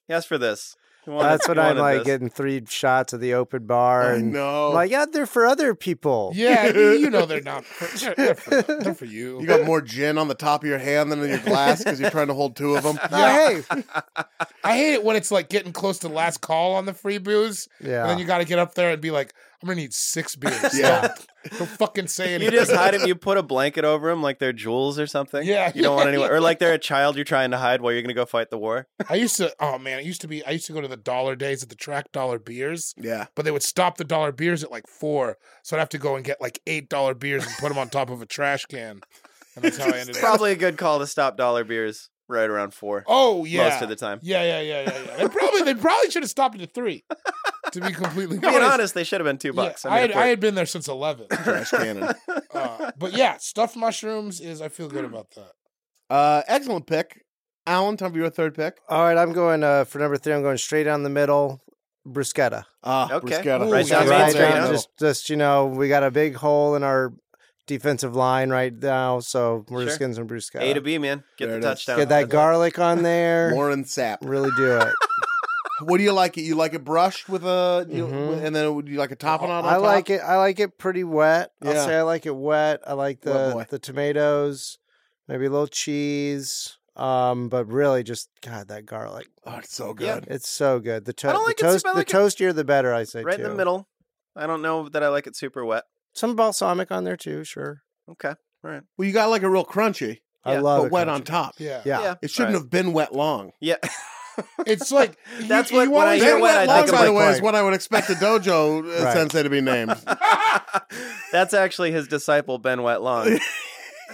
S2: he asked for this. He wanted-
S4: That's what
S2: he
S4: I'm
S2: wanted
S4: like
S2: this.
S4: getting three shots of the open bar.
S1: I
S4: And
S1: know.
S4: I'm like, yeah, they're for other people.
S3: Yeah, you know they're not. For, they're, for, they're for you.
S1: you got more gin on the top of your hand than in your glass because you're trying to hold two of them.
S4: Yeah, Ah, hey.
S3: I hate it when it's like getting close to last call on the free booze.
S4: Yeah.
S3: And then you got to get up there and be like, I'm going to need six beers.
S1: Yeah.
S3: yeah. Don't fucking say
S2: You
S3: anything.
S2: just hide him. You put a blanket over him, like they're jewels or something.
S3: Yeah,
S2: you don't want
S3: yeah,
S2: anyone, or like they're a child you're trying to hide while you're going to go fight the war.
S3: I used to, oh man, it used to be, I used to go to the dollar days at the track dollar beers,
S1: Yeah,
S3: but they would stop the dollar beers at like four. So I'd have to go and get like eight dollar beers and put them on top of a trash can. And that's how I ended up.
S2: Probably a good call to stop dollar beers right around four.
S3: Oh, yeah.
S2: Most of the time.
S3: Yeah, yeah, yeah, yeah, yeah. They probably, they probably should have stopped it at three, to be completely
S2: Being
S3: honest.
S2: honest, they should have been two
S3: Yeah,
S2: bucks.
S3: I,
S2: I,
S3: had,
S2: mean,
S3: I had been there since 11.
S1: trash cannon.
S3: Uh, but yeah, stuffed mushrooms is, I feel good about that.
S1: Uh, excellent pick, Alan. Time for your third pick.
S4: All right, I'm going uh, for number three. I'm going straight down the middle, bruschetta.
S1: Uh,
S2: Okay.
S1: Bruschetta.
S2: Right down
S1: Bruschetta.
S2: the
S4: Right
S2: middle, straight
S4: down,
S2: up.
S4: just, just you know, we got a big hole in our defensive line right now, so we're just
S2: Sure.
S4: getting some bruschetta.
S2: A to B, man. Get
S1: There
S2: the
S1: it is.
S2: touchdown.
S4: Get that garlic on there.
S1: Warren Sapp.
S4: Really do it.
S1: What do you like it? You like it brushed with a, you,
S2: Mm-hmm.
S4: Mhm.
S1: and then would you like a topping on?
S4: I like it. I like it pretty wet.
S1: Yeah.
S4: I'll say I like it wet. I like
S1: Wet boy.
S4: the the tomatoes, maybe a little cheese. Um, but really, just God, that garlic.
S1: Oh, it's so good.
S2: Yeah.
S4: It's so good. The, to-
S2: I don't like it
S4: the toast,
S2: smelly-
S4: the toastier the better. I say
S2: right in
S4: too.
S2: the middle. I don't know that I like it super wet.
S4: Some balsamic on there too. Sure,
S2: Okay.
S1: Well, you got like a real crunchy,
S4: I
S2: Yeah,
S4: love
S1: but
S4: it
S1: wet
S4: crunchy.
S1: on top.
S3: Yeah.
S4: Yeah.
S2: Yeah.
S1: It shouldn't
S2: Right.
S1: have been wet long.
S2: Yeah.
S3: It's like,
S2: That's
S3: you-
S2: what
S3: you
S2: when I
S3: always
S2: hear
S3: get
S2: wet, I
S3: wet
S1: long,
S2: think of
S1: by
S2: like
S1: the way, is
S4: point.
S1: what I would expect a dojo uh,
S4: Right.
S1: sensei to be named.
S2: That's actually his disciple, Ben Wet Long,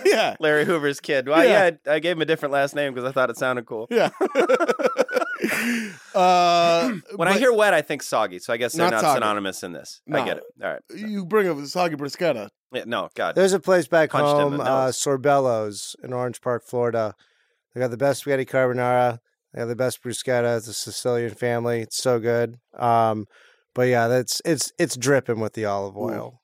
S1: yeah,
S2: Larry Hoover's kid. Well,
S1: Yeah.
S2: yeah, I, I gave him a different last name because I thought it sounded cool.
S1: yeah. uh,
S2: When I
S1: but
S2: hear wet, I think soggy. So I guess they're
S1: Not
S2: not,
S1: soggy.
S2: synonymous in this.
S1: No.
S2: I get it. All right.
S1: you bring up the soggy bruschetta,
S2: Yeah, no, God.
S4: There's a place back
S2: Punched him in
S4: home,
S2: the
S4: uh,
S2: nose.
S4: Sorbello's in Orange Park, Florida. They got the best spaghetti carbonara. They got the best bruschetta. It's a Sicilian family. It's so good. Um, but yeah, that's it's it's dripping with the olive oil.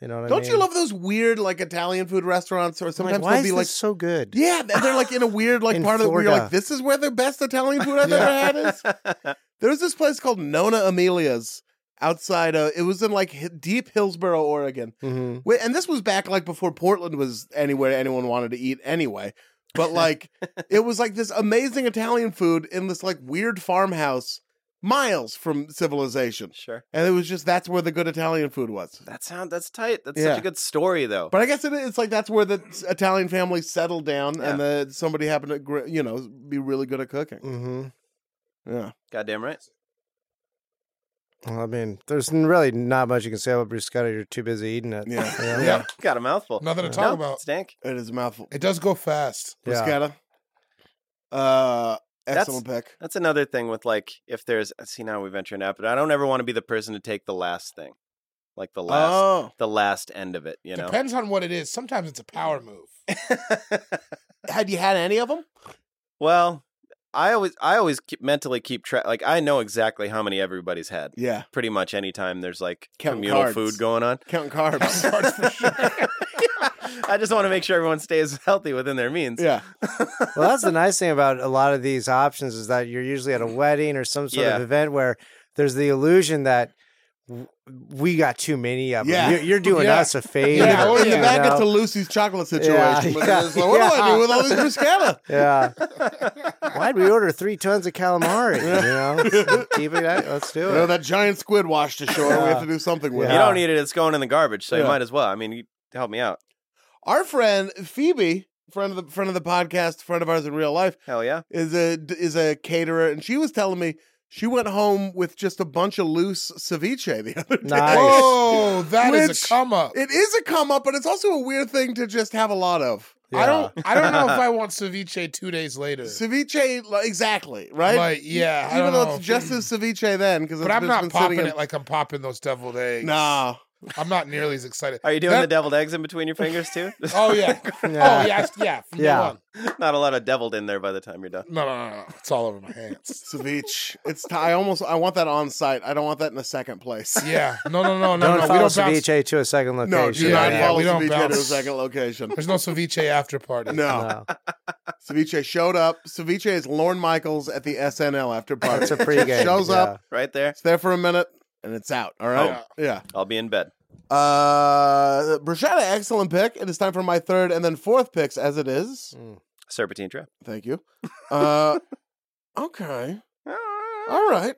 S4: You know what I
S1: don't
S4: mean?
S1: you love those weird like Italian food restaurants, or
S4: I'm like,
S1: sometimes
S4: why
S1: they'll
S4: is
S1: be
S4: this
S1: like
S4: so good?
S1: Yeah, th- they're like in a weird like
S4: In
S1: part of it where you're
S4: Florida.
S1: like, this is where the best Italian food I've ever had is. There's this place called Nona Amelia's outside. Uh, it was in like hi- deep Hillsboro, Oregon,
S2: Mm-hmm.
S4: hmm
S1: Wait, and this was back like before Portland was anywhere anyone wanted to eat anyway. But like, it was like this amazing Italian food in this like weird farmhouse miles from civilization,
S2: sure.
S1: and it was just that's where the good Italian food was.
S2: That sound that's tight. That's
S1: Yeah.
S2: such a good story though.
S1: But I guess it, it's like that's where the s- Italian family settled down,
S2: Yeah.
S1: and then somebody happened to, gr- you know,
S4: Mm-hmm.
S1: be really good at cooking.
S4: hmm
S1: Yeah.
S2: Goddamn right.
S4: Well, I mean, there's really not much you can say about bruschetta. You're too busy eating it.
S1: Yeah.
S4: You know?
S3: Yeah.
S2: Got a mouthful.
S3: Nothing to talk
S2: No?
S3: about.
S2: Stank.
S1: It is a mouthful.
S3: It does go fast.
S4: Yeah.
S1: Bruschetta. Uh,
S2: That's-
S1: excellent pick.
S2: That's another thing with like if there's see now we venture an app, but I don't ever want to be the person to take the last thing, like the last
S1: Oh,
S2: the last end of it. You know.
S3: Depends on what it is. Sometimes it's a power move.
S1: had you had any of them?
S2: well, I always I always keep, mentally keep track. Like I know exactly how many everybody's had.
S1: Yeah,
S2: Pretty much any time there's like
S1: Count
S2: communal
S1: cards.
S2: food going on.
S1: counting carbs.
S3: Cards for sure.
S2: I just want to make sure everyone stays healthy within their means.
S1: yeah,
S4: well, that's the nice thing about a lot of these options is that you're usually at a wedding or some sort
S2: Yeah.
S4: of event where there's the illusion that w- we got too many of them.
S1: Yeah.
S4: You're, you're doing
S3: Yeah.
S4: us a favor.
S3: Yeah,
S1: yeah.
S3: or
S1: In the
S4: you
S1: back, it's a
S4: know?
S1: Lucy's chocolate situation.
S4: Yeah,
S1: but
S4: yeah,
S1: it's like, what do I
S4: yeah.
S1: do with all these bruschetta?
S4: yeah. Why'd we order three tons of calamari? You know, keep it. out. Let's do
S1: You know
S4: it.
S1: that giant squid washed ashore. We have to do something with
S4: Yeah.
S2: You
S1: it.
S2: don't need it; it's going in the garbage. So
S1: Uh. Yeah.
S2: you might as well. I mean, you help me out.
S1: Our friend Phoebe, friend of the friend of the podcast, friend of ours in real life,
S2: Hell yeah.
S1: is a is a caterer, and she was telling me she went home with just a bunch of loose ceviche the other day.
S4: Nice.
S3: Whoa, that is
S1: Which-
S3: a come up.
S1: It is a come up, but it's also a weird thing to just have a lot of.
S3: I don't. I don't know if I want ceviche two days later.
S1: Ceviche, like, exactly, right? E-,
S3: Like, yeah, I
S1: Even
S3: don't
S1: though
S3: know.
S1: it's just as ceviche then, because
S3: but I'm
S1: been
S3: not popping
S1: sitting
S3: it like I'm popping those deviled eggs.
S1: in, nah.
S3: I'm not nearly as excited.
S2: Are you doing
S3: That-
S2: the deviled eggs in between your fingers too?
S3: Oh yeah.
S4: Yeah.
S3: Oh yeah. Yeah. From
S4: Yeah.
S3: yeah. On.
S2: Not a lot of deviled in there by the time you're done.
S3: No, no, no, no. It's all over my hands.
S1: Ceviche. It's. T- I almost. I want that on site. I don't want that in a second place.
S3: Yeah. No, no, no, no,
S4: Don't
S3: no.
S4: follow
S3: bounce-
S4: ceviche to a second location.
S1: No, do
S3: Yeah,
S1: not
S3: yeah,
S1: follow
S3: we don't
S1: ceviche to a
S3: bounce.
S1: second location.
S3: There's no ceviche after party.
S1: No.
S4: No.
S1: Ceviche showed up. Ceviche is Lorne Michaels at the SNL after party.
S4: That's a pregame.
S1: Shows
S4: yeah.
S1: up.
S2: Right there,
S1: It's there for a minute, and it's out. All right. Yeah.
S2: I'll be in bed.
S1: Uh, Bruschetta, excellent pick. It is time for my third and then fourth picks, as it is.
S2: Serpentine trap.
S1: Thank you. Uh, okay. All right.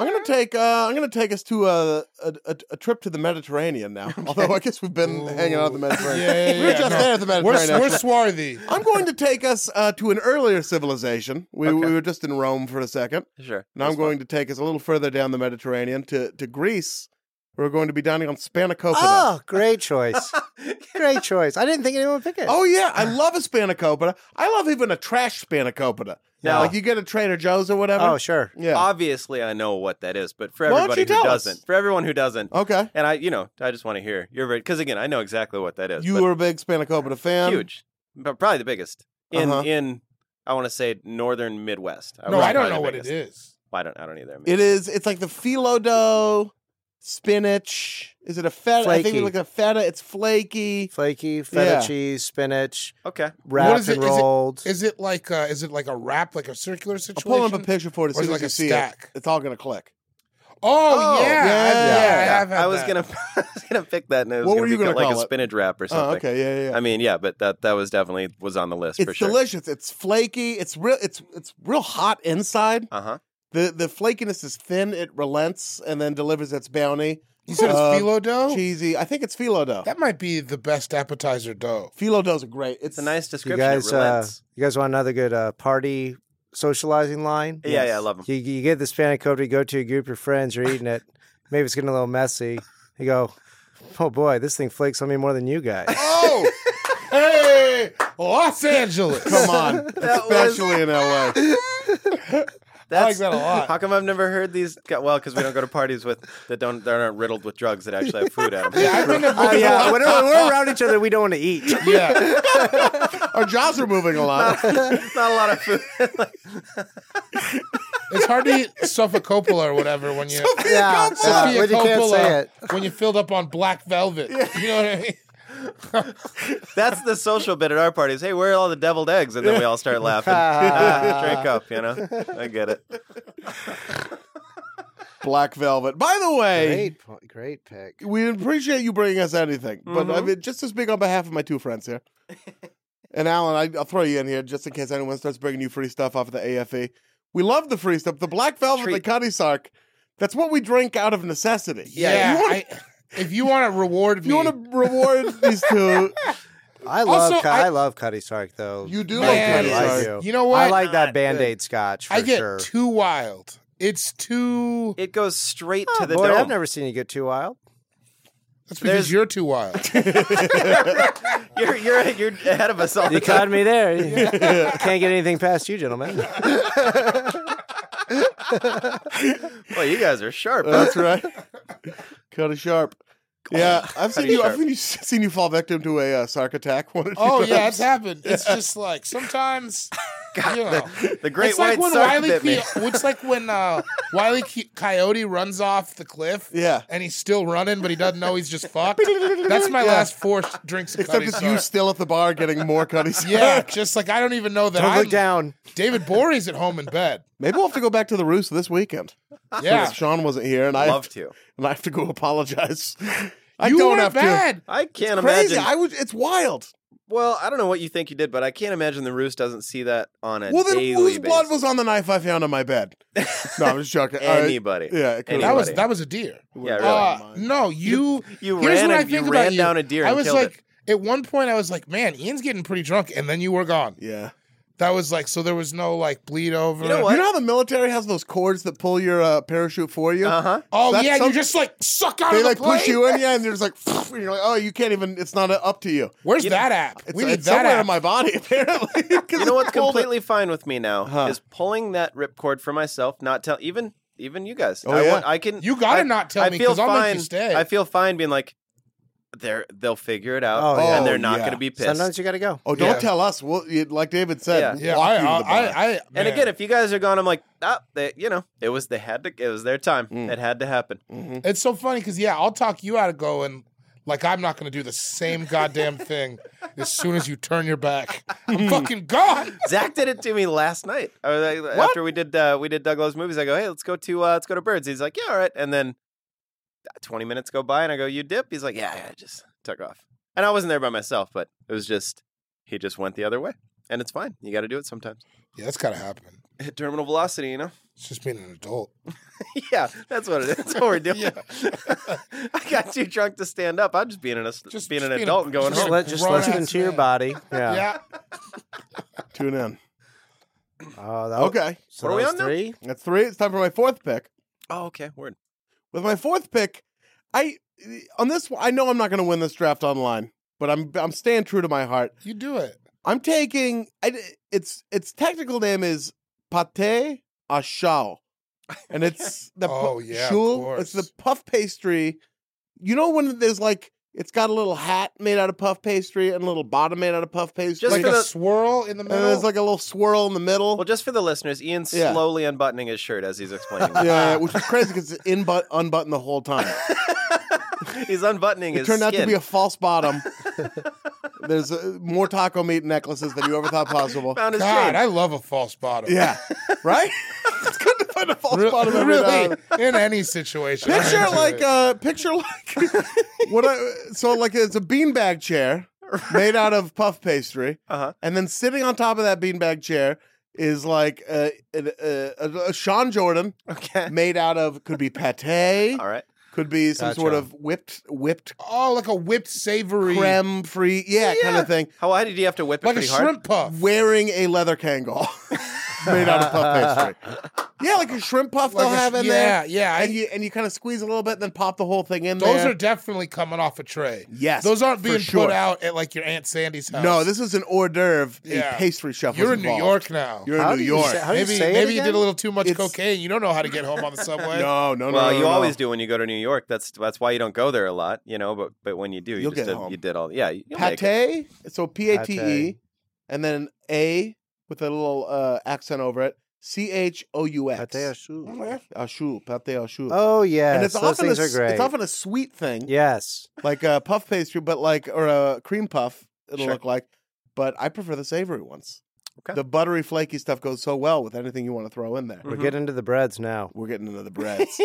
S1: I'm gonna take. Uh, I'm gonna take us to a a, a, a trip to the Mediterranean now. Although I guess we've been hanging out at the Mediterranean.
S3: Yeah, yeah,
S1: we were
S3: yeah,
S1: just
S3: no.
S1: there at the
S3: We're,
S1: Mediterranean.
S3: we're
S1: actually.
S3: swarthy.
S1: I'm going to take us uh, to an earlier civilization. We, we
S2: Okay.
S1: were just in Rome for a second.
S2: Sure.
S1: Now I'm
S2: That's
S1: going to take us a little further down the Mediterranean to, to Greece. We're going to be dining on spanakopita.
S3: Ah!
S4: Oh, great choice. great choice. I didn't think anyone would pick it.
S1: Oh, yeah, I love a spanakopita. I love even a trash spanakopita.
S2: Yeah.
S1: like you get a Trader Joe's or whatever.
S4: Oh, sure.
S1: yeah.
S2: Obviously, I know what that is, but for
S1: Why don't
S2: everybody
S1: you
S2: who
S1: tell us?
S2: doesn't, for everyone who doesn't,
S1: okay,
S2: and I, you know, I just want to hear your because again, I know exactly what that is.
S1: you
S2: but
S1: were a big spanakopita fan.
S2: huge, but probably the biggest in
S1: Uh-huh.
S2: in I want to say northern Midwest.
S3: No,
S2: was
S3: I don't
S2: probably
S3: know
S2: the
S3: what it
S2: biggest.
S3: is.
S2: I don't. I don't either. I mean,
S1: It is. It's like the phyllo dough, spinach. Is it a feta? I think
S4: Flaky.
S1: it's like a feta. It's flaky.
S4: Flaky, feta
S1: Yeah.
S4: cheese, spinach,
S2: okay.
S3: What
S4: wrapped
S3: is it?
S4: and
S3: Is it-
S4: rolled.
S3: Is it like a, is it like a wrap, like a circular
S1: I'll
S3: situation?
S1: pull up a picture for it as
S3: Or is
S1: soon
S3: it
S1: as
S3: like
S1: you
S3: a
S1: see
S3: stack?
S1: it. It's all gonna click.
S3: Oh,
S2: Oh,
S3: yeah,
S2: yeah,
S3: I've- yeah, I
S2: Yeah,
S3: have had
S2: I was
S3: that.
S2: gonna. I was gonna pick that. And it was
S1: What
S2: gonna
S1: were you
S2: be
S1: gonna
S2: like
S1: call
S2: a
S1: it?
S2: spinach wrap or
S1: Oh,
S2: something.
S1: okay. Yeah, yeah, yeah.
S2: I mean, yeah, but that that was definitely was on the list for
S1: It's
S2: sure.
S1: delicious. It's flaky. It's real. It's it's real hot inside.
S2: Uh huh.
S1: the The flakiness is thin. It relents and then delivers its bounty.
S3: You said it's
S1: Uh,
S3: phyllo dough.
S1: Cheesy. I think it's phyllo dough.
S3: Oh. That might be the best appetizer dough.
S1: phyllo doughs are great. It's,
S2: It's a nice
S4: you
S2: description.
S4: guys,
S2: it
S4: uh,
S2: relents.
S4: you guys want another good uh, party socializing line?
S2: yeah, yeah, I love them.
S4: You, you get the spanakopita, you go to a group of your friends, you're eating it. Maybe it's getting a little messy. You go, oh boy, this thing flakes on me more than you guys.
S3: Oh, hey, Los Angeles.
S1: Come on,
S2: was-
S1: especially in L.A.
S3: I like that a lot.
S2: How come I've never heard these? Well, because we don't go to parties with that don't that aren't riddled with drugs that actually have food at them.
S3: Yeah, I've been to
S4: Oh, yeah, when we're, we're around each other, we don't want to eat.
S3: yeah.
S1: Our jobs are moving along.
S2: Not a lot of food.
S3: It's hard to eat Sofa Coppola or whatever when you
S4: Yeah, yeah,
S3: Sophia
S4: when you can't say
S3: Coppola
S4: it.
S3: when you filled up on black velvet. You know what I mean?
S2: That's the social bit at our parties. Hey, where are all the deviled eggs? And then we all start laughing. Ah, drink up, you know. I get it.
S1: Black velvet. By the way,
S4: Great, po- great pick.
S1: we appreciate you bringing us anything, but I mean, just to speak on behalf of my two friends here, and Alan, I, I'll throw you in here just in case anyone starts bringing you free stuff off of the AFE. We love the free stuff, the Black Velvet, the
S2: Treat.
S1: Cutty Sark. That's what we drink out of necessity.
S3: Yeah.
S1: You wanna-
S3: I, if you want to reward
S1: if
S3: me,
S1: you want to reward these two,
S4: I love,
S3: Also,
S4: Cu-
S3: I-
S4: I, love Cutty Sark though.
S1: you do
S3: Man,
S1: like
S4: I
S1: Cutty
S3: it's-
S1: Sark.
S4: do.
S3: you know
S4: I
S3: what?
S4: like that Band Aid Scotch for
S3: I get
S4: sure.
S3: too wild. It's too.
S2: It goes straight
S4: Oh,
S2: to the
S4: boy,
S2: dome.
S4: I've never seen you get too wild.
S3: That's because
S2: There's-
S3: you're too wild.
S2: You're, you're you're ahead of us all
S4: You
S2: the time.
S4: caught me there. Can't get anything past you, gentlemen.
S2: Well, you guys are sharp.
S1: That's right. Cut a sharp. Yeah, I've seen
S2: Cutty
S1: you.
S2: sharp.
S1: I've seen you, seen you fall victim to a uh, sarc attack. One or two
S3: oh yeah,
S1: times.
S3: it's happened. It's just like sometimes. you know,
S2: the great
S3: Uh, it's
S2: white
S3: like when
S2: shark
S3: Wiley
S2: bit me.
S3: Coy- it's like when uh, Wiley Ki- Coyote runs off the cliff.
S1: Yeah.
S3: and he's still running, but he doesn't know he's just fucked. That's my
S1: Yeah.
S3: last four s- drinks. Of
S1: Except
S3: Cutty
S1: it's
S3: Sark.
S1: you still at the bar getting more cutty sarc.
S3: Yeah, just like I don't even know that
S4: Don't
S3: I'm
S4: look down.
S3: David Borey's at home in bed.
S1: Maybe we'll have to go back to the roost this weekend.
S3: Yeah,
S1: Because Sean wasn't here, and I
S2: Love to.
S1: and I have to go apologize. I
S3: you
S1: don't
S3: were
S1: have to.
S3: bad.
S2: I can't
S1: Crazy.
S2: imagine.
S1: I would. It's wild.
S2: well, I don't know what you think you did, but I can't imagine the roost doesn't see that on a
S1: Well, then
S2: daily
S1: whose blood
S2: basis.
S1: was on the knife I found on my bed? No, I'm just joking. I-
S2: anybody?
S1: yeah, it could
S3: That was
S2: Anybody.
S3: that was a deer.
S2: Yeah, really.
S3: Uh, no, you.
S2: you
S3: here's
S2: ran.
S3: what
S2: A,
S3: I think
S2: you
S3: about
S2: ran
S3: you.
S2: down a deer.
S3: I
S2: and
S3: was
S2: killed it.
S3: like, at one point, I was like, man, Ian's getting pretty drunk, and then you were gone.
S1: Yeah.
S3: That was like, so there was no like bleed over.
S2: You know what?
S1: You know how the military has those cords that pull your uh, parachute for you?
S2: Uh huh.
S3: Oh
S1: That's
S3: yeah,
S1: some-
S3: you just like suck out
S1: They
S3: of the
S1: like
S3: plane?
S1: push you in, yeah, and you're just like, and you're like, oh, you can't even. It's not uh, up to you.
S3: Where's
S2: You know-
S3: that app?
S1: It's,
S3: we need
S1: it's
S3: that
S1: somewhere
S3: app.
S1: in my body, apparently.
S2: You know what's completely fine with me now
S1: Huh.
S2: is pulling that ripcord for myself. Not tell even even you guys.
S1: Oh,
S2: I,
S1: yeah.
S2: want, I can.
S3: You gotta
S2: I-
S3: not tell
S2: I
S3: me
S2: feel
S3: because I'll make
S2: fine.
S3: you stay.
S2: I feel fine being like, they're they'll figure it out,
S4: Oh,
S1: yeah.
S2: and
S1: Oh,
S2: they're not
S1: yeah.
S2: going to be pissed.
S4: Sometimes you got to go.
S1: Oh, don't
S3: Yeah.
S1: tell us. We'll, you- like David said,
S3: yeah,
S1: walk
S3: I, uh,
S1: you to the
S3: I,
S1: bar.
S3: I,
S2: and again, if you guys are gone, I'm like, ah, they, you know, it was they had to. It was their time.
S1: Mm.
S2: It had to happen.
S1: Mhm.
S3: It's so funny because yeah, I'll talk you out of going. Like I'm not going to do the same goddamn thing as soon as you turn your back. I'm fucking gone.
S2: Zach did it to me last night. I was like- After we did uh, we did Doug Love's movies, I go, hey, let's go to uh, let's go to Birds. He's like, yeah, all right. And then uh, twenty minutes go by, and I go, you dip. He's like, yeah, yeah, I just took off. And I wasn't there by myself, but it was just he just went the other way, and it's fine. You got to do it sometimes.
S3: Yeah, that's gotta happen.
S2: Hit terminal velocity, you know.
S3: It's just being an adult.
S2: yeah, that's what it is. That's what we're doing. I got too drunk to stand up. I'm just being an
S3: Just-
S2: just being
S3: just
S2: an
S3: being a-
S2: adult and going
S3: just
S4: Just,
S2: home.
S3: like-
S4: let, just
S3: Grown-ass
S4: listen to your
S3: man.
S4: body.
S3: Yeah.
S4: Yeah.
S1: Tune in.
S4: Oh, that was,
S1: Okay.
S4: so
S2: What are we
S4: that
S2: on
S4: was
S2: now?
S4: three?
S1: That's three. It's time for my fourth pick.
S2: Oh, okay, word.
S1: With my fourth pick, I on this one, I know I'm not going to win this draft online, but I'm I'm staying true to my heart.
S3: you do it.
S1: I'm taking I, its its technical name is pate à chao, and it's the pu-
S3: Oh, yeah, of
S1: choule- it's the
S3: course.
S1: puff pastry. You know when there's like it's got a little hat made out of puff pastry and a little bottom made out of puff pastry,
S2: Just
S1: like
S3: like
S2: for
S3: a
S2: the-
S3: swirl in the Uh,
S1: and
S3: middle.
S1: there's like a little swirl in the middle.
S2: Well, just for the listeners, Ian's
S1: Yeah.
S2: slowly unbuttoning his shirt as he's explaining.
S1: yeah, yeah, which is crazy because it's in but unbuttoned the whole time.
S2: He's unbuttoning
S1: It
S2: his
S1: turned out to
S2: skin.
S1: be a false bottom. There's uh, more taco meat necklaces than you ever thought possible.
S2: found his
S3: God,
S2: change.
S3: I love a false bottom.
S1: Yeah, right. it's good to find a false
S3: Re-
S1: bottom every now and
S3: really
S1: then.
S3: in any situation. I'm
S1: Picture
S3: into
S1: like
S3: it.
S1: uh picture like what? I, so like it's a beanbag chair made out of puff pastry,
S2: Uh-huh.
S1: and then sitting on top of that beanbag chair is like uh, a, a, a, a Sean Jordan
S2: Okay.
S1: made out of could be pate,
S2: All right.
S1: could be some sort
S4: Gotcha.
S1: of whipped whipped
S3: oh, like a whipped savory,
S1: creme free, yeah, kind
S2: Yeah.
S1: of thing.
S2: How high did you have to whip it
S3: like a
S2: pretty hard?
S3: shrimp puff.
S1: wearing a leather Kangol made out of puff pastry. Yeah, like a shrimp puff
S3: Like
S1: they'll
S3: a sh-
S1: have in
S3: yeah,
S1: there.
S3: yeah. I-
S1: and you and you kind of squeeze a little bit, and then pop the whole thing in
S3: those
S1: there.
S3: are definitely coming off a tray.
S1: yes,
S3: Those aren't
S1: for
S3: being
S1: sure.
S3: put out at like your aunt Sandy's house.
S1: No, this is an hors d'oeuvre.
S3: Yeah.
S1: A pastry chef.
S3: You're
S1: was
S3: in New
S1: involved.
S3: York now.
S1: You're in
S4: How
S1: New
S4: do you
S1: York.
S4: say- how do you
S3: maybe
S4: say it
S3: maybe you
S4: again?
S3: did a little too much
S1: It's-
S3: cocaine. You don't know how to get home on the subway.
S1: no, no, no.
S2: Well,
S1: no,
S2: you
S1: no.
S2: always do when you go to New York. That's that's why you don't go there a lot, you know. But but when you do, you
S1: You'll
S2: just
S1: get
S2: did,
S1: home.
S2: you did all. Yeah, you'll make it.
S1: pate. So P A T E, and then A with a little uh, accent over it. C H O U X. Oh
S4: Pate au choux.
S1: Ashu, pate ashu.
S4: Oh yes,
S1: and it's
S4: those
S1: often a,
S4: things are
S1: s-
S4: great.
S1: it's often a sweet thing.
S4: yes,
S1: like a puff pastry, but like or a cream puff. It'll
S2: Sure.
S1: look like, but I prefer the savory ones.
S2: Okay.
S1: The buttery, flaky stuff goes so well with anything you want to throw in there.
S4: we're
S2: Mhm.
S4: getting into the breads now.
S1: We're getting into the breads,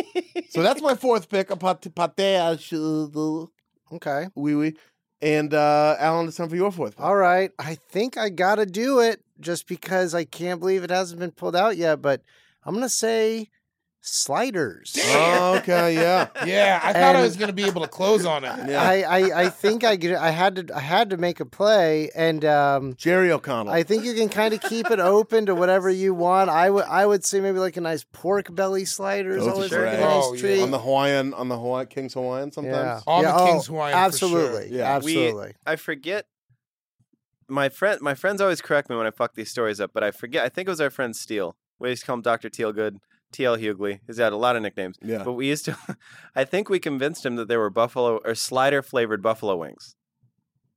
S1: so that's my fourth pick. A pate, pate à choux-
S4: Okay,
S1: oui, oui. And uh, Alan, it's time for your fourth. Pick.
S4: all right. I think I gotta do it just because I can't believe it hasn't been pulled out yet. But I'm gonna say sliders.
S1: Oh, okay, yeah.
S3: Yeah, I thought I
S4: And-
S3: was going to be able to close on it.
S1: Yeah.
S4: I, I, I think I could- I had to I had to make a play, and um,
S1: Jerry O'Connell.
S4: I think you can kind of keep it open to whatever you want. I would I would say maybe like a nice pork belly slider is
S1: Those are
S4: always
S1: great.
S4: like a nice
S3: Oh, yeah.
S4: treat. oh,
S1: on the Hawaiian, on the Hawaii, King's Hawaiian sometimes.
S3: All the King's Hawaiian for sure.
S4: Absolutely,
S1: Yeah. We-
S4: absolutely.
S2: I forget. My friend, my friends always correct me when I fuck these stories up, but I forget. I think it was our friend Steele. We used to call him Doctor Tealgood, TL Hughley. He's had a lot of nicknames,
S1: Yeah.
S2: but we used to. I think we convinced him that there were buffalo or slider flavored buffalo wings,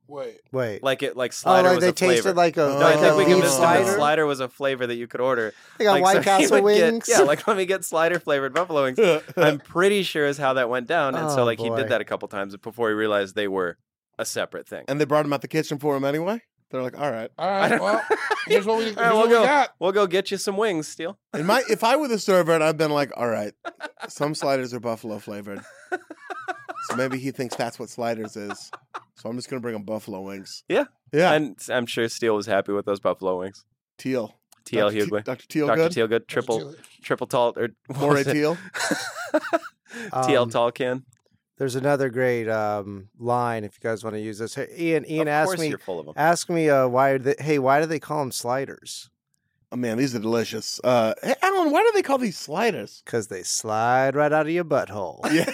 S3: Wait,
S4: Wait,
S2: like it, like
S4: oh,
S2: slider
S4: like
S2: was
S4: they
S2: a flavor.
S4: tasted like a
S1: No,
S2: no, I
S4: like
S2: think
S4: a
S2: we
S4: beef
S2: convinced him that
S4: slider.
S2: slider was a flavor that you could order.
S4: They got White
S2: so he
S4: Castle
S2: would get-
S4: wings.
S2: yeah, like let me get slider flavored buffalo wings. I'm pretty sure is how that went down, and so
S4: Oh,
S2: like he
S4: boy.
S2: did that a couple times before he realized they were a separate thing.
S1: and they brought him out the kitchen for him anyway. They're like, all right.
S3: all
S2: I
S3: right.
S2: don't-
S3: Well, here's what we, here's
S2: All right, we'll
S3: what we
S2: go.
S3: got.
S2: We'll go get you some wings, Steele.
S1: And my, if I were the server, and I've been like, all right, some sliders are buffalo flavored, so maybe he thinks that's what sliders is. So I'm just gonna bring him buffalo wings.
S2: Yeah.
S1: yeah.
S2: And I'm sure Steele was happy with those buffalo wings.
S1: teal.
S2: TL
S1: Dr. T-
S2: Hughley.
S1: Dr. Teal.
S2: Dr.
S1: good.
S2: Teal good. Triple triple tall or what
S1: More
S2: was it?
S1: teal.
S2: TL
S4: Um,
S2: tall can.
S4: There's another great um, line if you guys want to use this. Hey, Ian, Ian,
S2: of
S4: ask
S2: course
S4: me,
S2: you're full of them.
S4: ask me, uh, why? Are they, hey, why do they call them sliders?
S1: Oh man, these are delicious. Uh, hey, Alan, why do they call these sliders?
S4: Because they slide right out of your butthole.
S1: Yeah.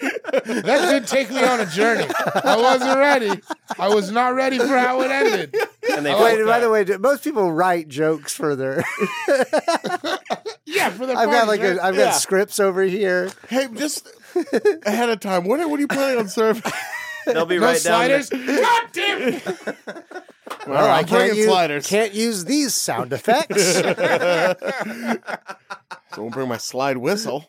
S3: That did take me on a journey. I wasn't ready. I was not ready for how it ended.
S2: And they
S3: I
S4: Wait,
S3: like
S4: by the
S3: that.
S4: way, do- most people write jokes for their.
S3: Yeah, for the
S4: I've
S3: party,
S4: got like a,
S3: right?
S4: I've
S1: Yeah.
S4: got scripts over here.
S1: hey, just ahead of time. What are, what are you planning on serving?
S2: they'll be
S3: no
S2: right
S3: sliders.
S2: down.
S3: God damn it!
S1: All
S4: Oh,
S1: right,
S4: I
S1: I'm
S4: can't
S1: bringing
S4: use,
S1: sliders.
S4: can't use these sound effects.
S1: So I'll bring my slide whistle.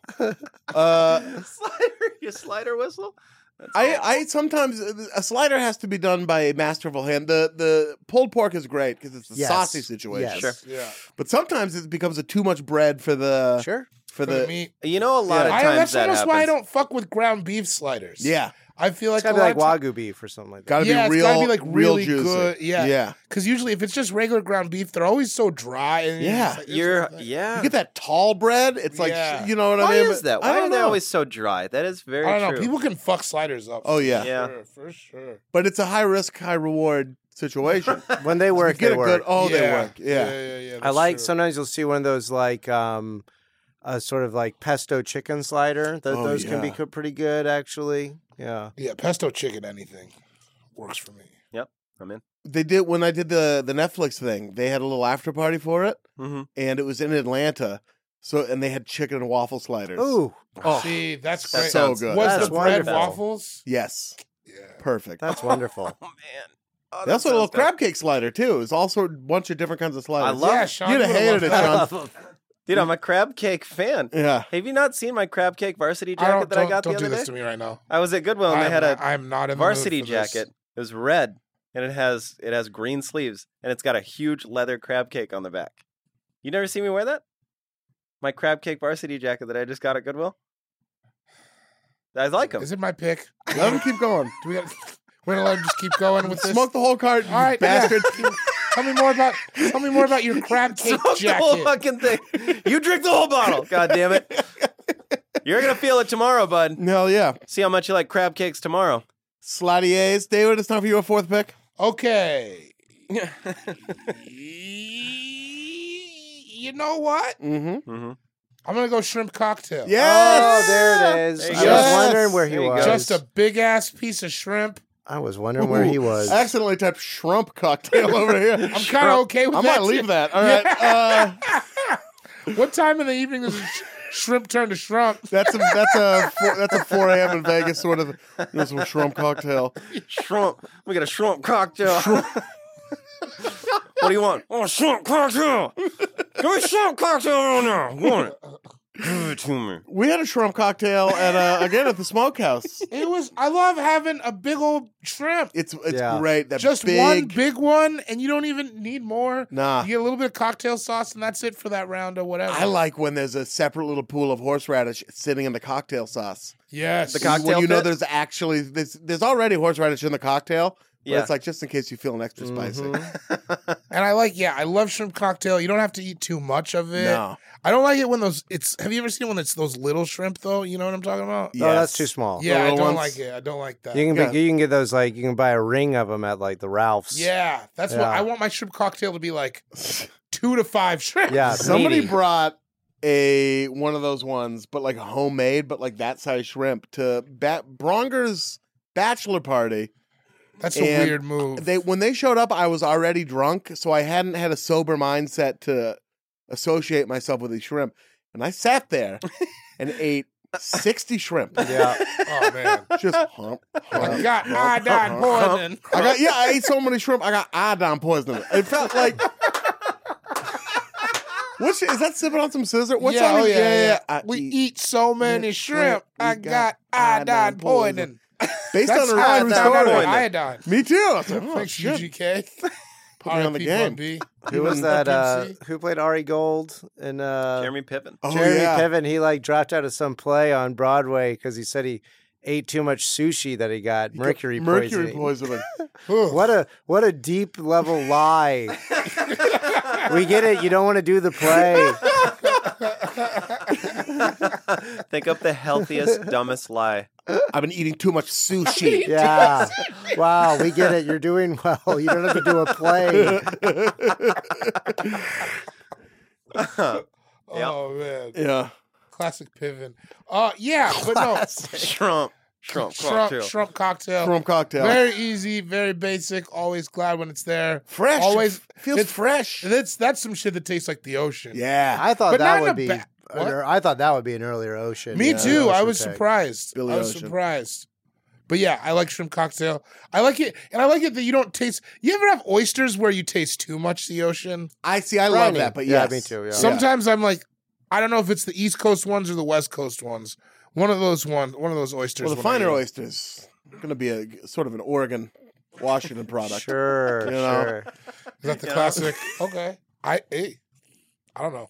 S1: Uh,
S2: there. Slider, your slider whistle. That's
S1: I,
S2: cool.
S1: I sometimes a slider has to be done by a masterful hand. The the pulled pork is great because it's the
S4: Yes.
S1: saucy situation.
S4: Yes.
S2: Sure.
S3: Yeah,
S1: But sometimes it becomes a too much bread for the
S4: sure.
S1: for
S3: for the
S1: the
S3: meat.
S2: you know a lot
S1: Yeah.
S2: of
S3: I,
S2: times
S3: that's
S2: that
S3: almost
S2: happens.
S3: why I don't fuck with ground beef sliders.
S1: yeah.
S3: I feel like
S4: It's gotta
S3: a
S4: be like
S3: lot of
S4: wagyu beef or something like that.
S1: Got to
S3: Yeah,
S1: be
S3: it's
S1: real.
S3: gotta be, like, really
S1: real juicy.
S3: good. Yeah.
S1: yeah.
S3: because usually if it's just regular ground beef, they're always so dry. And you're
S1: Yeah.
S3: just like,
S2: You're
S3: it's-
S2: yeah.
S1: You get that tall bread. It's like
S3: Yeah.
S1: you know what
S2: why
S1: I mean.
S2: is that?
S1: I
S2: Why are
S1: don't
S2: they
S1: know.
S2: always so dry? That is very
S3: I don't
S2: true.
S3: know. People can fuck sliders up.
S1: Oh
S3: for
S1: yeah.
S2: Yeah.
S3: sure, for sure.
S1: but it's a high risk, high reward situation.
S4: When they work,
S1: you get
S4: they
S1: a
S4: work.
S1: good. Oh, they
S3: Yeah.
S1: work. Yeah.
S3: yeah, yeah. yeah
S4: I like
S3: some.
S4: sometimes you'll see one of those like um a sort of like pesto chicken slider. Tho-
S1: Oh,
S4: those can be
S1: yeah.
S4: co- pretty good actually. Yeah.
S3: Yeah, pesto chicken, anything works for me.
S2: I'm in.
S1: They did when I did the the Netflix thing. They had a little after party for it,
S2: Mm-hmm.
S1: and it was in Atlanta. So and they had chicken and waffle sliders.
S4: Ooh,
S1: Oh,
S3: See, that's
S2: that
S3: great.
S1: so
S2: sounds-
S1: good.
S3: Was
S4: That's
S3: the bread
S4: wonderful.
S3: waffles?
S1: yes,
S3: Yeah.
S1: perfect.
S4: that's wonderful.
S2: Oh man. Oh, that
S1: That's a little
S2: sounds good.
S1: crab cake slider too. It's all sort bunch of different kinds of sliders.
S2: love-
S3: yeah,
S2: it.
S3: Sean,
S1: You'd have
S3: would've
S1: hated
S3: loved
S1: it,
S3: that.
S4: Oh,
S1: Sean.
S2: Dude, I'm a crab cake fan.
S1: Yeah.
S2: Have you not seen my crab cake varsity
S3: I don't,
S2: jacket that I
S3: don't-
S2: got the
S3: don't do
S2: other
S3: this
S2: day? Oh,
S3: to me right now.
S2: I was at Goodwill and
S3: I'm,
S2: they had
S3: not,
S2: a
S3: I'm not in the mood
S2: varsity
S3: for this.
S2: jacket. It was red and it has it has green sleeves and it's got a huge leather crab cake on the back. You never see me wear that? My crab cake varsity jacket that I just got at Goodwill. I like them.
S3: Is it my pick?
S1: Let him keep going.
S3: Do we got? We're gonna let him just keep going with this.
S1: Smoke the whole cart, you
S3: All right,
S1: bastard.
S3: yeah. tell me more about. Tell me more about your crab cake
S2: the whole
S3: jacket.
S2: fucking thing. You drink the whole bottle. God damn it. You're gonna feel it tomorrow, bud.
S1: Hell yeah.
S2: See how much you like crab cakes tomorrow.
S1: Slotty A's. David, it's time for your fourth pick.
S3: Okay. you know what?
S1: Mm-hmm.
S2: hmm
S3: I'm gonna go shrimp cocktail.
S1: Yes.
S4: Oh, there it is.
S2: There
S4: I
S2: you
S4: was
S1: go.
S4: wondering where he
S2: There you go.
S4: was.
S3: Just a big ass piece of shrimp.
S4: I was wondering where he
S1: Ooh,
S4: was.
S1: I accidentally typed shrimp cocktail over here.
S3: I'm kind of okay with
S1: I
S3: that.
S1: might leave
S3: too.
S1: that. All right. Uh,
S3: What time in the evening does sh- shrimp turn to shrimp?
S1: that's a that's a four, that's a four a.m. in Vegas sort of you know, some shrimp cocktail.
S2: Shrimp. We got a shrimp cocktail. what do you want? Oh, shrimp cocktail. Give me shrimp cocktail right now. Want it? Give it to me.
S1: We had a shrimp cocktail at uh, again at the smokehouse.
S3: It was. I love having a big old shrimp.
S1: It's it's
S4: Yeah.
S1: great. That
S3: Just
S1: big,
S3: one big one, and you don't even need more.
S1: nah.
S3: You get a little bit of cocktail sauce, and that's it for that round or whatever.
S1: I like when there's a separate little pool of horseradish sitting in the cocktail sauce.
S3: Yes.
S2: The cocktail
S1: when you know
S2: pit?
S1: there's actually there's, there's already horseradish in the cocktail. But
S2: Yeah. Mm-hmm.
S1: it's like just in case you feel an extra spicy.
S4: Mhm.
S3: And I like, yeah, I love shrimp cocktail. You don't have to eat too much of it.
S1: No.
S3: I don't like it when those. It's. Have you ever seen one that's those little shrimp though? You know what I'm talking about?
S4: Oh, that's too small.
S3: Yeah, I
S1: little
S3: don't
S1: ones.
S3: like it. I don't like that.
S4: You can
S1: Yeah.
S4: be, you can get those like you can buy a ring of them at like the Ralphs.
S3: yeah, that's what
S4: Yeah.
S3: I want my shrimp cocktail to be like. Two to five shrimp.
S4: yeah.
S1: Somebody
S4: meaty.
S1: brought a one of those ones, but like homemade, but like that size shrimp to ba- Bronger's bachelor party.
S3: that's a
S1: and
S3: weird move.
S1: They when they showed up, I was already drunk, so I hadn't had a sober mindset to associate myself with these shrimp. And I sat there and ate sixty shrimp.
S4: yeah.
S3: oh man,
S1: Just hump.
S3: I
S1: hump,
S3: got
S1: hump,
S3: iodine
S1: hump.
S3: poisoning.
S1: I got yeah, I ate so many shrimp, I got iodine poisoning. It felt like What's is that sipping on some scissor? What's
S3: yeah,
S1: on
S3: oh,
S1: it?
S3: yeah, yeah,
S1: I
S3: We
S1: eat-
S3: eat, so many
S1: eat
S3: shrimp.
S1: shrimp,
S3: I
S1: we
S3: got,
S1: got
S3: iodine,
S1: iodine
S3: poisoning.
S1: poisoning. based
S3: That's
S1: on
S3: how I
S1: a real
S3: found out about
S1: story.
S3: iodine.
S1: Me too. I was like, oh,
S3: Thanks,
S1: shit.
S3: UGK.
S1: Put me on the
S3: RIP,
S1: game.
S3: Bun B.
S4: Who was
S1: Even
S4: that? Uh,
S3: FMC?
S4: who played Ari Gold and uh,
S2: Jeremy Piven.
S1: Oh
S4: Jeremy
S1: yeah.
S4: Piven, he like dropped out of some play on Broadway because he said he ate too much sushi that he got mercury,
S1: Mercury
S4: poisoning.
S1: poisoning.
S3: Ugh.
S4: What a what a deep level lie. we get it. You don't want to do the play.
S2: Think up the healthiest, dumbest lie.
S1: I've been eating too much sushi.
S4: Yeah. Wow. We get it. You're doing well. You don't have to do a play.
S3: Oh man,
S1: yeah.
S3: classic Piven. Uh, yeah, but no,
S2: Trump. Trump.
S3: Trump,
S2: cocktail.
S3: Trump cocktail.
S1: Shrimp cocktail.
S3: Very easy, very basic. Always glad when it's there.
S1: fresh.
S3: Always
S1: feels
S3: it's-
S1: fresh.
S3: That's that's some shit that tastes like the ocean.
S1: yeah.
S4: I thought
S3: But not
S4: that
S3: in a
S4: would be.
S3: ba-
S4: an
S3: what?
S4: ear- I thought that would be an earlier ocean.
S3: Me
S4: yeah,
S3: too. I
S4: ocean
S3: was
S4: tag.
S3: surprised.
S1: Billy
S3: I was
S1: Ocean.
S3: surprised. But yeah, I like shrimp cocktail. I like it, and I like it that you don't taste. You ever have oysters where you taste too much the ocean?
S1: I see. I love
S4: Briny.
S1: that. But
S4: Yeah,
S1: yes.
S4: me too, yeah.
S3: Sometimes I'm like, I don't know if it's the East Coast ones or the West Coast ones. One of those ones. One of those oysters.
S1: Well, the
S3: when I
S1: finer
S3: eat.
S1: oysters going to be a g- sort of an Oregon, Washington product.
S4: Sure.
S1: You know?
S4: Sure.
S3: Is that the classic? okay. I hey, I don't know.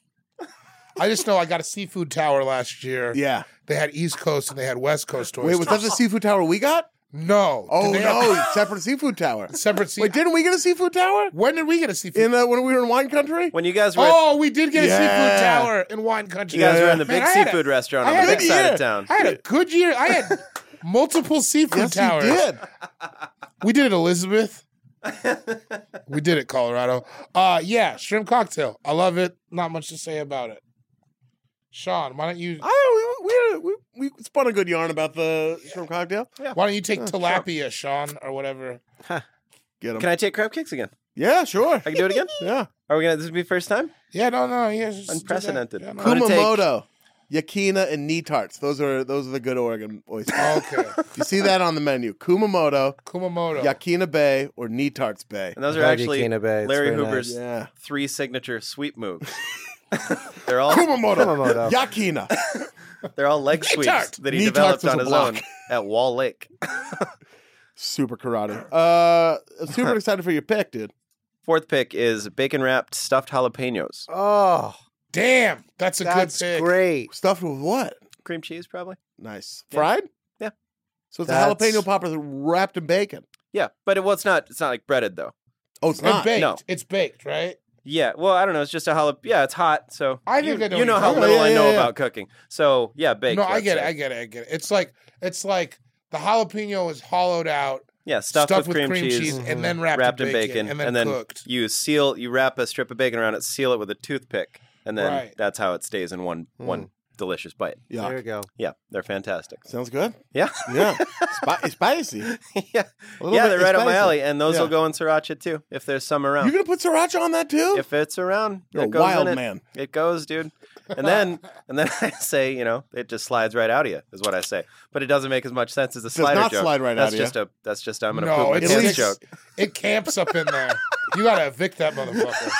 S3: I just know I got a seafood tower last year.
S1: Yeah.
S3: They had East Coast and they had West Coast oysters.
S1: Wait, was that the seafood tower we got?
S3: no?
S1: Oh
S3: Did they
S1: no,
S3: have
S1: separate seafood tower.
S3: separate sea-
S1: Wait, didn't we get a seafood tower
S3: When did we get a seafood?
S1: in uh, when we were in wine country?
S2: When you guys were,
S3: oh, we did get a seafood
S1: Yeah.
S3: tower in wine country.
S2: you guys were in the
S3: Man,
S2: big
S3: I had a-
S2: seafood restaurant
S3: I
S2: on the
S3: had
S2: big
S3: a-
S2: side of town.
S3: I had a good year. I had multiple
S1: yes,
S3: seafood towers.
S1: you did.
S3: We did it, Elizabeth. we did it, Colorado. Uh yeah, shrimp cocktail. I love it. Not much to say about it. Sean, why don't you
S1: I don't, we, we, we we spun a good yarn about the shrimp cocktail. Yeah,
S3: Why don't you
S2: Oh,
S3: take tilapia, Sean, or whatever?
S1: get them.
S2: Can I take crab cakes again?
S1: yeah, sure.
S2: I can do it again.
S1: Yeah,
S2: Are we gonna? This will be first time.
S3: Yeah, no, no, yeah, just do that.
S2: Unprecedented.
S3: Yeah, no.
S2: I'm gonna take-
S1: Kumamoto, Yakina, and Neatarts. Those are those are the good Oregon oysters.
S3: Okay,
S1: you see that on the menu: Kumamoto,
S3: Kumamoto.
S1: Yakina Bay, or Neatarts Bay.
S2: And those
S4: I've
S2: are
S4: had
S2: actually
S4: Yakina Bay. It's
S2: Larry
S4: very nice.
S2: Hoover's
S1: Yeah,
S2: three signature sweep moves. they're all
S1: Kumamoto,
S4: Kumamoto.
S1: Yakina.
S2: they're all leg sweeps
S1: tart.
S2: that he
S1: Knee
S2: developed
S1: tarts was
S2: on
S1: a
S2: his
S1: block.
S2: own at Wall Lake.
S1: Super karate. Uh, I'm super excited for your pick, dude.
S2: Fourth pick is bacon wrapped stuffed jalapenos,
S4: Oh,
S3: Damn, that's a
S4: that's
S3: good pick.
S4: great.
S1: Stuffed with what?
S2: cream cheese probably.
S1: Nice.
S2: Yeah.
S1: Fried?
S2: Yeah.
S1: So it's
S4: That's-
S1: a jalapeno popper wrapped in bacon.
S2: Yeah, but it, well, it's not. It's not like breaded though.
S1: Oh, it's
S3: And
S1: not.
S3: baked.
S2: no.
S3: It's baked, right?
S2: Yeah, well, I don't know. It's just a jalap. Yeah, it's hot. So
S3: I
S2: you,
S3: think I know
S2: you know
S3: what
S2: how
S3: you're
S1: talking
S2: little
S1: about.
S2: I
S1: Yeah,
S2: know
S1: yeah, yeah.
S2: about cooking. So yeah, baked.
S3: no, I
S2: let's
S3: get it.
S2: say.
S3: I get it. I get it. It's like it's like the jalapeno is hollowed out,
S2: yeah, stuffed, with, cream, cheese,
S3: and then wrapped,
S2: wrapped
S3: in bacon, and then cooked.
S2: you seal. You wrap a strip of bacon around it, seal it with a toothpick, and then
S3: Right.
S2: that's how it stays in one one delicious bite.
S1: Yeah.
S4: There we go.
S2: Yeah, they're fantastic.
S1: Sounds good.
S2: Yeah,
S1: Yeah. Spi- spicy. A
S2: yeah,
S1: little
S2: yeah.
S1: bit
S2: They're right up my
S1: spicy.
S2: alley, and those
S1: Yeah.
S2: will go in sriracha too if there's some
S1: You're
S2: around.
S1: going to put sriracha on that too?
S2: If it's around,
S1: You're
S2: it
S1: a
S2: goes in
S1: wild
S2: it.
S1: man.
S2: It goes, dude. And then and then I say, you know, it just slides right out of you, is what I say. But it doesn't make as much sense as a
S1: does
S2: slider
S1: not
S2: joke.
S1: slide right
S2: that's
S1: out of
S2: just a that's just I'm gonna
S3: No,
S2: poop
S3: it
S2: my pants
S1: leaks.
S2: joke.
S3: It camps up in there. you gotta evict that motherfucker.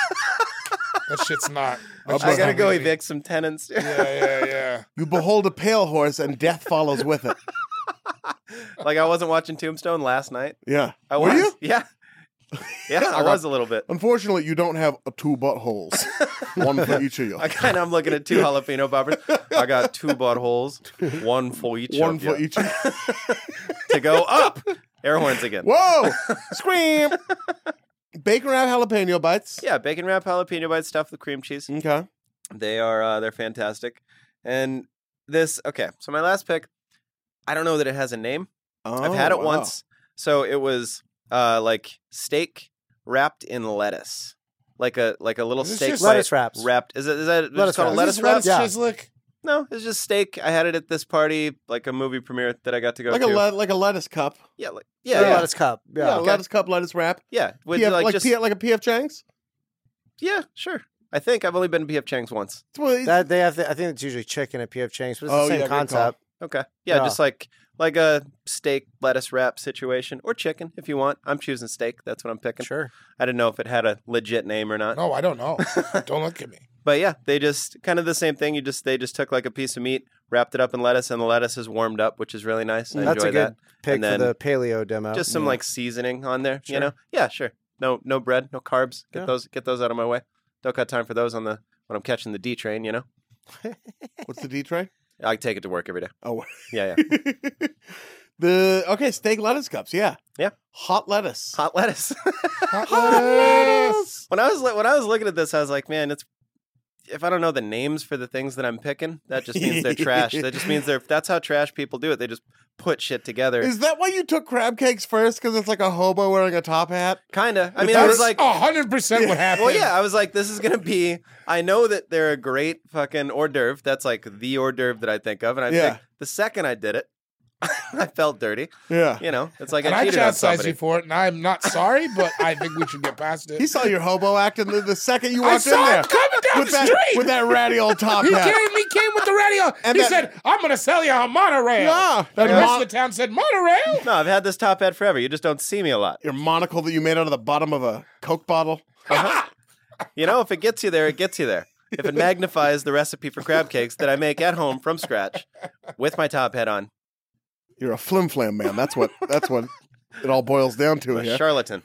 S3: that shit's not. that
S2: I
S3: shit's
S2: gotta
S3: not
S2: go
S3: gonna be-
S2: evict some tenants.
S3: Yeah, yeah, yeah.
S1: You behold a pale horse and death follows with it.
S2: like I wasn't watching Tombstone last night.
S1: Yeah.
S2: I
S1: Were
S2: was.
S1: you?
S2: Yeah. Yeah, I was a little bit.
S1: Unfortunately, you don't have uh, two buttholes, one for each of you.
S2: I kind of am looking at two jalapeno poppers. I got two buttholes, one for each.
S1: One
S2: of
S1: for
S2: you.
S1: each. of you.
S2: to go up. Air horns again.
S1: Whoa! Scream! bacon wrap jalapeno bites.
S2: Yeah, bacon wrap jalapeno bites stuffed with cream cheese.
S1: Okay.
S2: They are uh, they're fantastic. And this okay, so my last pick, I don't know that it has a name. I've had
S1: Oh,
S2: it
S1: wow.
S2: once. So it was uh, like steak wrapped in lettuce, like a like a little
S3: Is this
S2: steak
S3: just
S2: bite
S4: lettuce wraps.
S2: wrapped. Is it is that
S4: Lettuce
S2: lettuce called a
S4: wraps.
S2: lettuce
S3: Is this
S2: wrap?
S3: Red
S4: wraps? Yeah.
S3: Chislik?
S2: No, it's just steak. I had it at this party, like a movie premiere that I got to go
S1: Like a
S2: to.
S1: le- like a lettuce cup.
S2: yeah, like,
S4: Yeah,
S2: yeah, yeah,
S4: lettuce cup. Yeah.
S1: Yeah, lettuce cup, lettuce wrap.
S2: yeah. With
S1: PF,
S2: like,
S1: like
S2: just
S1: P- like a PF Chang's.
S2: yeah, sure. I think I've only been to PF Chang's once.
S1: It's what-
S4: That they have. I think it's usually chicken at PF Chang's, but it's
S1: Oh,
S4: the same
S1: yeah, good call.
S4: concept.
S2: Okay, yeah,
S4: Yeah.
S2: just like like a steak lettuce wrap situation or chicken if you want. I'm choosing steak. That's what I'm picking.
S4: Sure.
S2: I didn't know if it had a legit name or not.
S3: No, I don't know. don't look at me.
S2: But yeah, they just kind of the same thing. You just they just took like a piece of meat, wrapped it up in lettuce, and the lettuce is warmed up, which is really nice. I
S4: That's
S2: enjoy
S4: a good
S2: that.
S4: pick
S2: And
S4: for
S2: then
S4: the paleo demo.
S2: Just some like seasoning on there,
S4: Sure.
S2: you know? Yeah, sure. No, no bread, no carbs. Get
S4: Yeah.
S2: those, get those out of my way. Don't got time for those on the when I'm catching the D train, you know.
S1: What's the D tray?
S2: I take it to work every day.
S1: Oh,
S2: Yeah, yeah.
S1: the okay steak lettuce cups. Yeah,
S2: Yeah.
S1: Hot lettuce.
S2: Hot lettuce.
S3: Hot lettuce.
S2: when I was li- when I was looking at this, I was like, man, it's if I don't know the names for the things that I'm picking, that just means they're trash. That just means they're that's how trash people do it. They just put shit together.
S1: Is that why you took crab cakes first? Because it's like a hobo wearing a top hat.
S2: Kinda. I mean, I
S3: That's
S2: was like,
S3: hundred percent what happened.
S2: Well, yeah, I was like, this is gonna be. I know that they're a great fucking hors d'oeuvre. That's like the hors d'oeuvre that I think of, and I
S1: Yeah.
S2: think the second I did it, I felt dirty.
S1: Yeah,
S2: You know, it's like
S3: and
S2: I
S3: I
S2: cheated on
S3: chastised
S2: somebody.
S3: you for it, and I'm not sorry, but I think we should get past it.
S1: he saw your hobo act, and the, the second you
S3: I
S1: walked in
S3: saw
S1: there
S3: him coming down
S1: with
S3: the
S1: that
S3: street.
S1: with that ratty old top
S3: he
S1: hat.
S3: came. He came with the radio.
S1: And
S3: he
S1: that-
S3: said, "I'm going to sell you a monorail."
S1: Yeah, that
S3: and the rest
S1: mon-
S3: of the town said, "Monorail."
S2: No, I've had this top hat forever. You just don't see me a lot.
S1: Your monocle that you made out of the bottom of a Coke bottle.
S2: You know, if it gets you there, it gets you there. If it magnifies the recipe for crab cakes that I make at home from scratch with my top hat on,
S1: You're a flim flam man. That's what. That's what it all boils down to
S2: I'm a
S1: here.
S2: charlatan.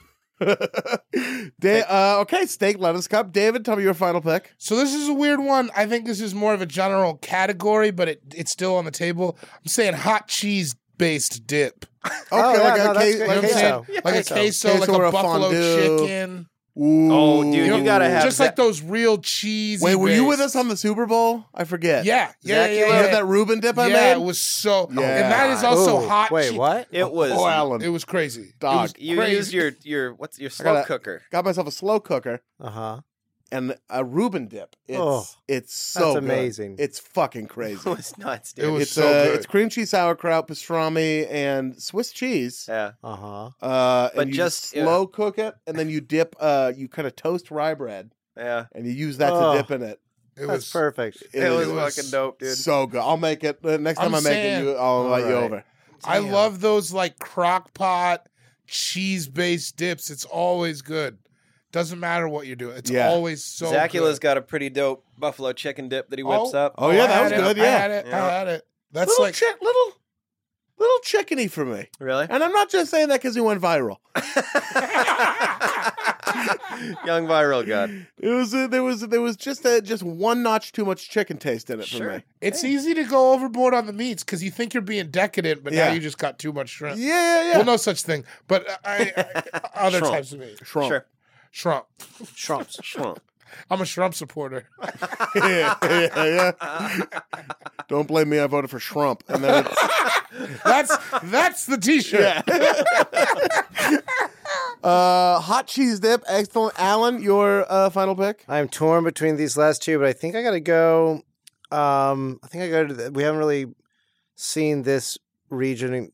S1: Da- uh, okay, steak lettuce cup. David, tell me your final pick.
S3: So this is a weird one. I think this is more of a general category, but it, it's still on the table. I'm saying hot cheese based dip.
S1: Okay,
S4: Oh, yeah, no, that's
S1: ca-
S4: good.
S3: You know what I'm
S4: Queso.
S3: saying?
S4: Yeah,
S3: Like
S4: queso.
S3: a queso,
S1: Queso
S3: like
S1: or
S3: a,
S1: a
S3: buffalo
S1: fondue.
S3: chicken.
S1: Ooh.
S2: Oh, dude, you gotta have
S3: Just like those real cheese.
S1: Wait, were you with us on the Super Bowl? I forget.
S3: Yeah, yeah, yeah.
S1: You
S3: yeah,
S1: had that Reuben dip I
S3: Yeah, it
S1: made?
S3: was so.
S1: Yeah.
S3: And that is also
S4: Ooh,
S3: hot.
S4: Wait,
S3: che-
S4: what?
S2: It was.
S1: oh, Alan.
S3: It was crazy.
S1: Dog.
S3: It was
S2: you
S3: crazy.
S2: used your your what's your slow
S1: gotta-
S2: cooker.
S1: Got myself a slow cooker
S4: Uh huh.
S1: and a Reuben dip. It's,
S4: Oh,
S1: it's so
S4: that's
S1: good.
S4: amazing.
S1: It's fucking
S2: It
S1: crazy.
S2: was nuts, dude.
S3: It was
S1: it's,
S3: so
S1: uh,
S3: good.
S1: it's cream cheese sauerkraut, pastrami, and Swiss cheese.
S2: yeah.
S4: Uh huh.
S1: Uh,
S2: But
S1: and you
S2: just- yeah.
S1: slow cook it, and then you dip. Uh, you kind of toast rye bread,
S2: Yeah.
S1: and you use that
S4: Oh.
S1: to dip in it.
S3: It
S4: That's
S3: was
S4: perfect.
S2: It, was,
S3: was
S2: fucking dope, dude.
S1: so good. I'll make it uh, next time
S3: I'm
S1: I make it.
S3: saying-
S1: You, I'll invite you
S4: Alright.
S1: over.
S3: I
S4: Damn.
S3: love those like crock pot cheese based dips. It's always good. Doesn't matter what you're doing. It's
S1: Yeah.
S3: always so
S2: Zacula's
S3: good.
S2: got a pretty dope buffalo chicken dip that he whips
S3: Oh.
S2: up.
S1: Oh, yeah,
S3: I
S1: that was
S3: had it.
S1: good, yeah.
S3: I had it.
S2: Yeah.
S3: I had it. That's
S1: little
S3: like
S1: chi- little little chickeny for me.
S2: Really?
S1: And I'm not just saying that because he went viral.
S2: Young viral god.
S1: It was uh, there was there was just a, just one notch too much chicken taste in it
S2: Sure.
S1: for me.
S3: it's easy to go overboard on the meats because you think you're being decadent, but
S1: Yeah.
S3: now you just got too much shrimp.
S1: Yeah, yeah, yeah.
S3: Well, no such thing, but I, I, other
S2: Shrimp.
S3: types of meat.
S1: Trump.
S2: Sure.
S3: Shrimp.
S4: Trumps.
S2: Sure.
S3: I'm a shrimp supporter.
S1: yeah, yeah, yeah. Don't blame me. I voted for Shrump, and then it's,
S3: That's that's the T-shirt.
S1: uh, hot cheese dip. Excellent, Alan. Your uh, final pick.
S4: I'm torn between these last two, but I think I gotta go. Um, I think I go to. The, we haven't really seen this region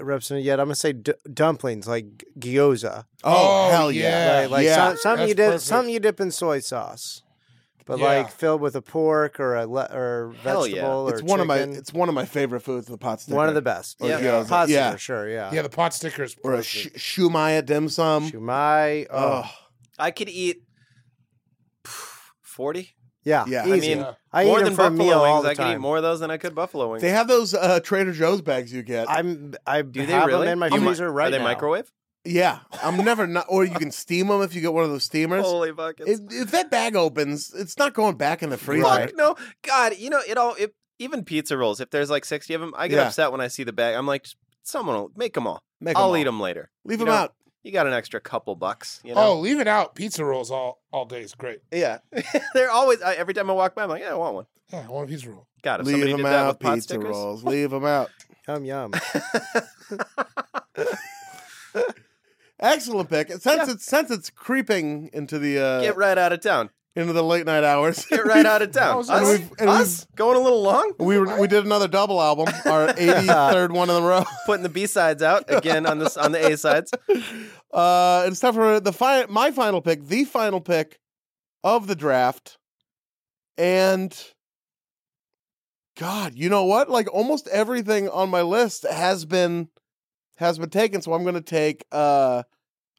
S4: represented yet. I'm gonna say d- dumplings, like gyoza,
S3: Oh,
S1: hell yeah,
S3: yeah.
S4: right? Like
S1: yeah.
S4: some- something
S3: that's
S4: you dip,
S3: perfect.
S4: something you dip in soy sauce, but
S3: Yeah.
S4: like filled with a pork or a le- or
S2: Hell
S4: vegetable
S2: yeah.
S4: or
S1: it's one of my
S4: chicken.
S1: it's one of my favorite foods. The pot sticker.
S4: one of the best.
S1: Or
S2: Yeah.
S1: gyoza.
S4: Pot
S1: yeah.
S4: sticker, sure, yeah.
S3: Yeah, the pot sticker is
S1: or a sh-
S3: perfect.
S1: shumai dim sum.
S4: Shumai. Oh,
S1: um, Oh,
S2: I could eat forty.
S4: yeah.
S1: yeah.
S4: Easy.
S2: I mean,
S3: Yeah.
S4: I
S2: more
S4: eat
S2: than
S4: them for a
S2: buffalo
S4: meal all
S2: wings.
S4: the
S2: I could eat
S4: time.
S2: more of those than I could buffalo wings.
S1: they have those uh, Trader Joe's bags you get.
S4: I'm. I
S2: Do they
S4: have
S2: really?
S4: them in my
S2: Do you mi-
S4: freezer right
S2: Are they
S4: now.
S2: microwave?
S1: yeah, I'm never not. Or you can steam them if you get one of those steamers.
S2: Holy buckets.
S1: If, if that bag opens, it's not going back in the freezer.
S2: Fuck no, God! You know it all. It, even pizza rolls. If there's like sixty of them, I get
S1: Yeah.
S2: upset when I see the bag. I'm like, someone will make them all.
S1: Make 'em
S2: I'll
S1: all.
S2: eat them later.
S1: Leave
S2: You
S1: them
S2: know,
S1: out.
S2: you got an extra couple bucks. You know?
S3: Oh, leave it out. Pizza rolls all all day is great.
S2: yeah. They're always I, every time I walk by, I'm like, yeah, I want one.
S3: Yeah, I want a pizza roll.
S2: God, if
S1: Leave
S2: somebody
S1: them
S2: did that
S1: out,
S2: with pot
S1: pizza
S2: stickers,
S1: rolls. Leave them out.
S4: Yum yum.
S1: Excellent pick. Since it's since it's creeping into the uh,
S2: get right out of town.
S1: into the late night hours.
S2: Get right out of
S3: I
S2: town.
S3: was
S2: Us,
S3: like-
S1: And we've- and
S2: us going a little long,
S1: We were, we did another double album, our 83rd one in a row.
S2: putting the B sides out again on this on the A sides.
S1: Uh, it's time for the fi- my final pick, the final pick of the draft, and God, you know what? Like almost everything on my list has been has been taken. So I'm going to take uh,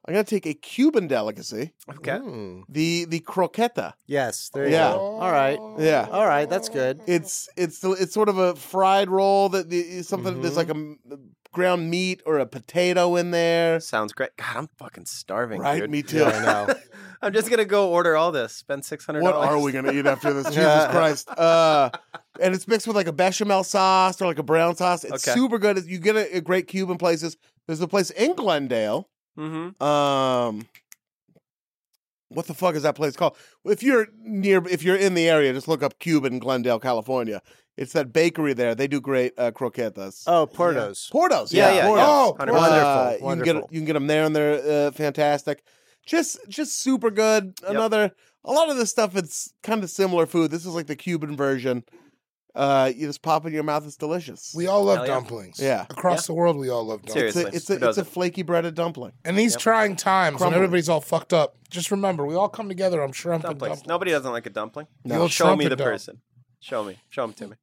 S1: I'm going to take a Cuban delicacy,
S2: Okay.
S4: Mm.
S1: the the croqueta.
S4: Yes. There you
S1: Yeah.
S4: go. All right.
S1: Yeah.
S4: All right, that's good.
S1: It's it's the- it's sort of a fried roll that the, is something there's
S4: Mhm.
S1: like a m- ground meat or a potato in there.
S2: Sounds great. God, I'm fucking starving,
S1: Right,
S2: dude.
S1: me too.
S4: Yeah, I know.
S2: I'm just gonna go order all this. Spend six hundred.
S1: What are we gonna eat after this? Jesus Christ! Uh, and it's mixed with like a bechamel sauce or like a brown sauce. It's
S2: Okay.
S1: super good. You get it at great Cuban places. There's a place in Glendale.
S2: Mm-hmm.
S1: Um, what the fuck is that place called? If you're near, if you're in the area, just look up Cuban Glendale, California. It's that bakery there. They do great uh, croquetas.
S4: Oh, Portos.
S1: Portos.
S2: Yeah, yeah,
S1: Portos.
S2: yeah.
S3: Oh,
S2: Hundred
S1: Uh, You
S2: percent.
S4: Wonderful,
S1: can get
S4: wonderful.
S1: you can get them there, and they're uh, fantastic. Just just super good. Another a lot of this stuff. It's kind of similar food. This is like the Cuban version. Uh, you just pop it in your mouth. It's delicious.
S3: We all love
S2: Hell yeah.
S3: dumplings.
S1: Yeah.
S3: Across the world, we all love dumplings.
S1: it's a,
S2: Seriously,
S1: it's a,
S2: who
S1: it's a
S2: doesn't?
S1: flaky breaded dumpling.
S3: And these trying times when
S1: Crumbling.
S3: everybody's all fucked up, just remember we all come together. I'm sure I'm
S2: Dumplings.
S3: dumplings.
S2: Nobody doesn't like a dumpling.
S3: The old
S2: Show me
S3: trumpet
S2: the
S3: dog.
S2: person. Show me. Show them to me.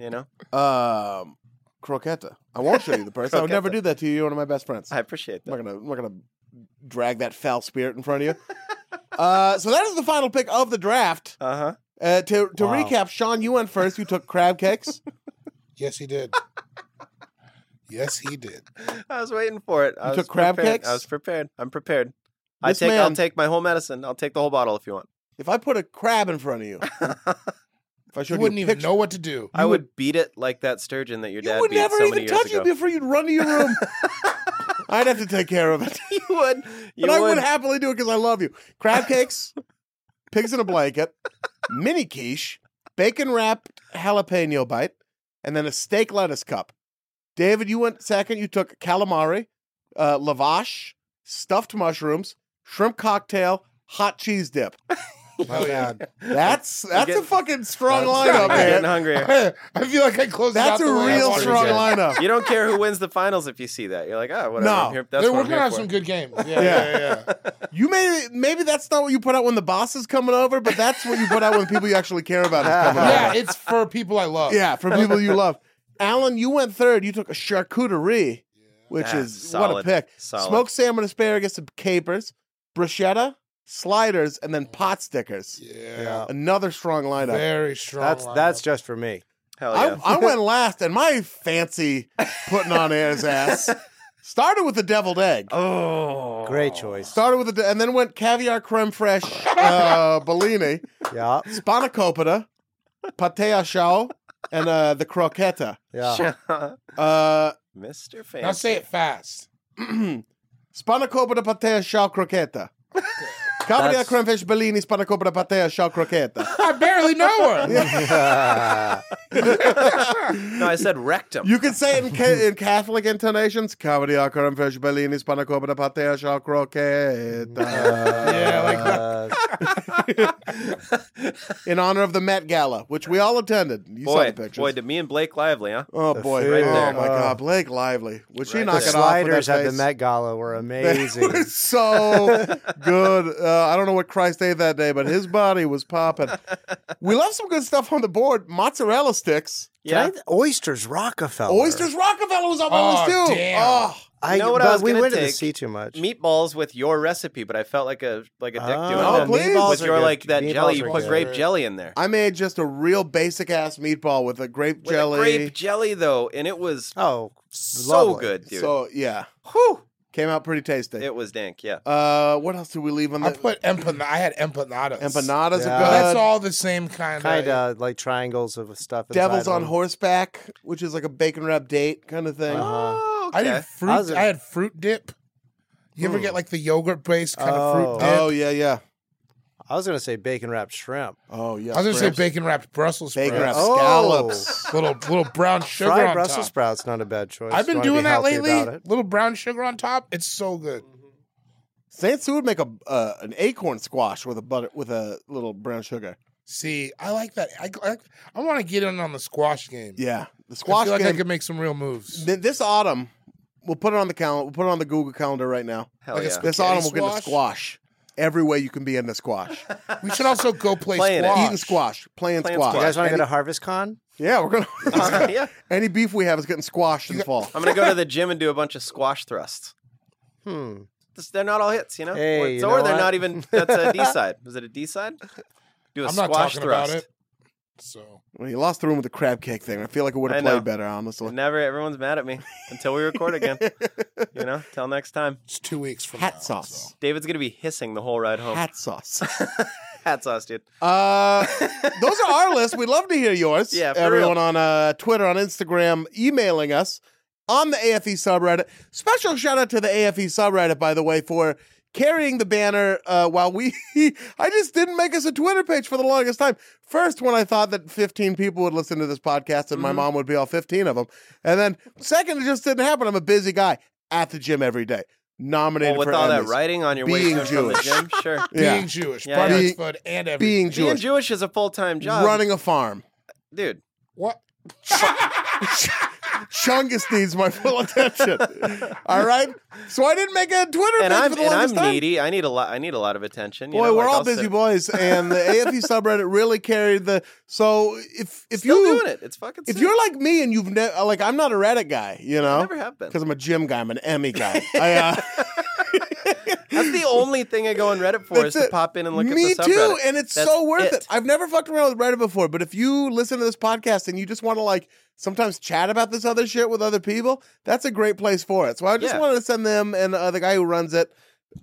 S2: You know.
S1: Um, croqueta. I won't show you the person. I would never
S2: Croqueta.
S1: do that to you. You're one of my best friends.
S2: I appreciate
S1: I'm
S2: that.
S1: not gonna I'm not gonna drag that foul spirit in front of you. uh, so that is the final pick of the draft.
S2: Uh huh.
S1: Uh, to to
S4: Wow.
S1: recap, Sean, you went first. You took crab cakes.
S3: Yes, he did. yes, he did.
S2: I was waiting for it. I
S1: You
S2: was
S1: took crab
S2: prepared.
S1: cakes?
S2: I was prepared. I'm prepared. I
S1: This
S2: take. I'll
S1: man-
S2: take my whole medicine. I'll take the whole bottle if you want.
S1: If I put a crab in front of you, if I
S3: You
S1: showed you,
S3: wouldn't
S1: a
S3: even
S1: picture,
S3: know what to do.
S2: I would beat it like that sturgeon that your
S1: you
S2: dad
S1: would
S2: beat
S1: never
S2: so many
S1: even
S2: years
S1: touch
S2: ago.
S1: it before you'd run to your room. I'd have to take care of it,
S2: you would. You
S1: but I would
S2: would.
S1: happily do it because I love you. Crab cakes, pigs in a blanket, mini quiche, bacon wrapped jalapeno bite, and then a steak lettuce cup. David, you went second. You took calamari, uh, lavash, stuffed mushrooms, shrimp cocktail, hot cheese dip.
S3: My God.
S1: That's that's a
S2: getting-
S1: fucking strong lineup,
S2: I'm getting
S1: man.
S2: hungrier.
S3: I feel like I closed. it out
S1: That's
S3: the
S1: a
S3: way I
S1: real
S3: wanted
S1: strong
S3: to.
S1: lineup.
S2: You don't care who wins the finals if you see that. You're like, ah, whatever.
S1: No.
S2: I'm here- that's
S3: They're-
S2: what I'm
S3: we're gonna
S2: here
S3: have
S2: for.
S3: some good games. Yeah,
S1: Yeah.
S3: yeah, yeah.
S1: You may maybe that's not what you put out when the boss is coming over, but that's what you put out when people you actually care about is coming
S3: yeah,
S1: over.
S3: it's for people I love.
S1: Yeah, for people you love. Alan, you went third. You took a charcuterie, which is
S2: Ah,
S1: what a
S2: solid,
S1: pick.
S2: solid.
S1: Smoked salmon, asparagus, and capers, bruschetta, sliders, and then pot stickers.
S3: yeah.
S1: Another strong lineup.
S3: Very strong.
S4: That's
S3: lineup.
S4: that's just for me.
S2: Hell
S1: I,
S2: yeah.
S1: I went last, and my fancy putting on air's ass started with the deviled egg.
S2: oh,
S4: Great choice.
S1: Started with the de- and then went caviar creme fraiche, uh, Bellini,
S4: Yeah.
S1: spanakopita, pate au chow, and uh, the croqueta.
S4: Yeah.
S1: Uh,
S2: Mr. Fancy.
S3: Now say it fast.
S1: spanakopita, pate au chow, croqueta. Caviar
S4: That's-
S1: creme fraiche, Bellini, spanakopita, pate au chow, croqueta.
S3: I barely know her.
S2: No, I said rectum.
S1: You can say it in, ca- in Catholic intonations. Caviar creme fraiche, Bellini, spanakopita, pate au chow, croqueta.
S3: yeah, like
S4: Uh,
S1: in honor of the Met Gala, which we all attended. You saw
S2: boy,
S1: the pictures.
S2: boy, to me and Blake Lively, huh?
S1: Oh
S4: The
S1: boy!
S4: food.
S2: Right
S1: oh
S2: there.
S1: my God, Blake Lively. Would she
S2: Right
S1: knock
S2: there.
S1: it off? with
S4: sliders
S1: that
S4: at the
S1: face?
S4: Met Gala were
S1: They
S4: amazing.
S1: were so good. Uh, I don't know what Christ ate that day, but his body was popping. We left some good stuff on the board: mozzarella sticks,
S2: Yeah.
S4: Can I- oysters Rockefeller.
S1: oysters. Rockefeller was on my
S3: Oh,
S1: list too.
S3: damn.
S1: Oh,
S4: I,
S2: You know what I
S4: but
S2: was
S4: we
S2: gonna
S4: went to the
S2: take?
S4: sea too much.
S2: Meatballs with your recipe, but I felt like a like a dick
S4: Oh,
S2: doing
S1: Oh,
S2: that.
S1: please.
S4: meatballs
S2: With
S4: are
S2: your
S4: good.
S2: like that
S4: Meatballs
S2: jelly, you
S4: are
S2: put
S4: good.
S2: grape jelly in there.
S1: I made just a real basic ass meatball with a grape
S2: With a
S1: jelly.
S2: grape jelly though, and it was
S4: Oh,
S2: so
S4: lovely.
S2: good, dude.
S1: So yeah,
S2: Whew.
S1: came out pretty tasty.
S2: It was dank, yeah.
S1: Uh, what else did we leave on
S3: I
S1: the
S3: put empan. I had empanadas.
S1: empanadas?
S4: Yeah.
S1: Are good.
S3: That's all the same kind.
S4: kind of like triangles of stuff. inside
S1: Devils
S4: of
S1: on
S4: them.
S1: horseback, which is like a bacon wrap date kind of thing.
S4: Uh-huh.
S2: Oh,
S3: I
S2: okay.
S3: did fruit.
S4: I
S3: I,
S4: was a-
S3: had fruit dip. You ever
S4: Hmm.
S3: get like the yogurt based kind of
S4: Oh.
S3: fruit dip?
S1: Oh yeah, yeah.
S4: I was gonna say bacon wrapped shrimp,
S1: Oh yeah.
S3: I was gonna
S1: Perhaps.
S3: say bacon wrapped Brussels sprouts.
S1: Bacon wrapped
S4: Oh.
S1: scallops.
S3: little little brown sugar
S4: fried
S3: on
S4: Brussels
S3: top.
S4: sprouts. Not a bad choice.
S3: I've
S4: You
S3: been
S4: wanna be
S3: doing that
S4: healthy
S3: lately.
S4: about it.
S3: Little brown sugar on top. It's so good.
S1: Saint Sue would make a uh, an acorn squash with a butter with a little brown sugar.
S3: See, I like that. I I, I want to get in on the squash game.
S1: Yeah, the
S3: I
S1: squash
S3: feel like I
S1: game.
S3: could make some real moves.
S1: Th- this autumn, we'll put it on the calendar. We'll put it on the Google calendar right now.
S2: Hell
S3: Like a
S2: yeah.
S3: squid-
S1: This
S3: Spaghetti
S1: autumn, we'll get into
S3: squash?
S1: squash. Every way you can be in the squash,
S3: We should also go play
S2: Playing it.
S3: squash.
S1: eating squash, playing
S2: Playing
S1: squash.
S4: You guys want to
S1: Any-
S4: go to Harvest Con?
S1: yeah, we're gonna.
S2: yeah.
S1: Any beef we have is getting squashed in the fall.
S2: I'm gonna go to the gym and do a bunch of squash thrusts.
S4: Hmm.
S2: Just- They're not all hits, you know.
S4: Hey,
S2: or,
S4: you
S2: so- or
S4: know
S2: they're
S4: what?
S2: not even. That's a D side. Was it a D side? Do a
S3: I'm
S2: squash
S3: not talking
S2: thrust.
S3: about it. So
S1: Well, you lost the room with the crab cake thing. I feel like it would
S2: I
S1: have
S2: know.
S1: played better, honestly.
S2: Never. Everyone's mad at me until we record again. you know. Till next time.
S3: it's two weeks from now,
S1: Hat
S3: so.
S1: sauce.
S2: David's gonna be hissing the whole ride home.
S1: Hat sauce.
S2: Hat sauce, dude.
S1: Uh, those are our lists. We'd love to hear yours.
S2: Yeah, for
S1: everyone
S2: real.
S1: on uh, Twitter, on Instagram, emailing us on the AFE subreddit. Special shout out to the AFE subreddit, by the way, for carrying the banner uh, while we. I just didn't make us a Twitter page for the longest time. First, when I thought that 15 people would listen to this podcast and
S2: Mm-hmm.
S1: my mom would be all 15 of them. And then, second, it just didn't happen. I'm a busy guy at the gym every day, nominated
S2: Well, Oh, with
S1: for
S2: all that
S1: Emmys.
S2: writing on your way
S1: Being
S2: to and from the
S1: Jewish.
S2: gym, sure.
S1: Yeah.
S3: being Jewish,
S2: Yeah,
S3: bar
S1: yeah.
S3: mitzvah, and everything.
S1: Being
S2: Being
S1: Jewish,
S2: Jewish is a full time job.
S1: running a farm.
S2: dude.
S3: what?
S1: Chungus needs my full attention. All right. So I didn't make a Twitter
S2: And
S1: page
S2: I'm
S1: for the
S2: and I'm
S1: longest time.
S2: needy. I need a lot. I need a lot of attention. you
S1: Boy,
S2: know,
S1: we're
S2: like,
S1: all
S2: I'll
S1: busy
S2: sit-
S1: boys, and the AFE subreddit really carried the. So if if
S2: Still
S1: you
S2: doing it. It's fucking.
S1: if
S2: sick.
S1: you're like me and you've ne- like I'm not a Reddit guy, you know,
S2: never have been.
S1: because I'm a gym guy, I'm an Emmy guy. I, uh,
S2: That's the only thing I go on Reddit for is
S1: That's
S2: to
S1: it.
S2: pop in and look
S1: Me
S2: at the subreddit.
S1: too, and it's
S2: That's
S1: so worth it.
S2: it.
S1: I've never fucked around with Reddit before, but if you listen to this podcast and you just want to like sometimes chat about this other shit with other people, that's a great place for it. So I just
S2: Yeah.
S1: wanted to send them and uh, the guy who runs it.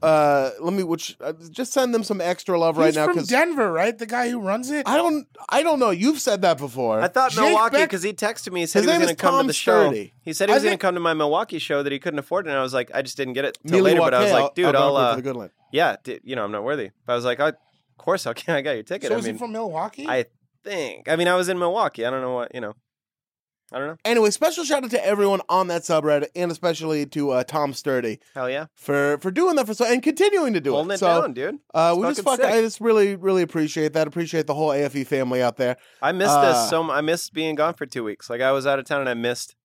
S1: Uh, let me which uh, just send them some extra love right
S3: He's
S1: now
S3: from
S1: because
S3: Denver, right? The guy who runs it.
S1: I don't I don't know. You've said that before.
S2: I thought
S3: Jake
S2: Milwaukee
S3: Beck-
S2: because he texted me. He said
S1: His
S2: he
S1: name
S2: was going to
S1: is
S2: come
S1: Tom
S2: to the show.
S1: Sturdy.
S2: He said he
S1: I
S2: was going
S1: think-
S2: to come to my Milwaukee show that he couldn't afford, it, and I was like, I just didn't get it till
S1: Mealy
S2: later. But I was
S1: Waukee,
S2: like, dude, I'll,
S1: Algonquin
S2: uh,
S1: for the good land.
S2: yeah, d- you know, I'm not worthy. But I was like, I, of course, I can. I got your ticket.
S3: so
S2: I
S3: is
S2: mean,
S3: he from Milwaukee?
S2: I think. I mean, I was in Milwaukee. I don't know what you know. I don't know.
S1: Anyway, special shout out to everyone on that subreddit and especially to uh, Tom Sturdy
S2: Hell yeah,
S1: for for doing that for so and continuing to do
S2: holding
S1: it.
S2: it
S1: so
S2: down, dude.
S1: Uh,
S2: It's
S1: we just fuck.
S2: fucking sick.
S1: I just really, really appreciate that. Appreciate the whole AFE family out there.
S2: I missed
S1: Uh,
S2: this so. m- I missed being gone for two weeks. Like I was out of town and I missed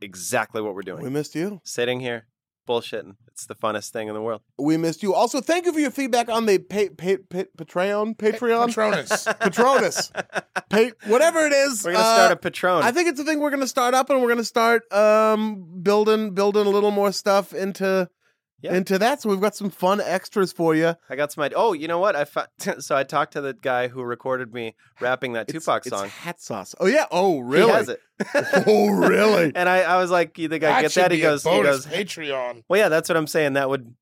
S2: exactly what we're doing.
S1: We missed you.
S2: Sitting here, bullshitting. It's the funnest thing in the world.
S1: We missed you. Also, thank you for your feedback on the pa- pa- pa- Patreon, Patreon,
S3: Patronus.
S1: Patronus, pa- whatever it is.
S2: We're gonna start
S1: uh,
S2: a patron.
S1: I think it's a thing we're gonna start up, and we're gonna start um, building, building a little more stuff into.
S2: Yeah.
S1: Into that, so we've got some fun extras for you.
S2: I got some idea. Oh, you know what? I fa- so I talked to the guy who recorded me rapping that
S1: It's-
S2: Tupac
S1: it's
S2: song.
S1: hat sauce. Oh yeah. Oh really?
S2: He has it.
S1: Oh really?
S2: and I, I was like, you think I get
S3: should
S2: that? He
S3: be a
S2: goes, he
S3: bonus
S2: goes,
S3: Patreon.
S2: well, yeah, that's what I'm saying. That would,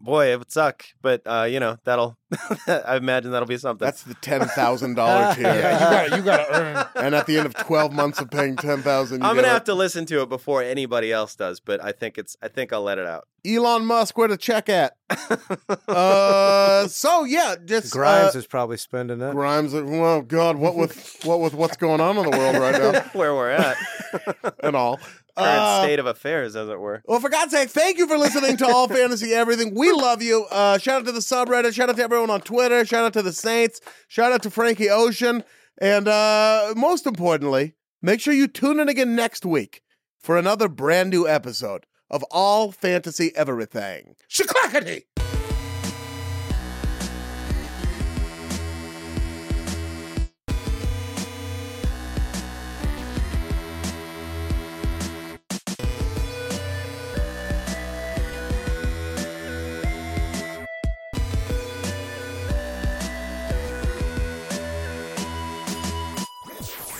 S2: boy, it would suck. But uh, you know, that'll, I imagine that'll be something.
S1: That's the ten thousand dollar tier.
S3: Yeah, you gotta, you gotta earn.
S1: and at the end of 12 months of paying 10,000 you
S2: I'm gonna
S1: get
S2: have to listen to it before anybody else does. But I think it's, I think I'll let it out.
S1: a- Elon Musk where to check at uh so yeah just
S4: Grimes
S1: uh,
S4: is probably spending it.
S1: Grimes oh god what with what with what's going on in the world right now
S2: Where we're at,
S1: and all
S2: current
S1: Uh,
S2: state of affairs, as it were.
S1: Well, for God's sake, thank you for listening to All Fantasy Everything. We love you. Uh, shout out to the subreddit. Shout out to everyone on Twitter. Shout out to the Saints. Shout out to Frankie Ocean. And uh, most importantly, make sure you tune in again next week for another brand new episode of All Fantasy Everything.
S3: Shaklackety.